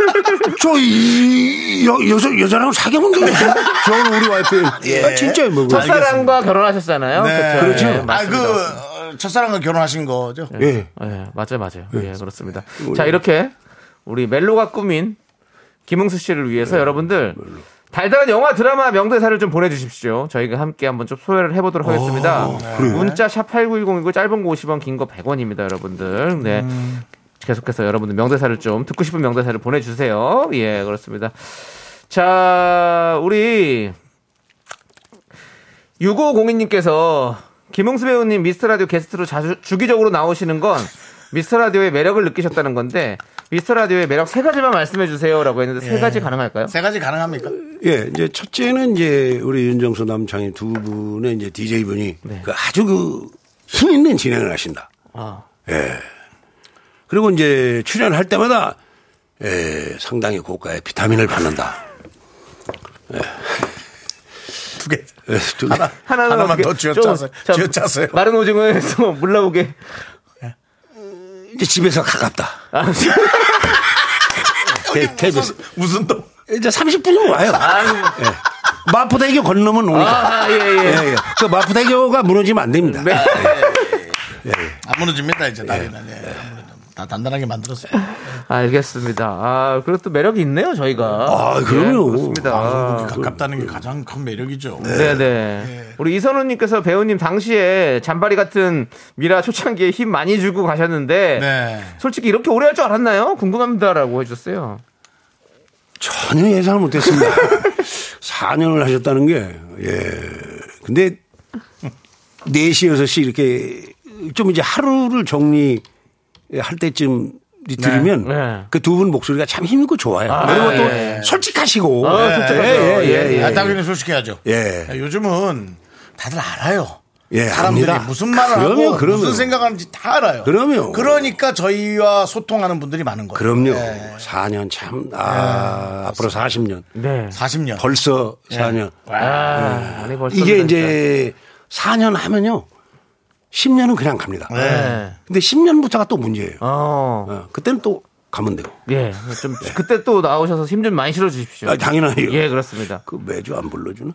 [SPEAKER 5] 저이 여자 여자랑 사귀어본 적이 없어요. 저는 우리 와이프.
[SPEAKER 1] 예.
[SPEAKER 5] 아, 진짜요, 뭐. 그거.
[SPEAKER 2] 첫사랑과 결혼하셨잖아요.
[SPEAKER 1] 네.
[SPEAKER 2] 그렇죠.
[SPEAKER 5] 그렇죠.
[SPEAKER 2] 예, 맞습니다.
[SPEAKER 1] 아그 네. 어, 첫사랑과 결혼하신 거죠
[SPEAKER 5] 예.
[SPEAKER 2] 예, 맞아요, 맞아요.
[SPEAKER 1] 네.
[SPEAKER 2] 예, 그렇습니다.
[SPEAKER 1] 뭐
[SPEAKER 2] 자, 이렇게 우리 멜로가 꾸민 김흥수 씨를
[SPEAKER 1] 네.
[SPEAKER 2] 위해서 여러분들 달달한 영화 드라마 명대사를 좀 보내주십시오. 저희가 함께 한번 좀 소개를 해보도록 하겠습니다. 문자 샵 8910이고 짧은 거 50원, 긴 거 100원입니다, 여러분들. 네. 계속해서 여러분들 명대사를 좀 듣고 싶은 명대사를 보내주세요. 예, 그렇습니다. 자, 우리 6502님께서 김홍수 배우님 미스터라디오 게스트로 자주 주기적으로 나오시는 건 미스터라디오의 매력을 느끼셨다는 건데 미스터라디오의 매력 세 가지만 말씀해 주세요라고 했는데 세 가지 가능할까요?
[SPEAKER 1] 세 가지 가능합니까?
[SPEAKER 5] 예, 이제 첫째는 이제 우리 윤정수 남창희 두 분의 이제 DJ 분이
[SPEAKER 1] 네.
[SPEAKER 5] 그 아주 그 힘 있는 진행을 하신다.
[SPEAKER 2] 아.
[SPEAKER 5] 예. 그리고 이제 출연할 때마다 예, 상당히 고가의 비타민을 받는다.
[SPEAKER 1] 두 개.
[SPEAKER 5] 예, 두 개.
[SPEAKER 2] 하나는
[SPEAKER 1] 하나만
[SPEAKER 2] 어떻게-
[SPEAKER 1] 더 쥐어짜세요.
[SPEAKER 2] 좀-
[SPEAKER 1] 쥐어짜세요.
[SPEAKER 2] 마른 오징어에서 물나오게
[SPEAKER 5] 이제 집에서 가깝다. 대- 대비에서.
[SPEAKER 1] 아. 무슨 아, 네. 또
[SPEAKER 5] 이제 30분이면 와요. 예. 마포대교 건너면 오니까.
[SPEAKER 2] 아, 예, 예.
[SPEAKER 5] 예, 예. 그 마포대교가 무너지면 안 됩니다.
[SPEAKER 2] 네.
[SPEAKER 1] 안 무너집니다 이제 다리는 예. 아무래도 다 단단하게 만들었어요.
[SPEAKER 5] 예.
[SPEAKER 2] 알겠습니다. 아, 그래도 또 매력이 있네요, 저희가.
[SPEAKER 5] 아, 그럼요.
[SPEAKER 2] 예, 그렇습니다.
[SPEAKER 1] 가깝다는 게 가장 큰 매력이죠.
[SPEAKER 2] 네네.
[SPEAKER 1] 예.
[SPEAKER 2] 우리 이선우님께서 배우님 당시에 잔바리 같은 미라 초창기에 힘 많이 주고 가셨는데
[SPEAKER 1] 네.
[SPEAKER 2] 솔직히 이렇게 오래 할 줄 알았나요? 궁금합니다라고 해주셨어요.
[SPEAKER 5] 전혀 예상을 못했습니다. 4년을 하셨다는 게, 예. 근데 4시, 6시 이렇게 좀 이제 하루를 정리할 때쯤 들으면
[SPEAKER 2] 네.
[SPEAKER 5] 그 두 분 목소리가 참 힘있고 좋아요.
[SPEAKER 2] 아,
[SPEAKER 5] 그리고 또
[SPEAKER 2] 예.
[SPEAKER 5] 솔직하시고.
[SPEAKER 2] 아, 솔직하죠. 예, 예.
[SPEAKER 1] 네. 아, 당연히 솔직해야죠. 네,
[SPEAKER 5] 예.
[SPEAKER 1] 요즘은 다들 알아요.
[SPEAKER 5] 예,
[SPEAKER 1] 사람들이
[SPEAKER 5] 압니다.
[SPEAKER 1] 무슨 말을
[SPEAKER 5] 그럼요,
[SPEAKER 1] 하고
[SPEAKER 5] 그럼요.
[SPEAKER 1] 무슨 생각하는지 다 알아요.
[SPEAKER 5] 그럼요.
[SPEAKER 1] 그러니까 저희와 소통하는 분들이 많은 거예요.
[SPEAKER 5] 그럼요. 4년 참, 아,
[SPEAKER 2] 예.
[SPEAKER 5] 앞으로 40년.
[SPEAKER 2] 네.
[SPEAKER 1] 40년.
[SPEAKER 5] 벌써
[SPEAKER 2] 예.
[SPEAKER 5] 4년.
[SPEAKER 2] 아, 아니 벌써
[SPEAKER 5] 이게 이제 4년 하면요. 10년은 그냥 갑니다.
[SPEAKER 2] 네.
[SPEAKER 5] 근데 10년부터가 또 문제예요.
[SPEAKER 2] 어.
[SPEAKER 5] 어, 그때는 또 가면 되고.
[SPEAKER 2] 예. 좀 그때 또 나오셔서 힘 좀 많이 실어 주십시오.
[SPEAKER 5] 아, 당연하죠.
[SPEAKER 2] 예, 그렇습니다.
[SPEAKER 5] 그 매주 안 불러주나?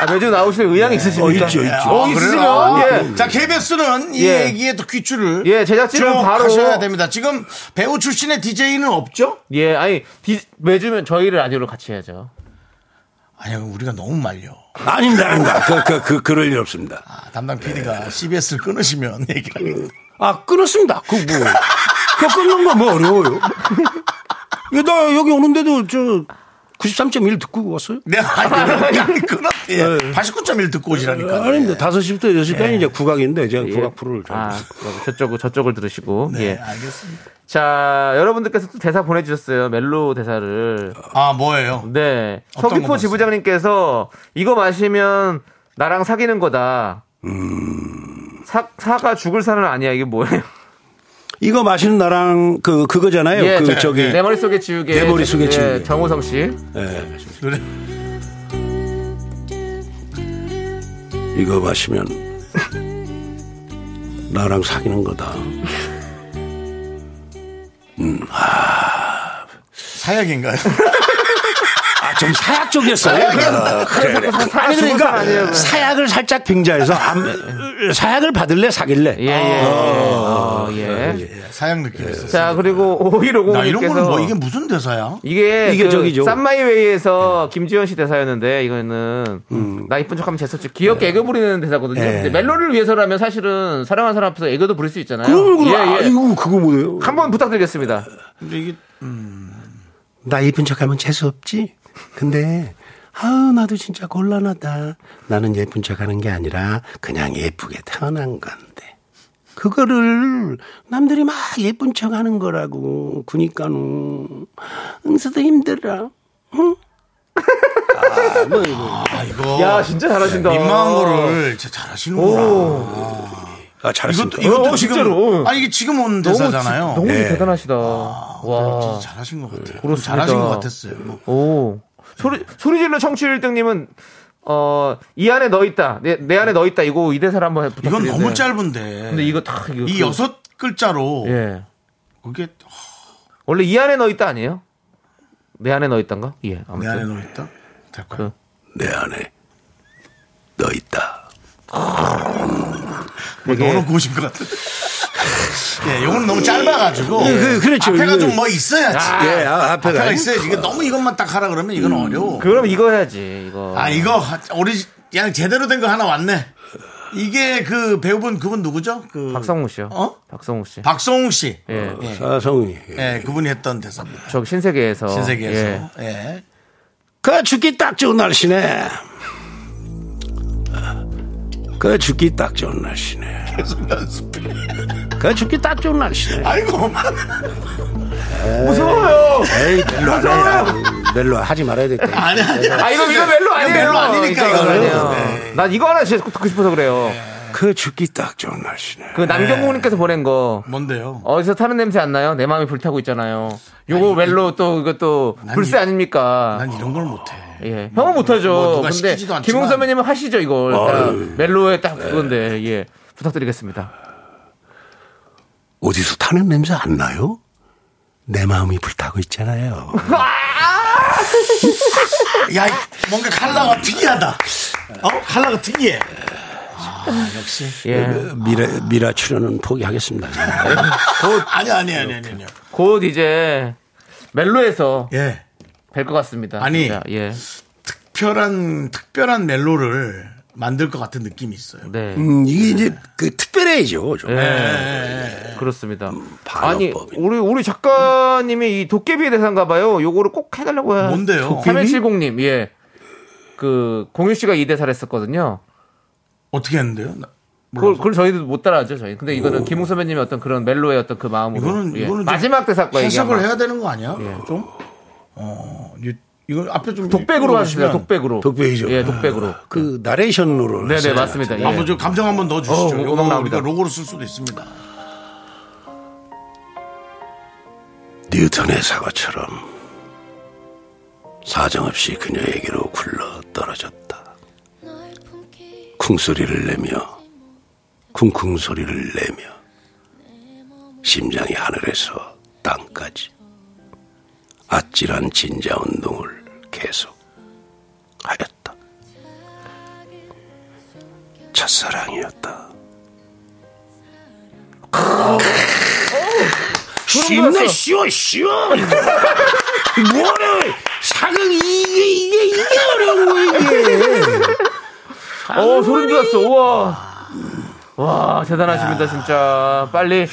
[SPEAKER 2] 아, 매주 나오시는 의향이
[SPEAKER 5] 어,
[SPEAKER 2] 있으십니까?
[SPEAKER 5] 있죠, 아, 있죠.
[SPEAKER 2] 어, 있으시면 예.
[SPEAKER 1] 자, KBS는 이
[SPEAKER 2] 예.
[SPEAKER 1] 얘기에 또 귀추를
[SPEAKER 2] 예, 제작진은
[SPEAKER 1] 쭉
[SPEAKER 2] 바로-
[SPEAKER 1] 하셔야 됩니다. 지금 배우 출신의 DJ는 없죠?
[SPEAKER 2] 예, 아니 디- 매주면 저희를 라디오로 같이 해야죠.
[SPEAKER 1] 아니요, 우리가 너무 말려.
[SPEAKER 5] 아닙니다, 아닙니다. 그, 그, 그, 그럴 일 없습니다.
[SPEAKER 1] 아, 담당
[SPEAKER 2] 네.
[SPEAKER 1] PD가 CBS를 끊으시면
[SPEAKER 2] 음.
[SPEAKER 1] 얘기를
[SPEAKER 5] 아, 끊었습니다. 그 뭐. 그거 끊는 거 뭐 어려워요. 이거 나 여기 오는데도 저 93.1 듣고 왔어요.
[SPEAKER 1] 내가 아니 끊었. 예.
[SPEAKER 2] 네.
[SPEAKER 1] 89.1 듣고
[SPEAKER 2] 그러니까
[SPEAKER 1] 오시라니까.
[SPEAKER 5] 아닙니다. 5시부터 6시까지 이제 국악인데 제가 국악 그 프로를 좀.
[SPEAKER 2] 예.
[SPEAKER 5] 네.
[SPEAKER 2] 아, 그럼 저쪽을 저쪽을 들으시고.
[SPEAKER 1] 예.
[SPEAKER 2] 예.
[SPEAKER 1] 알겠습니다.
[SPEAKER 2] 자, 여러분들께서 또 대사 보내주셨어요. 멜로 대사를.
[SPEAKER 1] 아, 뭐예요?
[SPEAKER 2] 네.
[SPEAKER 1] 어떤 거
[SPEAKER 2] 서귀포
[SPEAKER 1] 봤어요?
[SPEAKER 2] 지부장님께서 이거 마시면 나랑 사귀는 거다.
[SPEAKER 5] 음.
[SPEAKER 2] 사, 사가 죽을 사는 아니야. 이게 뭐예요?
[SPEAKER 5] 이거 마시는 나랑 그 그거잖아요.
[SPEAKER 2] 예,
[SPEAKER 5] 그
[SPEAKER 2] 저-
[SPEAKER 5] 저기
[SPEAKER 2] 내 머릿속에 지우개.
[SPEAKER 5] 내 머릿속에
[SPEAKER 2] 예,
[SPEAKER 5] 지우개.
[SPEAKER 2] 정우성 씨.
[SPEAKER 5] 예.
[SPEAKER 1] 노래.
[SPEAKER 5] 이거 마시면 나랑 사귀는 거다.
[SPEAKER 1] 사약인가요?
[SPEAKER 5] 아, 좀 사약 쪽이었어요. 어, 그래, 그래. 아니
[SPEAKER 2] 죽은 건
[SPEAKER 5] 그러니까
[SPEAKER 2] 아니에요, 그건.
[SPEAKER 5] 사약을 네. 살짝 빙자해서 안- 사약을 받을래 사귈래.
[SPEAKER 2] 예, 예. 예.
[SPEAKER 5] 아.
[SPEAKER 2] 어, 예.
[SPEAKER 1] 예, 사약 느낌이었어요.
[SPEAKER 2] 자, 그리고
[SPEAKER 1] 나 이런 거는 뭐
[SPEAKER 2] 5150님께서
[SPEAKER 1] 이게 무슨 대사야?
[SPEAKER 2] 이게,
[SPEAKER 5] 이게
[SPEAKER 2] 그
[SPEAKER 5] 저기죠.
[SPEAKER 2] 쌈마이웨이에서 김지현 씨 대사였는데 이거는
[SPEAKER 1] 음.
[SPEAKER 2] 나 이쁜 척하면 재수없지 귀엽게
[SPEAKER 1] 네.
[SPEAKER 2] 애교 부리는 대사거든요.
[SPEAKER 1] 예.
[SPEAKER 2] 근데 멜로를 위해서라면 사실은 사랑하는 사람 앞에서 애교도 부릴 수 있잖아요.
[SPEAKER 5] 어, 그럼 그럼
[SPEAKER 2] 예, 예.
[SPEAKER 5] 아이고 그거 뭐예요?
[SPEAKER 2] 한번 부탁드리겠습니다.
[SPEAKER 5] 나 예쁜 척하면 재수 없지. 근데 아우 나도 진짜 곤란하다. 나는 예쁜 척하는 게 아니라 그냥 예쁘게 태어난 건데. 그거를 남들이 막 예쁜 척하는 거라고. 그니까는 응수도 힘들어.
[SPEAKER 1] 아, 이거.
[SPEAKER 2] 뭐
[SPEAKER 1] 네,
[SPEAKER 2] 야, 진짜 잘하신다.
[SPEAKER 1] 민망한 거를 진짜 잘하시는구나.
[SPEAKER 5] 아
[SPEAKER 1] 이것도, 이것도
[SPEAKER 2] 어,
[SPEAKER 1] 지금.
[SPEAKER 2] 진짜로.
[SPEAKER 1] 아니, 이게 지금 온
[SPEAKER 2] 너무
[SPEAKER 1] 대사잖아요. 네. 아,
[SPEAKER 2] 지- 너무
[SPEAKER 5] 예.
[SPEAKER 2] 대단하시다. 와.
[SPEAKER 1] 진짜 잘하신 것 같아요.
[SPEAKER 2] 그렇습니다.
[SPEAKER 1] 잘하신 것 같았어요. 뭐.
[SPEAKER 2] 오. 소리 소리 질러 청취 1등님은 어, 이 안에 너 있다. 내, 내 안에 너 있다. 이거 이 대사를 한번 부탁드리겠습니다.
[SPEAKER 1] 이건 너무 짧은데.
[SPEAKER 2] 네. 근데 이거 딱 이거
[SPEAKER 1] 이
[SPEAKER 2] 그-
[SPEAKER 1] 여섯 글자로
[SPEAKER 2] 예.
[SPEAKER 1] 그게
[SPEAKER 2] 원래 이 안에 너 있다 아니에요? 내 안에 너 있단가? 예. 아무튼.
[SPEAKER 1] 내 안에 너 있다. 될까요?
[SPEAKER 5] 내 안에 너 있다.
[SPEAKER 1] 뭐 넣어놓고 오신 것 같은데. 예, 요건 너무 짧아가지고.
[SPEAKER 5] 그- 그렇죠.
[SPEAKER 1] 앞에가
[SPEAKER 5] 이거-
[SPEAKER 1] 좀 뭐 있어야지.
[SPEAKER 5] 예, 아, 앞에가 음,
[SPEAKER 1] 앞에가
[SPEAKER 5] 아니-
[SPEAKER 1] 있어야지. 이게 너무 이것만 딱 하라 그러면 이건 어려워.
[SPEAKER 2] 그럼 이거 해야지. 이거.
[SPEAKER 1] 아, 이거, 오리, 그냥 제대로 된 거 하나 왔네. 이게 그 배우분, 그분 누구죠? 그.
[SPEAKER 2] 박성우 씨요.
[SPEAKER 1] 어?
[SPEAKER 2] 박성우 씨.
[SPEAKER 1] 박성웅 어, 씨.
[SPEAKER 2] 예.
[SPEAKER 5] 아, 성이.
[SPEAKER 1] 예, 그분이 했던 대사입니다.
[SPEAKER 2] 저기 신세계에서
[SPEAKER 5] 어,
[SPEAKER 1] 신세계에서.
[SPEAKER 2] 예.
[SPEAKER 1] 예.
[SPEAKER 5] 그 죽기 딱 좋은 날씨네. 그 죽기 딱 좋은 날씨네.
[SPEAKER 1] 계속 연습해.
[SPEAKER 5] 그 죽기 딱 좋은 날씨네.
[SPEAKER 1] 아이고,
[SPEAKER 2] 무서워요.
[SPEAKER 5] 에이 별로 안 해. 아, 별로 하지 말아야 되겠다.
[SPEAKER 1] 아니, 아니.
[SPEAKER 2] 아 이거 이거 멜로 아니에요.
[SPEAKER 1] 멜로 아니니까, 이거는. 네.
[SPEAKER 2] 요난 이거 하나 진짜 듣고 싶어서 그래요.
[SPEAKER 5] 그 죽기 딱 좋은 날씨네.
[SPEAKER 2] 그 남경호님께서 보낸 거.
[SPEAKER 1] 뭔데요?
[SPEAKER 2] 어디서 타는 냄새 안 나요? 내 마음이 불타고 있잖아요. 요거 멜로 또 이것도
[SPEAKER 1] 난
[SPEAKER 2] 불새
[SPEAKER 1] 이-
[SPEAKER 2] 아닙니까?
[SPEAKER 1] 난 이런 걸 못해.
[SPEAKER 2] 예. 형은 못하죠.
[SPEAKER 1] 뭐 누가
[SPEAKER 2] 근데
[SPEAKER 1] 시키지도 않지만.
[SPEAKER 2] 김홍 선배님은 하시죠 이걸 딱 멜로에 딱 그건데 예 부탁드리겠습니다.
[SPEAKER 5] 어디서 타는 냄새 안 나요? 내 마음이 불타고 있잖아요.
[SPEAKER 1] 야, 이- 뭔가 칼라가 특이하다. 어? 칼라가 특이해.
[SPEAKER 2] 예.
[SPEAKER 1] 네.
[SPEAKER 5] 미라 미라 출연은 포기하겠습니다.
[SPEAKER 1] 아니, 아니, 아니, 아니, 아니.
[SPEAKER 2] 곧 이제 멜로에서
[SPEAKER 1] 예.
[SPEAKER 2] 뵐 것 같습니다.
[SPEAKER 1] 아니.
[SPEAKER 2] 자, 예.
[SPEAKER 1] 특별한, 특별한 멜로를 만들 것 같은 느낌이 있어요.
[SPEAKER 2] 네.
[SPEAKER 5] 음, 이게 이제 그 특별해야죠. 좀.
[SPEAKER 2] 예.
[SPEAKER 1] 네.
[SPEAKER 2] 그렇습니다.
[SPEAKER 1] 음,
[SPEAKER 2] 아니, 우리, 우리 작가님이 이 도깨비의 대사인가봐요. 요거를 꼭 해달라고 해요.
[SPEAKER 1] 뭔데요?
[SPEAKER 2] 3170님, 예. 그, 공유 씨가 이 대사를 했었거든요.
[SPEAKER 1] 어떻게 했는데요? 나-
[SPEAKER 2] 그걸,
[SPEAKER 1] 몰라서.
[SPEAKER 2] 그걸 저희도 못 따라하죠, 저희. 근데 이거는 김웅 선배님의 어떤 그런 멜로의 어떤 그 마음으로.
[SPEAKER 1] 이거는,
[SPEAKER 2] 예.
[SPEAKER 1] 이거는. 좀
[SPEAKER 2] 마지막 대사 거예요. 이게
[SPEAKER 1] 해석을
[SPEAKER 2] 아마.
[SPEAKER 1] 해야 되는 거 아니야? 좀? 어, 이- 이거 앞에 좀.
[SPEAKER 2] 예. 독백으로 하시면 독백으로.
[SPEAKER 5] 독백이죠.
[SPEAKER 2] 예, 독백으로.
[SPEAKER 1] 아.
[SPEAKER 5] 그 나레이션으로.
[SPEAKER 2] 네네,
[SPEAKER 5] 했어요.
[SPEAKER 2] 맞습니다. 예.
[SPEAKER 1] 한번 좀 감정 한번
[SPEAKER 2] 어,
[SPEAKER 1] 넣어주시죠.
[SPEAKER 2] 음악
[SPEAKER 1] 이거
[SPEAKER 2] 나옵니다. 네,
[SPEAKER 1] 우리가 로고로 쓸 수도 있습니다.
[SPEAKER 5] 뉴턴의 사과처럼 사정없이 그녀에게로 굴러 떨어졌다. 쿵소리를 내며 쿵쿵 소리를 내며 심장이 하늘에서 땅까지 아찔한 진자 운동을 계속 하였다. 첫사랑이었다.
[SPEAKER 2] 소름
[SPEAKER 5] 쉽네
[SPEAKER 2] 돋았어.
[SPEAKER 5] 쉬워 쉬워 뭐래 사극 이게 이게 이게 어려운 거 이게
[SPEAKER 2] 어, 소름 돋았어. 우와. 와, 대단하십니다, 진짜. 빨리,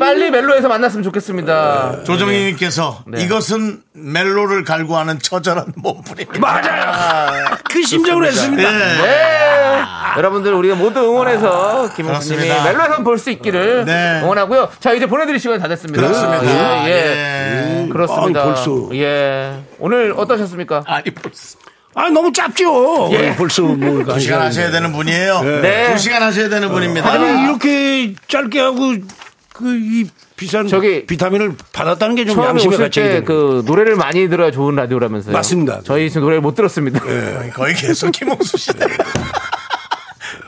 [SPEAKER 2] 빨리 멜로에서 만났으면 좋겠습니다.
[SPEAKER 1] 조정희님께서
[SPEAKER 2] 네.
[SPEAKER 1] 이것은 멜로를 갈구하는 처절한 몸부림.
[SPEAKER 5] 맞아요 그 심정으로 했습니다
[SPEAKER 2] 네. 여러분들, 우리가 모두 응원해서 김홍수님이
[SPEAKER 1] 그렇습니다.
[SPEAKER 2] 멜로에서 한번 볼 수 있기를
[SPEAKER 1] 네.
[SPEAKER 2] 응원하고요. 자, 이제 보내드릴 시간이 다 됐습니다.
[SPEAKER 1] 그렇습니다.
[SPEAKER 2] 예,
[SPEAKER 5] 네.
[SPEAKER 2] 예.
[SPEAKER 1] 예.
[SPEAKER 2] 그렇습니다.
[SPEAKER 5] 아이, 벌써.
[SPEAKER 2] 예. 오늘 어떠셨습니까?
[SPEAKER 1] 아니 벌써
[SPEAKER 5] 아 너무 짧죠
[SPEAKER 2] 예.
[SPEAKER 5] 벌써 뭐
[SPEAKER 1] 두 시간 하셔야 되는 분이에요.
[SPEAKER 2] 네.
[SPEAKER 1] 두 시간 하셔야 되는 분입니다.
[SPEAKER 5] 어. 아니 이렇게 짧게 하고 그 이 비싼
[SPEAKER 2] 저기
[SPEAKER 5] 비타민을 받았다는 게 좀
[SPEAKER 2] 처음에
[SPEAKER 5] 양심의
[SPEAKER 2] 오실
[SPEAKER 5] 가책이 되는
[SPEAKER 2] 때 그 노래를 많이 들어야 좋은 라디오라면서요.
[SPEAKER 5] 맞습니다.
[SPEAKER 2] 저희 지금 노래를 못 들었습니다.
[SPEAKER 1] 거의 계속 김홍수 씨다.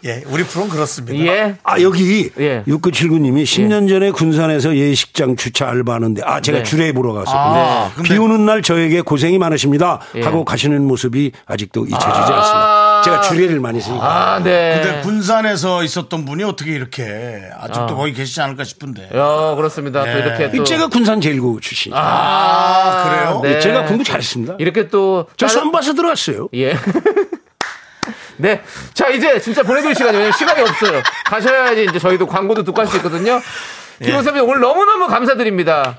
[SPEAKER 1] 예, 우리 프로는 그렇습니다.
[SPEAKER 2] 예.
[SPEAKER 5] 아 여기
[SPEAKER 2] 예.
[SPEAKER 5] 6979님이 10년 전에 군산에서 예식장 주차 알바하는데 아 제가
[SPEAKER 2] 네.
[SPEAKER 5] 주례에 보러 갔었거든요
[SPEAKER 1] 아, 근데-
[SPEAKER 5] 비 오는 날 저에게 고생이 많으십니다
[SPEAKER 2] 예.
[SPEAKER 5] 하고 가시는 모습이 아직도 잊혀지지 않습니다. 제가 주례를 많이 쓰니까
[SPEAKER 2] 아, 네.
[SPEAKER 1] 근데 군산에서 있었던 분이 어떻게 이렇게 아직도 거기 계시지 않을까 싶은데.
[SPEAKER 2] 야, 그렇습니다. 또 이렇게 또
[SPEAKER 5] 제가 군산 제일고 출신. 아,
[SPEAKER 1] 아, 그래요?
[SPEAKER 2] 네.
[SPEAKER 5] 제가 공부 잘했습니다.
[SPEAKER 2] 이렇게 또
[SPEAKER 5] 저
[SPEAKER 2] 다른-
[SPEAKER 5] 시험 봐서 들어왔어요.
[SPEAKER 2] 예. 네. 자, 이제 진짜 보내드릴 시간이 왜냐면 시간이 없어요. 가셔야지 이제 저희도 광고도 듣고 할 수 있거든요. 김호섭님 오늘 너무너무 감사드립니다.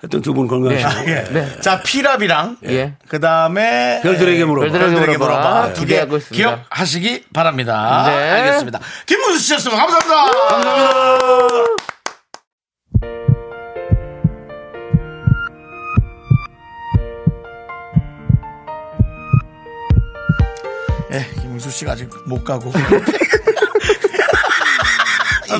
[SPEAKER 5] 하여튼 두 분 건강하시고.
[SPEAKER 1] 예. 자, 피랍이랑
[SPEAKER 2] 예.
[SPEAKER 1] 그다음에
[SPEAKER 5] 별들에게 물어봐.
[SPEAKER 1] 별들에게,
[SPEAKER 2] 별들에게 물어봐.
[SPEAKER 1] 물어봐.
[SPEAKER 2] 네.
[SPEAKER 1] 두 개
[SPEAKER 2] 기대하고 있습니다.
[SPEAKER 1] 기억하시기 바랍니다.
[SPEAKER 2] 네.
[SPEAKER 1] 알겠습니다. 김문수 씨였습니다. 감사합니다. 감사합니다. 예, 김문수 씨가 아직 못 가고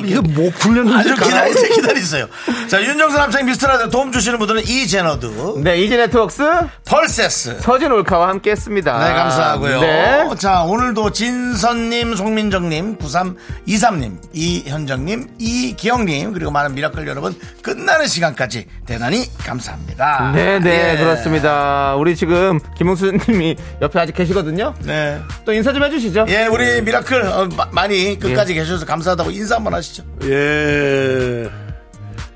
[SPEAKER 5] 이거 목 풀렸는데.
[SPEAKER 1] 아주 기다리세요, 기다리세요. 자, 윤정수 남창 미스터라디오 도움 주시는 분들은 이제너드,
[SPEAKER 2] 네, 이지 네트웍스
[SPEAKER 1] 펄세스,
[SPEAKER 2] 서진 올카와 함께 했습니다.
[SPEAKER 1] 네, 감사하고요.
[SPEAKER 2] 아, 네.
[SPEAKER 1] 자, 오늘도 진선님, 송민정님, 9323님, 이현정님, 이기영님, 그리고 많은 미라클 여러분, 끝나는 시간까지 대단히 감사합니다.
[SPEAKER 2] 네, 네,
[SPEAKER 1] 예.
[SPEAKER 2] 그렇습니다. 우리 지금 김홍수 님이 옆에 아직 계시거든요.
[SPEAKER 1] 네.
[SPEAKER 2] 또 인사 좀 해주시죠.
[SPEAKER 1] 예, 우리 미라클, 어, 마- 많이 끝까지
[SPEAKER 2] 예.
[SPEAKER 1] 계셔서 감사하다고 인사 한번 하시죠.
[SPEAKER 5] 예.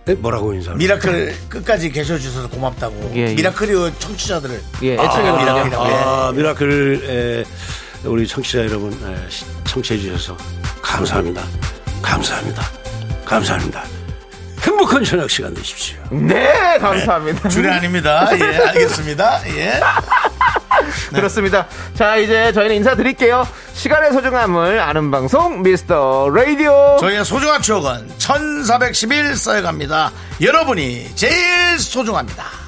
[SPEAKER 5] 네, 뭐라고 인사?
[SPEAKER 1] 미라클 끝까지 계셔주셔서 고맙다고.
[SPEAKER 2] 예, 예.
[SPEAKER 1] 미라클이 청취자들을.
[SPEAKER 2] 예, 애청해거든요.
[SPEAKER 1] 미라클이라고. 예.
[SPEAKER 5] 아, 미라클 에, 우리 청취자 여러분 에, 시- 청취해 주셔서 감사합니다. 감사합니다. 감사합니다. 행복한 저녁 시간 되십시오.
[SPEAKER 1] 예.
[SPEAKER 2] 네, 감사합니다.
[SPEAKER 1] 주례 아닙니다. 예, 알겠습니다. 예. 네.
[SPEAKER 2] 그렇습니다. 자, 이제 저희는 인사드릴게요. 시간의 소중함을 아는 방송, 미스터 라디오.
[SPEAKER 1] 저희의 소중한 추억은 1411 써여갑니다. 여러분이 제일 소중합니다.